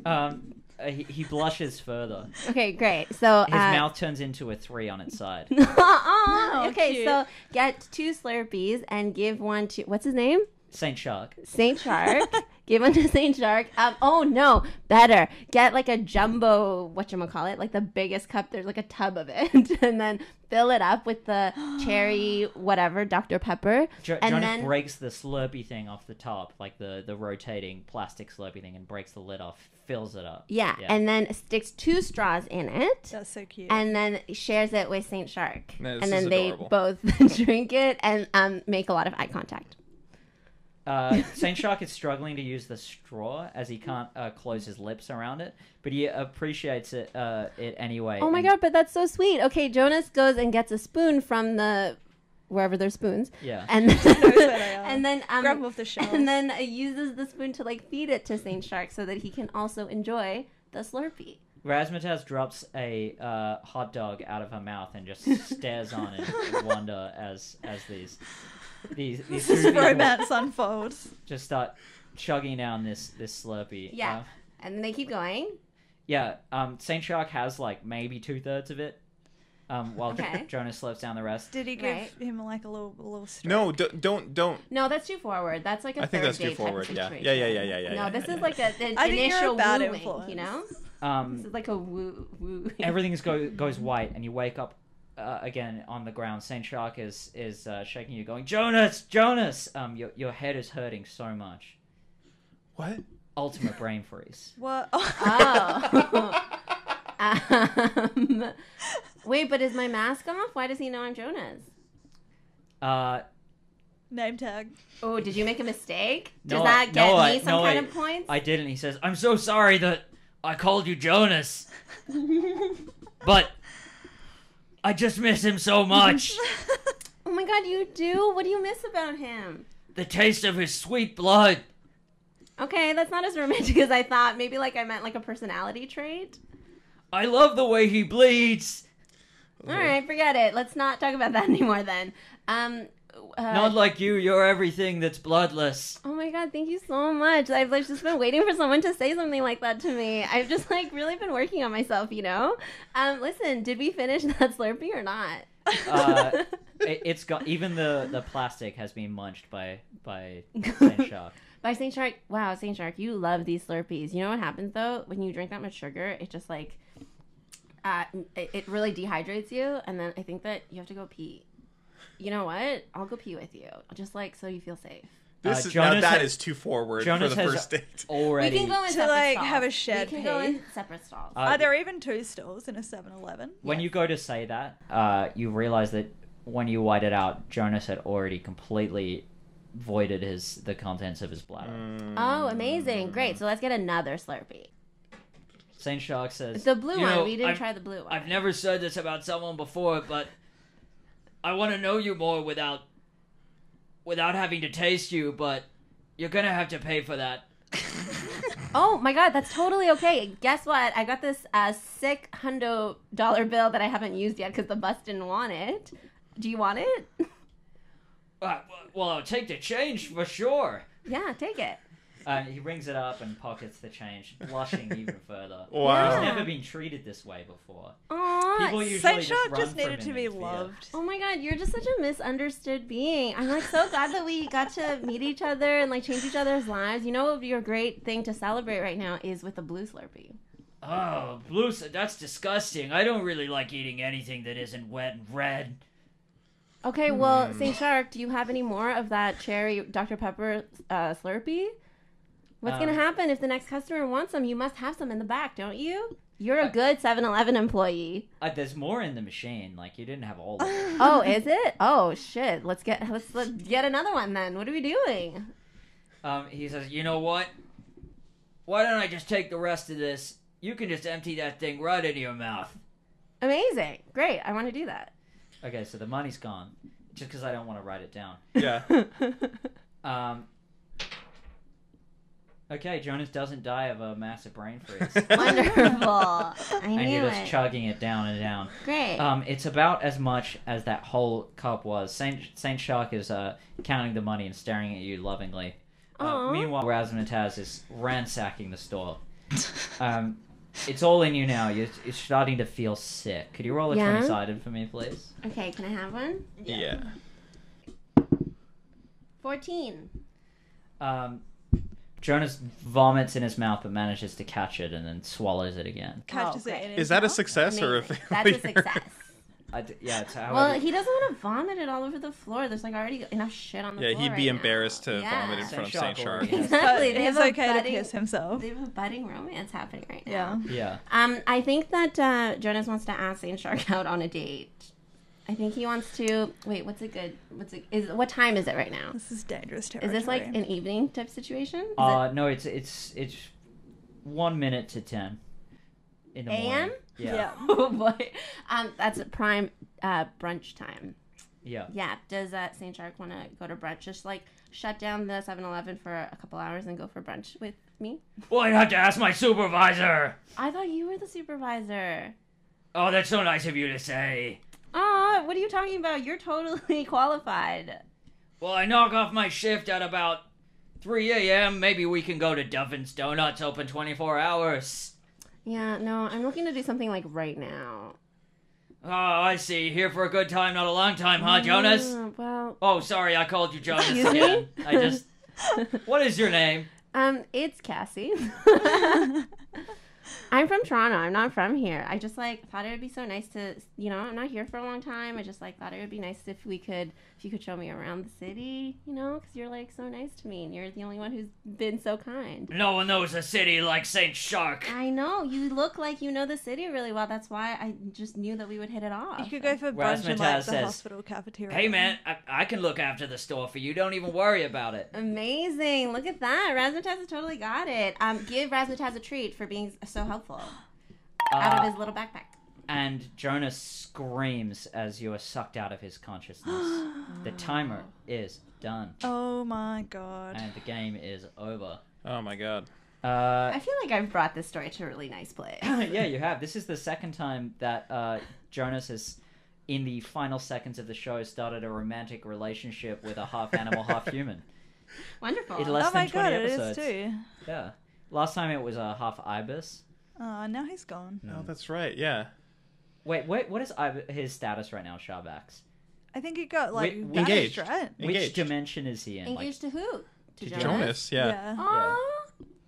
Speaker 1: Um, uh, he, he blushes further.
Speaker 4: Okay, great. So
Speaker 1: His
Speaker 4: uh,
Speaker 1: mouth turns into a three on its side.
Speaker 4: Aw,
Speaker 3: No,
Speaker 4: okay,
Speaker 3: cute.
Speaker 4: so get two Slurpees and give one to what's his name?
Speaker 1: Saint Shark.
Speaker 4: Saint Shark. give one to Saint Shark. Um, oh no, better get like a jumbo. What you call it? Like the biggest cup. There's like a tub of it, and then fill it up with the cherry whatever Dr Pepper,
Speaker 1: Jo-
Speaker 4: and
Speaker 1: Jonas
Speaker 4: then
Speaker 1: breaks the Slurpee thing off the top, like the the rotating plastic Slurpee thing, and breaks the lid off, fills it up.
Speaker 4: yeah,
Speaker 1: Yeah.
Speaker 4: and then sticks two straws in it.
Speaker 3: That's so cute.
Speaker 4: And then shares it with Saint Shark,
Speaker 2: No, this
Speaker 4: and then
Speaker 2: is
Speaker 4: they
Speaker 2: adorable.
Speaker 4: both drink it and um, make a lot of eye contact.
Speaker 1: Uh, Saint Shark is struggling to use the straw as he can't uh, close his lips around it, but he appreciates it uh, it anyway.
Speaker 4: Oh my
Speaker 1: and-
Speaker 4: god, but that's so sweet. Okay, Jonas goes and gets a spoon from the wherever there's spoons.
Speaker 1: Yeah.
Speaker 4: And
Speaker 3: knows
Speaker 4: then,
Speaker 3: where they are.
Speaker 4: and then um,
Speaker 3: Grab him off the shelf.
Speaker 4: And then uh, uses the spoon to like feed it to Saint Shark so that he can also enjoy the Slurpee.
Speaker 1: Razmataz drops a uh, hot dog out of her mouth and just stares on it in wonder as as these these these two
Speaker 3: this
Speaker 1: people
Speaker 3: romance unfolds.
Speaker 1: just start chugging down this this Slurpee.
Speaker 4: Yeah.
Speaker 1: Um,
Speaker 4: And then they keep going.
Speaker 1: yeah. Um, Saint Shark has like maybe two thirds of it, um, while
Speaker 4: Okay.
Speaker 1: Jonas slurps down the rest.
Speaker 3: Did he give
Speaker 4: Right.
Speaker 3: him like a little, a little? Stroke?
Speaker 2: no, don't, don't, don't.
Speaker 4: No, that's too forward. That's like a
Speaker 2: I think
Speaker 4: third
Speaker 2: that's too
Speaker 4: date type of
Speaker 2: forward, yeah.
Speaker 4: situation.
Speaker 2: Yeah, yeah, yeah, yeah, yeah,
Speaker 4: No,
Speaker 2: yeah,
Speaker 4: this
Speaker 2: yeah,
Speaker 4: is like a, the
Speaker 3: I think you're
Speaker 4: initial
Speaker 3: a bad
Speaker 4: wooing,
Speaker 3: influence.
Speaker 4: you know? This
Speaker 1: Um,
Speaker 4: is like a woo woo.
Speaker 1: everything's go- goes white, and you wake up uh, again on the ground. Saint Shark is is uh, shaking you, going, "Jonas, Jonas!" Um, your your head is hurting so much.
Speaker 2: What?
Speaker 1: Ultimate brain freeze.
Speaker 3: What?
Speaker 1: Uh,
Speaker 4: Oh. um, wait, but is my mask off? Why does he know I'm Jonas?
Speaker 1: Uh,
Speaker 3: Name tag.
Speaker 4: Oh, did you make a mistake? Does
Speaker 1: No,
Speaker 4: that get
Speaker 1: no, I-
Speaker 4: me some
Speaker 1: no,
Speaker 4: kind
Speaker 1: I-
Speaker 4: of points?
Speaker 1: I didn't. He says, I'm so sorry that I called you Jonas, but I just miss him so much.
Speaker 4: oh my god, you do? What do you miss about him?
Speaker 1: the taste of his sweet blood.
Speaker 4: Okay, that's not as romantic as I thought. Maybe like I meant like a personality trait.
Speaker 1: I love the way he bleeds. Mm-hmm.
Speaker 4: All right, forget it. Let's not talk about that anymore then. Um Uh,
Speaker 1: Not like you. You're everything that's bloodless.
Speaker 4: Oh my god, thank you so much. I've like just been waiting for someone to say something like that to me. I've just like really been working on myself, you know? Um, listen, did we finish that Slurpee or not?
Speaker 1: Uh, It, it's got even the the plastic has been munched by by Saint Shark.
Speaker 4: By Saint Shark, wow, Saint Shark, you love these Slurpees. You know what happens though? When you drink that much sugar, it just like uh, it, it really dehydrates you, and then I think that you have to go pee. You know what? I'll go pee with you, just like so you feel safe.
Speaker 2: This
Speaker 1: Uh,
Speaker 2: is, now
Speaker 1: Jonas
Speaker 2: that
Speaker 1: ha-
Speaker 2: is too forward
Speaker 1: Jonas
Speaker 2: for the
Speaker 1: has
Speaker 2: first date.
Speaker 1: Already,
Speaker 4: We can go in
Speaker 3: To,
Speaker 4: separate
Speaker 3: like,
Speaker 4: stalls.
Speaker 3: have a shared
Speaker 4: We can go
Speaker 3: pee.
Speaker 4: in separate stalls.
Speaker 1: Uh,
Speaker 3: Are there even two stalls in a 7-Eleven?
Speaker 1: when you go to say that, uh, you realize that when you white it out, Jonas had already completely voided his the contents of his bladder.
Speaker 4: oh, amazing! Great. So let's get another Slurpee.
Speaker 1: Saint Shark says
Speaker 4: The blue
Speaker 1: "You
Speaker 4: one.
Speaker 1: know,
Speaker 4: we didn't
Speaker 1: I've-
Speaker 4: try the blue one.
Speaker 1: I've never said this about someone before, but I want to know you more without without having to taste you, but you're going to have to pay for that.
Speaker 4: Oh my god, that's totally okay. Guess what? I got this uh, sick hundo dollar bill that I haven't used yet because the bus didn't want it. Do you want it?
Speaker 1: Uh, well, I'll take the change for sure.
Speaker 4: yeah, take it.
Speaker 1: Uh, he rings it up and pockets the change, blushing even further.
Speaker 2: Wow.
Speaker 1: He's
Speaker 4: Yeah.
Speaker 1: never been treated this way before.
Speaker 4: Aw,
Speaker 1: People usually
Speaker 3: Saint
Speaker 1: just
Speaker 3: Shark
Speaker 1: run
Speaker 3: just
Speaker 1: from
Speaker 3: needed
Speaker 1: him
Speaker 3: to be
Speaker 1: in fear.
Speaker 3: loved.
Speaker 4: Oh my god, you're just such a misunderstood being. I'm like so glad that we got to meet each other and like change each other's lives. You know what would be a great thing to celebrate right now is with a blue Slurpee.
Speaker 1: Oh, blue, s- that's disgusting. I don't really like eating anything that isn't wet and red.
Speaker 4: Okay, well, Saint Shark, do you have any more of that cherry Dr. Pepper uh, Slurpee? What's gonna
Speaker 1: Um,
Speaker 4: happen if the next customer wants some? You must have some in the back, don't you? You're a good 7-Eleven employee.
Speaker 1: Uh, there's more in the machine. Like, you didn't have all of it.
Speaker 4: Oh, is it? Oh shit! Let's get let's, let's get another one then. What are we doing?
Speaker 1: Um, he says, "You know what? Why don't I just take the rest of this? You can just empty that thing right into your mouth."
Speaker 4: Amazing! Great! I want to do that.
Speaker 1: Okay, so the money's gone, just because I don't want to write it down.
Speaker 2: Yeah.
Speaker 1: Um. Okay, Jonas doesn't die of a massive brain freeze,
Speaker 4: Wonderful! I
Speaker 1: and
Speaker 4: knew
Speaker 1: you're just
Speaker 4: it.
Speaker 1: chugging it down and down.
Speaker 4: Great.
Speaker 1: Um, it's about as much as that whole cup was. Saint Saint Shark is uh counting the money and staring at you lovingly. Uh,
Speaker 4: Aw.
Speaker 1: meanwhile, Razmataz is ransacking the store. Um, it's all in you now. You're, you're starting to feel sick. Could you roll a
Speaker 4: Yeah?
Speaker 1: twenty sided for me, please?
Speaker 4: okay, can I have one?
Speaker 2: yeah.
Speaker 4: Fourteen.
Speaker 1: Um, Jonas vomits in his mouth but manages to catch it and then swallows it again.
Speaker 3: Catches
Speaker 4: Oh,
Speaker 3: it
Speaker 4: great.
Speaker 3: in his
Speaker 2: Is that a
Speaker 3: mouth.
Speaker 2: success or a failure?
Speaker 4: Amazing. That's a success.
Speaker 1: I d- yeah, it's how
Speaker 4: Well, he doesn't want to vomit it all over the floor. There's like already enough shit on the
Speaker 2: Yeah,
Speaker 4: floor.
Speaker 2: he'd be
Speaker 4: right
Speaker 2: embarrassed
Speaker 4: now.
Speaker 2: to
Speaker 4: Yeah.
Speaker 2: vomit in front of
Speaker 1: Saint
Speaker 2: Saint
Speaker 1: Shark
Speaker 2: Shark.
Speaker 1: already.
Speaker 4: Exactly.
Speaker 3: But
Speaker 4: They
Speaker 3: it's
Speaker 4: have a
Speaker 3: okay
Speaker 4: budding-
Speaker 3: to piss himself.
Speaker 4: They have a budding romance happening right
Speaker 3: Yeah.
Speaker 4: now.
Speaker 1: yeah.
Speaker 4: Um, I think that uh, Jonas wants to ask Saint Shark out on a date. I think he wants to. Wait, what's a good? What's a, is? What time is it right now?
Speaker 3: This is dangerous
Speaker 4: Is
Speaker 3: territory.
Speaker 4: this like an evening type situation? Is
Speaker 1: Uh, no, it's it's it's one minute to ten in the
Speaker 4: A.M.?
Speaker 1: morning.
Speaker 3: yeah.
Speaker 1: Yeah,
Speaker 4: it- oh boy, um, that's prime uh, brunch time.
Speaker 1: yeah.
Speaker 4: Yeah. Does uh, Saint Shark want to go to brunch? Just like shut down the 7-Eleven for a couple hours and go for brunch with me?
Speaker 1: Well, I'd have to ask my supervisor.
Speaker 4: I thought you were the supervisor.
Speaker 1: Oh, that's so nice of you to say.
Speaker 4: Oh, what are you talking about? You're totally qualified.
Speaker 1: Well, I knock off my shift at about 3 a.m. Maybe we can go to Duffin's Donuts, open 24 hours.
Speaker 4: Yeah, no, I'm looking to do something like right now.
Speaker 1: Oh, I see. Here for a good time, not a long time, huh, Jonas?
Speaker 4: Yeah, well,
Speaker 1: Oh, sorry, I called you Jonas
Speaker 4: Mm. Excuse me?
Speaker 1: again. I just. What is your name?
Speaker 4: um, it's Cassie. I'm from Toronto. I'm not from here. I just like thought it would be so nice to, you know, I'm not here for a long time. I just like thought it would be nice if we could, if you could show me around the city, you know, because you're like so nice to me and you're the only one who's been so kind.
Speaker 1: No one knows a city like St. Shark.
Speaker 4: I know you look like you know the city really well. That's why I just knew that we would hit it off.
Speaker 3: You could go for brunch in like
Speaker 1: Razzmatazz
Speaker 3: the
Speaker 1: says,
Speaker 3: hospital cafeteria.
Speaker 1: Hey, man, I, I can look after the store for you. Don't even worry about it.
Speaker 4: Amazing! Look at that. Razzmatazz has totally got it. Um, give Razzmatazz a treat for being so helpful out of
Speaker 1: Uh,
Speaker 4: his little backpack.
Speaker 1: and Jonas screams as you are sucked out of his consciousness. the timer is done,
Speaker 3: Oh my god.
Speaker 1: and the game is over.
Speaker 2: Oh my god.
Speaker 1: Uh,
Speaker 4: I feel like I've brought this story to a really nice place.
Speaker 1: yeah, you have. This is the second time that uh, Jonas has in the final seconds of the show, started a romantic relationship with a half animal, half human.
Speaker 4: Wonderful.
Speaker 1: It less
Speaker 3: oh my
Speaker 1: than 20
Speaker 3: god, it is
Speaker 1: episodes.
Speaker 3: too.
Speaker 1: Yeah. Last time it was a half ibis.
Speaker 3: Oh, now he's gone.
Speaker 2: Oh, that's right. Yeah.
Speaker 1: Wait, wait what is Ib- his status right now, Sharbax?
Speaker 3: I think he got like
Speaker 1: Wait,
Speaker 3: banished,
Speaker 2: engaged.
Speaker 3: right?
Speaker 1: Which
Speaker 2: Engaged.
Speaker 1: dimension is he in? Like,
Speaker 4: Engaged to who? To
Speaker 1: To
Speaker 2: Jonas.
Speaker 4: Jonas.
Speaker 2: yeah.
Speaker 4: Aw.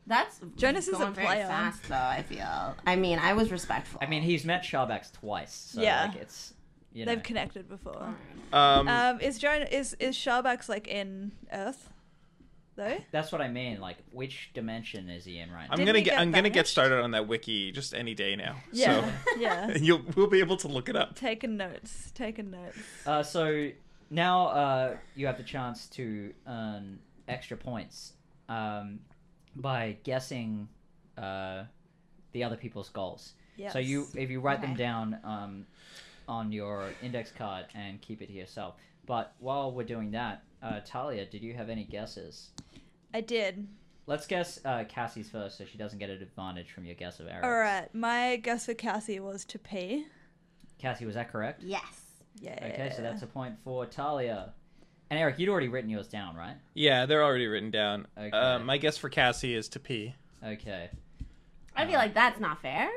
Speaker 4: That's
Speaker 3: Jonas is a
Speaker 4: going very
Speaker 3: player.
Speaker 4: Fast though, I feel. I mean, I was respectful.
Speaker 1: I mean, he's met Sharbax twice. So,
Speaker 3: Yeah.
Speaker 1: Like, it's. You know.
Speaker 3: They've connected before.
Speaker 2: Um,
Speaker 3: Um, is Joan is is Sharbax like in Earth though?
Speaker 1: That's what I mean. Like, which dimension is he in right now?
Speaker 2: I'm
Speaker 3: didn't
Speaker 2: gonna
Speaker 3: he
Speaker 2: get,
Speaker 3: get
Speaker 2: I'm gonna get
Speaker 3: banished?
Speaker 2: started on that wiki just any day now.
Speaker 3: Yeah,
Speaker 2: So
Speaker 3: yeah.
Speaker 2: and you'll we'll be able to look it up.
Speaker 3: Taking notes, taking notes.
Speaker 1: Uh, so now uh, you have the chance to earn extra points um, by guessing uh, the other people's goals.
Speaker 3: Yes.
Speaker 1: So you, if you write them
Speaker 4: Okay.
Speaker 1: down um, on your index card and keep it to yourself. But while we're doing that, uh, Talia, did you have any guesses?
Speaker 3: I did.
Speaker 1: Let's guess uh, Cassie's first, so she doesn't get an advantage from your guess of Eric.
Speaker 3: All right, my guess for Cassie was to pee.
Speaker 1: Cassie, was that correct?
Speaker 4: yes.
Speaker 3: Yeah.
Speaker 1: Okay, so that's a point for Talia. And Eric, you'd already written yours down, right?
Speaker 2: Yeah, they're already written down.
Speaker 1: Okay.
Speaker 2: Uh, my guess for Cassie is to pee.
Speaker 1: Okay.
Speaker 4: I feel like that's not fair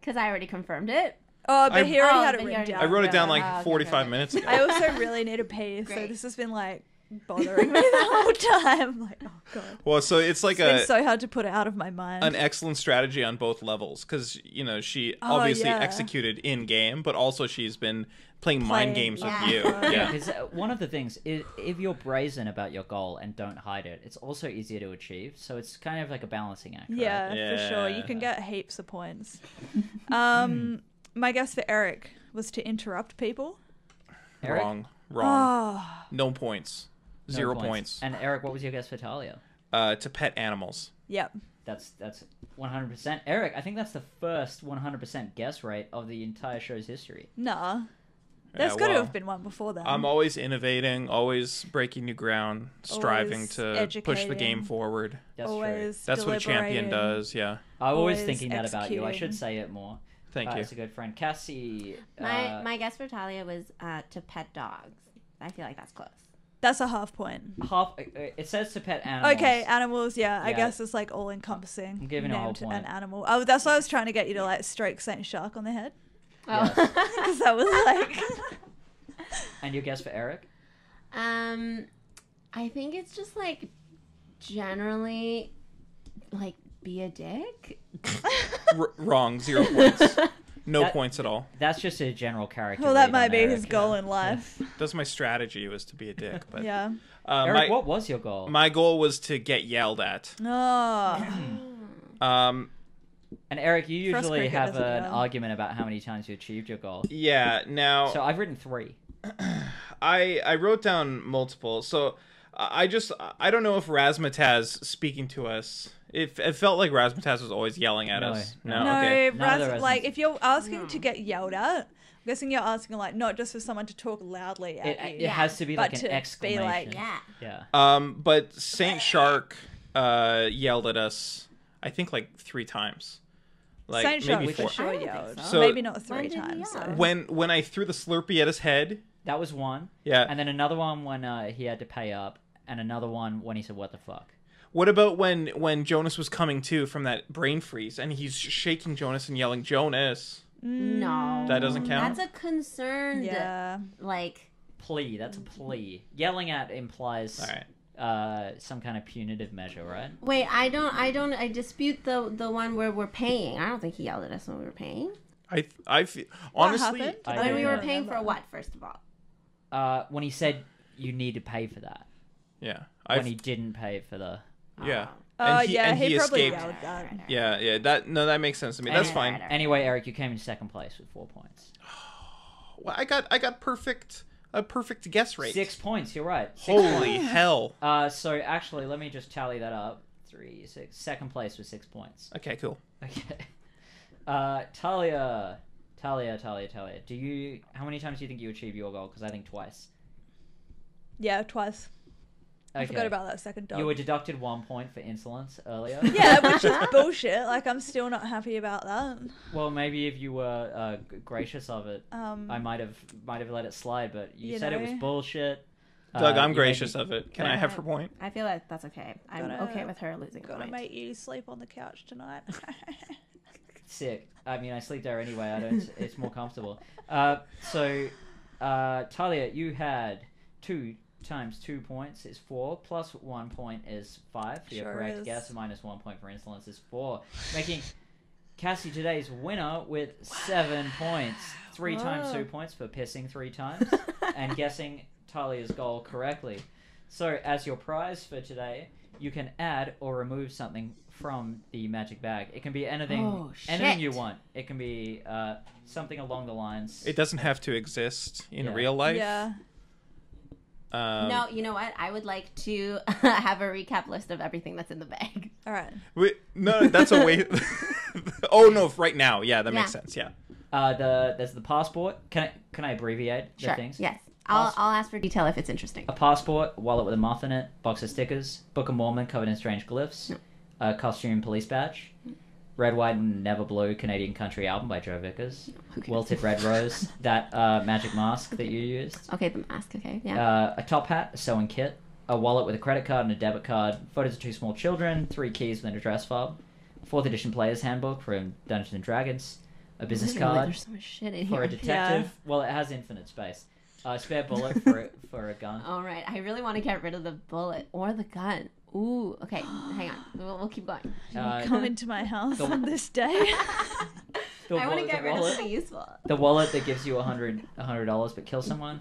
Speaker 4: because I already confirmed it.
Speaker 3: Oh,
Speaker 2: I-
Speaker 3: but he already
Speaker 4: Oh,
Speaker 3: had it
Speaker 4: but he
Speaker 3: written
Speaker 4: already-
Speaker 3: down.
Speaker 2: I wrote it down
Speaker 3: Uh, yeah.
Speaker 2: like
Speaker 4: Oh, okay,
Speaker 2: 45
Speaker 4: okay.
Speaker 2: minutes ago.
Speaker 3: I also really need a pee, so
Speaker 4: Great.
Speaker 3: this has been like bothering me the whole time. Like, oh god,
Speaker 2: well, so it's like
Speaker 3: it's been
Speaker 2: a
Speaker 3: so hard to put it out of my mind.
Speaker 2: an excellent strategy on both levels because you know she
Speaker 3: Oh,
Speaker 2: obviously
Speaker 3: yeah.
Speaker 2: executed in game, but also she's been playing, mind
Speaker 3: Playing-
Speaker 2: games
Speaker 4: yeah.
Speaker 2: with you.
Speaker 3: Yeah.
Speaker 2: yeah.
Speaker 1: Because uh, one of the things is if you're brazen about your goal and don't hide it, it's also easier to achieve. So it's kind of like a balancing act. right?
Speaker 3: yeah, for sure. You
Speaker 2: Yeah.
Speaker 3: can get heaps of points. Um, my guess for Eric was to interrupt people.
Speaker 1: Eric?
Speaker 2: Wrong, wrong.
Speaker 3: Oh,
Speaker 2: no points.
Speaker 1: No
Speaker 2: Zero points.
Speaker 1: And Eric, what was your guess for Talia?
Speaker 2: Uh, to pet animals.
Speaker 3: yep.
Speaker 1: That's that's 100%. Eric, I think that's the first 100% guess rate of the entire show's history.
Speaker 3: Nah, there's
Speaker 2: Yeah,
Speaker 3: got to
Speaker 2: well,
Speaker 3: have been one before that.
Speaker 2: I'm always innovating, always breaking new ground, striving
Speaker 3: Always
Speaker 2: to push the game
Speaker 3: educating.
Speaker 2: forward.
Speaker 1: That's
Speaker 3: always
Speaker 2: That's what a champion
Speaker 3: deliberating.
Speaker 2: does. Yeah.
Speaker 1: true. I'm always
Speaker 3: always
Speaker 1: thinking that about you. I should
Speaker 3: executing.
Speaker 1: say it more.
Speaker 2: Thank
Speaker 1: Uh,
Speaker 2: you.
Speaker 1: It's a good friend. Cassie.
Speaker 4: My
Speaker 1: uh,
Speaker 4: my guess for Talia was uh, to pet dogs. I feel like that's close.
Speaker 3: That's a half point.
Speaker 1: half. uh, uh, It says to pet animals.
Speaker 3: Okay, uh animals. Yeah, I
Speaker 1: Yeah.
Speaker 3: guess it's like all encompassing.
Speaker 1: I'm giving it a whole
Speaker 3: named
Speaker 1: point.
Speaker 3: an animal. Oh, that's why I was trying to get you to like stroke Saint Shark on the head
Speaker 4: Oh.
Speaker 3: because that was like.
Speaker 1: And your guess for Eric?
Speaker 4: um, I think it's just like generally like be a dick.
Speaker 2: R- wrong. Zero points. No
Speaker 1: That-
Speaker 2: points at all.
Speaker 1: That's just a general character.
Speaker 3: well,
Speaker 1: read
Speaker 3: that
Speaker 1: on
Speaker 3: might be
Speaker 1: Eric,
Speaker 3: his
Speaker 1: yeah.
Speaker 3: goal in life.
Speaker 2: That's my strategy was to be a dick. But
Speaker 3: Yeah.
Speaker 2: uh, my
Speaker 1: Eric, what was your goal?
Speaker 2: my goal was to get yelled at.
Speaker 3: Oh.
Speaker 2: Um,
Speaker 1: And Eric, you
Speaker 3: First
Speaker 1: usually
Speaker 3: cricket
Speaker 1: have
Speaker 3: doesn't
Speaker 1: an
Speaker 3: know.
Speaker 1: argument about how many times you achieved your goal.
Speaker 2: yeah. Now
Speaker 1: So I've written three.
Speaker 2: I I wrote down multiple. So I I just I don't know if Razmataz speaking to us. It, it felt like Razmataz was always yelling at
Speaker 1: No,
Speaker 2: us.
Speaker 1: no.
Speaker 2: No,
Speaker 3: No,
Speaker 2: okay.
Speaker 1: None of the
Speaker 3: Raz, like
Speaker 1: residents-
Speaker 3: if you're asking
Speaker 2: Hmm.
Speaker 3: to get yelled at, I'm guessing you're asking like not just for someone to talk loudly at
Speaker 1: It,
Speaker 3: you.
Speaker 1: it
Speaker 4: Yeah.
Speaker 1: has to be
Speaker 3: Uh, But
Speaker 1: like
Speaker 3: to
Speaker 1: an
Speaker 3: be like,
Speaker 1: exclamation.
Speaker 4: Yeah.
Speaker 1: Yeah.
Speaker 2: Um, but Saint Shark uh yelled at us. I think like three times. Like
Speaker 3: Saint Shark
Speaker 2: maybe
Speaker 3: for
Speaker 2: four.
Speaker 3: sure
Speaker 4: I don't think
Speaker 3: yelled.
Speaker 4: so.
Speaker 2: So-
Speaker 3: Maybe not
Speaker 4: When
Speaker 3: three
Speaker 4: did he
Speaker 3: times.
Speaker 4: yell?
Speaker 3: so-
Speaker 2: When when I threw the Slurpee at his head.
Speaker 1: That was one.
Speaker 2: Yeah.
Speaker 1: And then another one when uh, he had to pay up, and another one when he said, What the fuck?
Speaker 2: What about when when Jonas was coming to from that brain freeze and he's shaking Jonas and yelling Jonas?
Speaker 4: No,
Speaker 2: That
Speaker 3: Mm,
Speaker 2: doesn't count?
Speaker 4: That's a concerned
Speaker 3: Yeah.
Speaker 4: like
Speaker 1: Plea. That's a plea. Yelling at implies
Speaker 2: All right.
Speaker 1: uh, some kind of punitive measure, right?
Speaker 4: Wait, I don't, I don't, I dispute the the one where we're paying. I don't think he yelled at us when we were paying.
Speaker 2: I I feel honestly
Speaker 3: happened?
Speaker 1: I
Speaker 4: when
Speaker 1: don't
Speaker 4: we were
Speaker 1: know.
Speaker 4: paying for what, first of all?
Speaker 1: Uh, when he said, You need to pay for that.
Speaker 2: yeah.
Speaker 1: When
Speaker 2: I
Speaker 1: he didn't pay for the.
Speaker 2: yeah.
Speaker 3: Oh
Speaker 2: And he-
Speaker 3: yeah,
Speaker 2: and
Speaker 3: he,
Speaker 2: he
Speaker 3: probably
Speaker 2: escaped.
Speaker 3: yelled that.
Speaker 2: Yeah, yeah, that no, that makes sense to me. That's
Speaker 1: Alright,
Speaker 2: fine.
Speaker 4: alright,
Speaker 1: Anyway, Eric, you came in second place with four points.
Speaker 2: Well, I got I got perfect a perfect guess rate.
Speaker 1: Six points, you're right. Six points.
Speaker 2: Holy hell!
Speaker 1: Uh, so actually, let me just tally that up. Three, six. Second place with six points.
Speaker 2: Okay, cool.
Speaker 1: Okay. Uh, Talia, Talia, Talia, Talia. Do you? How many times do you think you achieved your goal? Because I think twice.
Speaker 3: Yeah, twice. I
Speaker 1: Okay.
Speaker 3: forgot about that second dog.
Speaker 1: You were deducted one point for insolence earlier.
Speaker 3: yeah, which is bullshit. Like I'm still not happy about that.
Speaker 1: Well, maybe if you were uh, g- gracious of it,
Speaker 3: Um,
Speaker 1: I might have might have let it slide. But you,
Speaker 3: You
Speaker 1: said it was
Speaker 3: know.
Speaker 1: bullshit.
Speaker 2: Doug,
Speaker 1: Uh,
Speaker 2: I'm
Speaker 1: you made
Speaker 2: gracious
Speaker 1: me-
Speaker 2: of it. Can I have her point?
Speaker 4: I feel like that's okay. I'm
Speaker 3: Gotta-
Speaker 4: okay with her losing a
Speaker 3: Gonna
Speaker 4: point.
Speaker 3: make you sleep on the couch tonight.
Speaker 1: Sick. I mean, I sleep there anyway. I don't. It's more comfortable. Uh, so, uh, Talia, you had two times two points is four plus one point is five for your
Speaker 3: Sure
Speaker 1: correct
Speaker 3: is.
Speaker 1: guess minus one point for insolence is four making cassie today's winner with seven points three times two
Speaker 3: Whoa.
Speaker 1: points for pissing three times and guessing Talia's goal correctly. So, as your prize for today, you can add or remove something from the magic bag. It can be anything,
Speaker 4: Oh,
Speaker 1: anything
Speaker 4: shit.
Speaker 1: you want. It can be uh, something along the lines.
Speaker 2: It doesn't have to exist in
Speaker 1: Yeah.
Speaker 2: real life.
Speaker 3: yeah.
Speaker 2: Um,
Speaker 4: no, you know what? I would like to have a recap list of everything that's in the bag.
Speaker 3: All right.
Speaker 2: Wait, no, that's a way. oh no, right now, yeah, that makes
Speaker 4: Yeah.
Speaker 2: sense. Yeah.
Speaker 1: Uh, the there's the passport. Can I can I abbreviate the
Speaker 4: Sure.
Speaker 1: things?
Speaker 4: Yes. I'll,
Speaker 1: Pass-
Speaker 4: I'll ask for detail if it's interesting.
Speaker 1: A passport, wallet with a moth in it, box of stickers, Book of Mormon covered in strange glyphs, a costume police badge, Red, White, and Never Blue Canadian Country album by Joe Vickers,
Speaker 4: Who cares?
Speaker 1: Wilted Red Rose, that uh, magic mask that you used,
Speaker 4: Okay, the mask. Okay. Yeah.
Speaker 1: uh, a top hat, a sewing kit, a wallet with a credit card and a debit card, photos of two small children, three keys with an address fob, fourth edition player's handbook from Dungeons and Dragons, a business
Speaker 4: Literally,
Speaker 1: card,
Speaker 4: There's so much shit in
Speaker 1: for a
Speaker 4: here.
Speaker 1: detective. Well, it has infinite space. A spare bullet for a, for a gun.
Speaker 4: All right. I really want to get rid of the bullet or the gun. Ooh. Okay. hang on. We'll, we'll keep going.
Speaker 1: Uh,
Speaker 3: Come into my house
Speaker 1: the-
Speaker 3: on this day.
Speaker 1: The
Speaker 4: I want to
Speaker 1: wa-
Speaker 4: get
Speaker 1: the
Speaker 4: rid of
Speaker 1: wallet-
Speaker 4: something useful.
Speaker 1: the wallet that gives you a hundred a hundred dollars but kills someone.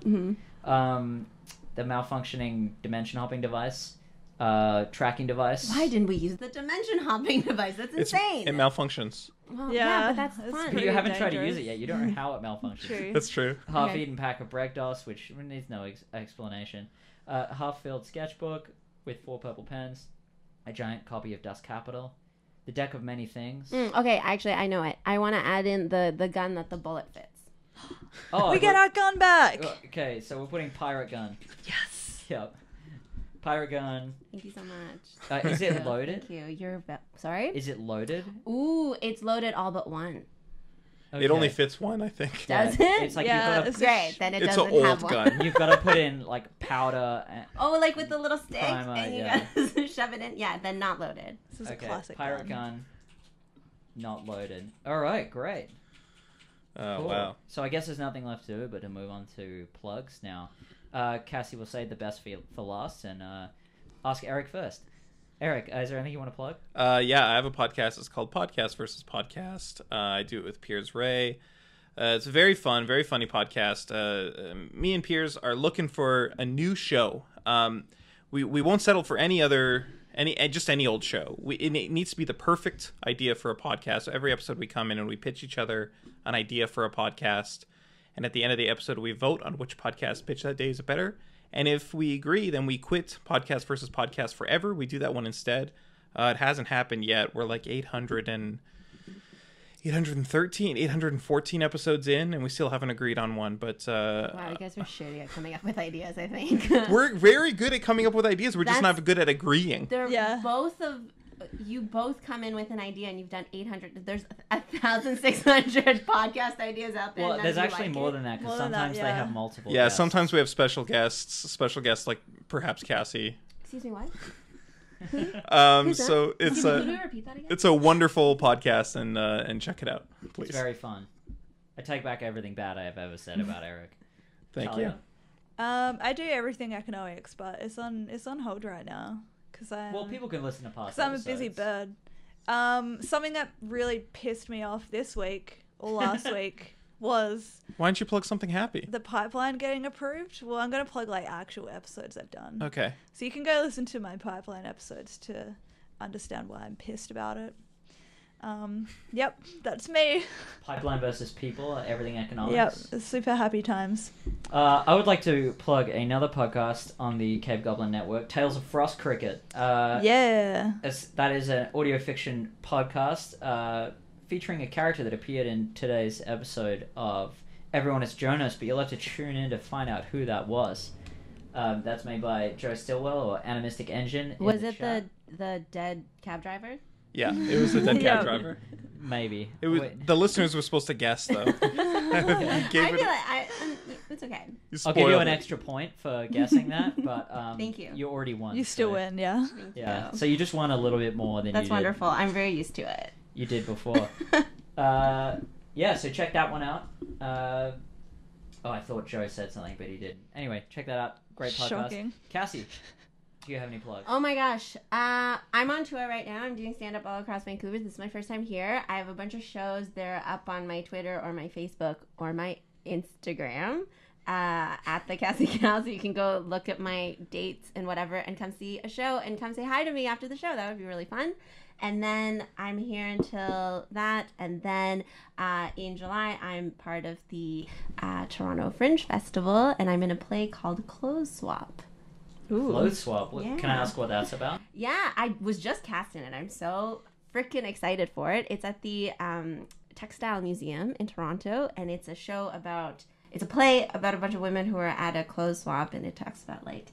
Speaker 4: Mhm.
Speaker 1: Um, the malfunctioning dimension hopping device, uh, tracking device.
Speaker 4: Why didn't we use the dimension hopping device? That's
Speaker 2: It's,
Speaker 4: insane.
Speaker 2: it malfunctions.
Speaker 4: Well,
Speaker 3: Yeah,
Speaker 4: yeah, but that's
Speaker 3: it's
Speaker 4: fun.
Speaker 1: But
Speaker 3: pretty-
Speaker 1: you haven't tried to use
Speaker 3: dangerous.
Speaker 1: it yet. You don't know how it malfunctions.
Speaker 3: True.
Speaker 2: That's true.
Speaker 1: Half-eaten pack of Bragdos, which needs no ex- explanation. Uh, half-filled sketchbook with four purple pens. A giant copy of Dust Capital. The deck of many things.
Speaker 4: Mm, okay, actually, I know it. I want to add in the the gun that the bullet fits.
Speaker 1: Oh,
Speaker 3: we
Speaker 1: I
Speaker 3: get
Speaker 1: thought-
Speaker 3: our gun back.
Speaker 1: Okay, so we're putting pirate gun.
Speaker 3: Yes.
Speaker 1: Yep. Pirate gun.
Speaker 4: Thank you so much.
Speaker 1: Uh, is it
Speaker 4: Thank you,
Speaker 1: loaded?
Speaker 4: Thank you. You're be- sorry.
Speaker 1: Is it loaded?
Speaker 4: Ooh, it's loaded all but one.
Speaker 2: It only
Speaker 1: Okay.
Speaker 2: fits one, I think.
Speaker 1: Yeah,
Speaker 4: Does it?
Speaker 1: It's like
Speaker 3: Yeah,
Speaker 1: you've
Speaker 3: it's-
Speaker 4: Great. Then it
Speaker 2: It's a
Speaker 4: doesn't have
Speaker 2: old
Speaker 4: one.
Speaker 2: gun.
Speaker 1: got to you've got to put in like powder. And,
Speaker 4: Oh, like with the little stick,
Speaker 1: Primer,
Speaker 4: and you
Speaker 1: yeah.
Speaker 4: guys shove it in. Yeah, then not loaded.
Speaker 3: This is
Speaker 1: okay,
Speaker 3: a classic
Speaker 1: pirate gun. not loaded. All right, great.
Speaker 2: Oh
Speaker 1: Cool.
Speaker 2: wow.
Speaker 1: So I guess there's nothing left to do but to move on to plugs now. Uh, Cassie will say the best for, for last and uh, ask Eric first. Eric, uh, is there anything you want to plug?
Speaker 2: Uh, yeah, I have a podcast. It's called Podcast versus Podcast. Uh, I do it with Piers Ray. Uh, it's a very fun, very funny podcast. Uh, um, me and Piers are looking for a new show. Um, we we won't settle for any other any eh, just any old show. We, it, it needs to be the perfect idea for a podcast. So every episode we come in and we pitch each other an idea for a podcast, and at the end of the episode we vote on which podcast pitch that day is better. And if we agree, then we quit podcast versus podcast forever. We do that one instead. Uh, it hasn't happened yet. We're like 800 and 813, 814 episodes in, and we still haven't agreed on one. But uh,
Speaker 4: Wow, you guys are shitty at coming up with ideas. I think
Speaker 2: we're very good at coming up with ideas. We're just
Speaker 4: That's-
Speaker 2: not good at agreeing.
Speaker 4: They're
Speaker 3: Yeah.
Speaker 4: both of you both come in with an idea and you've done 800 there's a 1600 podcast ideas out there
Speaker 1: Well,
Speaker 4: none
Speaker 1: there's
Speaker 4: of you
Speaker 1: actually
Speaker 4: like
Speaker 1: more
Speaker 4: it.
Speaker 1: than that because
Speaker 3: More than that,
Speaker 1: sometimes they
Speaker 3: yeah.
Speaker 1: have multiple.
Speaker 2: Yeah,
Speaker 1: guests.
Speaker 2: sometimes we have special guests, special guests like perhaps Cassie.
Speaker 4: excuse me what
Speaker 2: Um,
Speaker 4: Who's that?
Speaker 2: so it's
Speaker 4: Could you
Speaker 2: a
Speaker 4: repeat that again
Speaker 2: it's a wonderful podcast, and uh, and check it out, please.
Speaker 1: It's very fun. I take back everything bad I have ever said about Eric.
Speaker 2: Thank
Speaker 1: Talia.
Speaker 2: you.
Speaker 3: Um, I do everything economics, but it's on it's on hold right now because I
Speaker 1: Well, people can listen to past.
Speaker 3: Because I'm a busy
Speaker 1: episodes.
Speaker 3: bird. Um, something that really pissed me off this week or last week was
Speaker 2: Why don't you plug something happy?
Speaker 3: the pipeline getting approved. Well, I'm gonna plug like actual episodes I've done,
Speaker 2: Okay.
Speaker 3: so you can go listen to my pipeline episodes to understand why I'm pissed about it. Um, yep, that's me.
Speaker 1: Pipeline versus people, uh, everything economics.
Speaker 3: Yep, super happy times.
Speaker 1: Uh, I would like to plug another podcast on the Cave Goblin Network, Tales of Frost Cricket. Uh,
Speaker 3: yeah,
Speaker 1: it's- that is an audio fiction podcast uh, featuring a character that appeared in today's episode of Everyone is Jonas, but you'll have to tune in to find out who that was. Um, that's made by Joe Stilwell or Animistic Engine. in
Speaker 4: Was it
Speaker 1: chat.
Speaker 4: the the dead cab driver?
Speaker 2: Yeah, it was the dead
Speaker 3: Yeah.
Speaker 2: cab driver.
Speaker 1: Maybe.
Speaker 2: It was
Speaker 1: Wait.
Speaker 2: the listeners were supposed to guess though.
Speaker 4: I
Speaker 2: You
Speaker 4: feel
Speaker 2: gave
Speaker 4: like
Speaker 2: it-
Speaker 4: I, um, it's okay.
Speaker 2: you
Speaker 1: I'll give you
Speaker 2: spoiled
Speaker 1: an
Speaker 2: it.
Speaker 1: extra point for guessing that, but um,
Speaker 4: Thank you.
Speaker 1: You already won.
Speaker 3: You still
Speaker 1: so-
Speaker 3: win, yeah.
Speaker 4: Thank
Speaker 1: Yeah.
Speaker 4: you.
Speaker 1: So you just won a little bit more than
Speaker 4: That's
Speaker 1: you did-
Speaker 4: wonderful. I'm very used to it.
Speaker 1: you did before. Uh, yeah, so check that one out. Uh, oh, I thought Joe said something, but he didn't. Anyway, check that out. Great podcast.
Speaker 3: Shocking.
Speaker 1: Cassie, do you have any plugs?
Speaker 4: Oh my gosh. Uh, I'm on tour right now. I'm doing stand up all across Vancouver. This is my first time here. I have a bunch of shows. They're up on my Twitter or my Facebook or my Instagram uh, at the Cassie Cal. So you can go look at my dates and whatever and come see a show and come say hi to me after the show. That would be really fun. And then I'm here until that. And then uh, in July, I'm part of the uh, Toronto Fringe Festival and I'm in a play called Clothes Swap.
Speaker 1: Clothes swap. What- Can I
Speaker 4: Yeah.
Speaker 1: ask what that's about?
Speaker 4: Yeah, I was just cast in it. I'm so freaking excited for it. It's at the um, Textile Museum in Toronto, and it's a show about it's a play about a bunch of women who are at a clothes swap, and it talks about like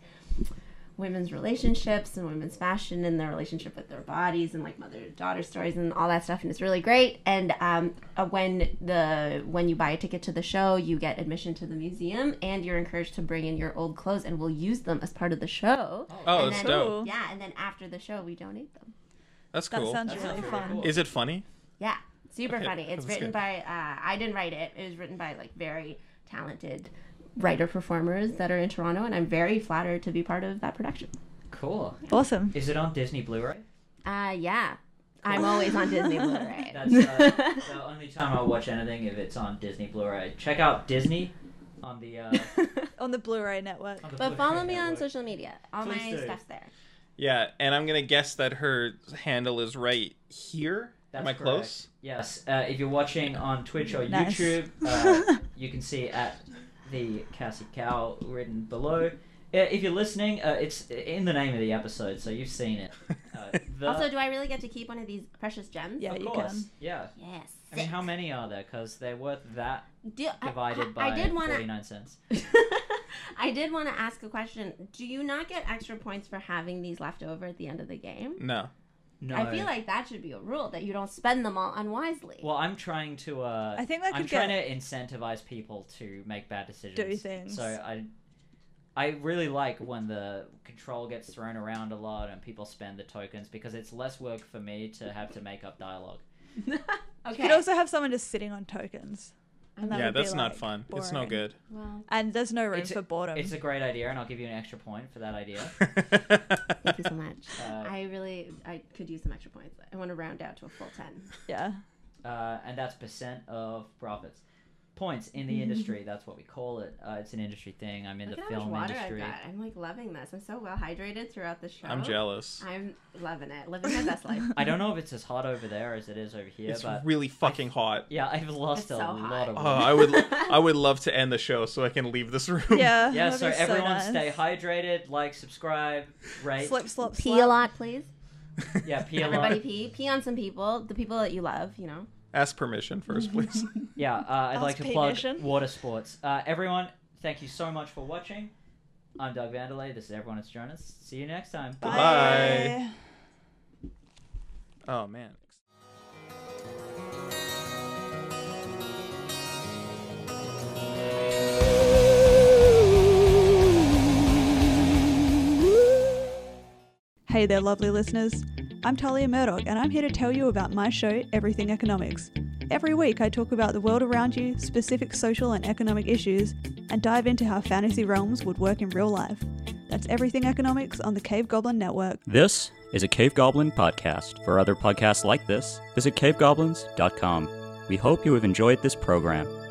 Speaker 4: women's relationships and women's fashion and their relationship with their bodies and like mother to daughter stories and all that stuff and it's really great and um, uh, when the when you buy a ticket to the show you get admission to the museum and you're encouraged to bring in your old clothes and we'll use them as part of the show
Speaker 2: Oh,
Speaker 4: And
Speaker 2: that's
Speaker 4: then-
Speaker 2: dope.
Speaker 3: Cool.
Speaker 4: yeah, and then after the show, we donate them.
Speaker 2: That's
Speaker 3: That
Speaker 2: cool.
Speaker 3: sounds
Speaker 1: That
Speaker 3: really
Speaker 1: sounds really
Speaker 3: fun.
Speaker 1: cool.
Speaker 2: Is it funny?
Speaker 4: Yeah, super
Speaker 2: Okay,
Speaker 4: funny.
Speaker 2: that's
Speaker 4: It's written
Speaker 2: good.
Speaker 4: by uh, I didn't write it. It was written by like very talented writer performers that are in Toronto, and I'm very flattered to be part of that production.
Speaker 1: Cool.
Speaker 3: Awesome.
Speaker 1: Is it on Disney Blu-ray?
Speaker 4: Uh, yeah, I'm always on Disney Blu-ray.
Speaker 1: That's uh, the only time I'll watch anything if it's on Disney Blu-ray. Check out Disney on the. Uh,
Speaker 3: On the Blu-ray network.
Speaker 1: on the Blu-ray
Speaker 4: but follow me on
Speaker 1: network.
Speaker 4: social media. All
Speaker 1: Please
Speaker 4: my
Speaker 1: do.
Speaker 4: stuff's there.
Speaker 2: Yeah, and I'm gonna guess that her handle is right here. Am I
Speaker 1: That's
Speaker 2: close?
Speaker 1: Yes, uh, if you're watching on Twitch or
Speaker 3: Nice.
Speaker 1: YouTube, uh, you can see at the Cassie Cow written below. Uh, If you're listening, uh, it's in the name of the episode, so you've seen it. Uh, the,
Speaker 4: Also, do I really get to keep one of these precious gems?
Speaker 3: Yeah.
Speaker 1: of
Speaker 3: you
Speaker 1: course,
Speaker 3: can.
Speaker 1: yeah.
Speaker 4: Yes.
Speaker 1: I mean, how many are there? Because they're worth that
Speaker 4: do, I-
Speaker 1: divided
Speaker 4: I,
Speaker 1: by
Speaker 4: I did want to
Speaker 1: 49 cents.
Speaker 4: I did want to ask a question. Do you not get extra points for having these left over at the end of the game?
Speaker 2: No.
Speaker 1: No.
Speaker 4: I feel like that should be a rule that you don't spend them all unwisely.
Speaker 1: Well, I'm trying to. Uh,
Speaker 3: I think that
Speaker 1: I'm
Speaker 3: could
Speaker 1: trying
Speaker 3: get
Speaker 1: to incentivize people to make bad decisions.
Speaker 3: Do things.
Speaker 1: So I, I really like when the control gets thrown around a lot and people spend the tokens because it's less work for me to have to make up dialogue.
Speaker 3: You
Speaker 4: okay.
Speaker 3: could also have someone just sitting on tokens. And that
Speaker 2: yeah,
Speaker 3: would be,
Speaker 2: that's not
Speaker 3: like,
Speaker 2: fun. It's no
Speaker 3: boring.
Speaker 2: good.
Speaker 4: well,
Speaker 3: And there's no room
Speaker 1: It's a-
Speaker 3: for
Speaker 4: Um.
Speaker 3: boredom.
Speaker 1: It's a great idea, and I'll give you an extra point for that idea.
Speaker 4: thank you so much.
Speaker 1: Uh,
Speaker 4: I really, I could use some extra points. I want to round out to a full ten.
Speaker 3: yeah.
Speaker 1: uh, and that's percent of profits. Points in the industry, that's what we call it. Uh, it's an industry thing. I'm in
Speaker 4: Mm-hmm. Look
Speaker 1: the
Speaker 4: at how much
Speaker 1: film
Speaker 4: water
Speaker 1: industry.
Speaker 4: I've got. I'm like loving this. I'm so well hydrated throughout the show.
Speaker 2: I'm jealous.
Speaker 4: I'm loving it. Living my best life.
Speaker 1: I don't know if it's as hot over there as it is over here,
Speaker 2: It's
Speaker 1: but
Speaker 2: really fucking hot.
Speaker 1: yeah, I've lost
Speaker 4: It's
Speaker 1: a
Speaker 4: so
Speaker 1: lot
Speaker 4: hot.
Speaker 1: of
Speaker 2: Oh,
Speaker 1: weight.
Speaker 2: I would I would love to end the show so I can leave this room.
Speaker 3: Yeah.
Speaker 1: yeah,
Speaker 3: that'd
Speaker 1: so
Speaker 3: be
Speaker 1: everyone
Speaker 3: nice.
Speaker 1: stay hydrated, like, subscribe, rate.
Speaker 3: Slip, slop,
Speaker 4: Pee
Speaker 3: slap.
Speaker 4: a lot, please.
Speaker 1: Yeah, pee a
Speaker 4: Everybody
Speaker 1: lot.
Speaker 4: pee. Pee on some people. The people that you love, you know.
Speaker 2: Ask permission first, please.
Speaker 1: Yeah, uh, I'd like to
Speaker 3: Ask
Speaker 1: plug
Speaker 3: permission.
Speaker 1: water sports. Uh, everyone, thank you so much for watching. I'm Doug Vanderlei. This is everyone. It's Jonas. See you next time.
Speaker 3: Bye.
Speaker 2: Bye. oh man.
Speaker 3: Hey there, lovely listeners. I'm Talia Murdoch, and I'm here to tell you about my show, Everything Economics. Every week, I talk about the world around you, specific social and economic issues, and dive into how fantasy realms would work in real life. That's Everything Economics on the Cave Goblin Network.
Speaker 6: This is a Cave Goblin podcast. For other podcasts like this, visit cavegoblins.com. We hope you have enjoyed this program.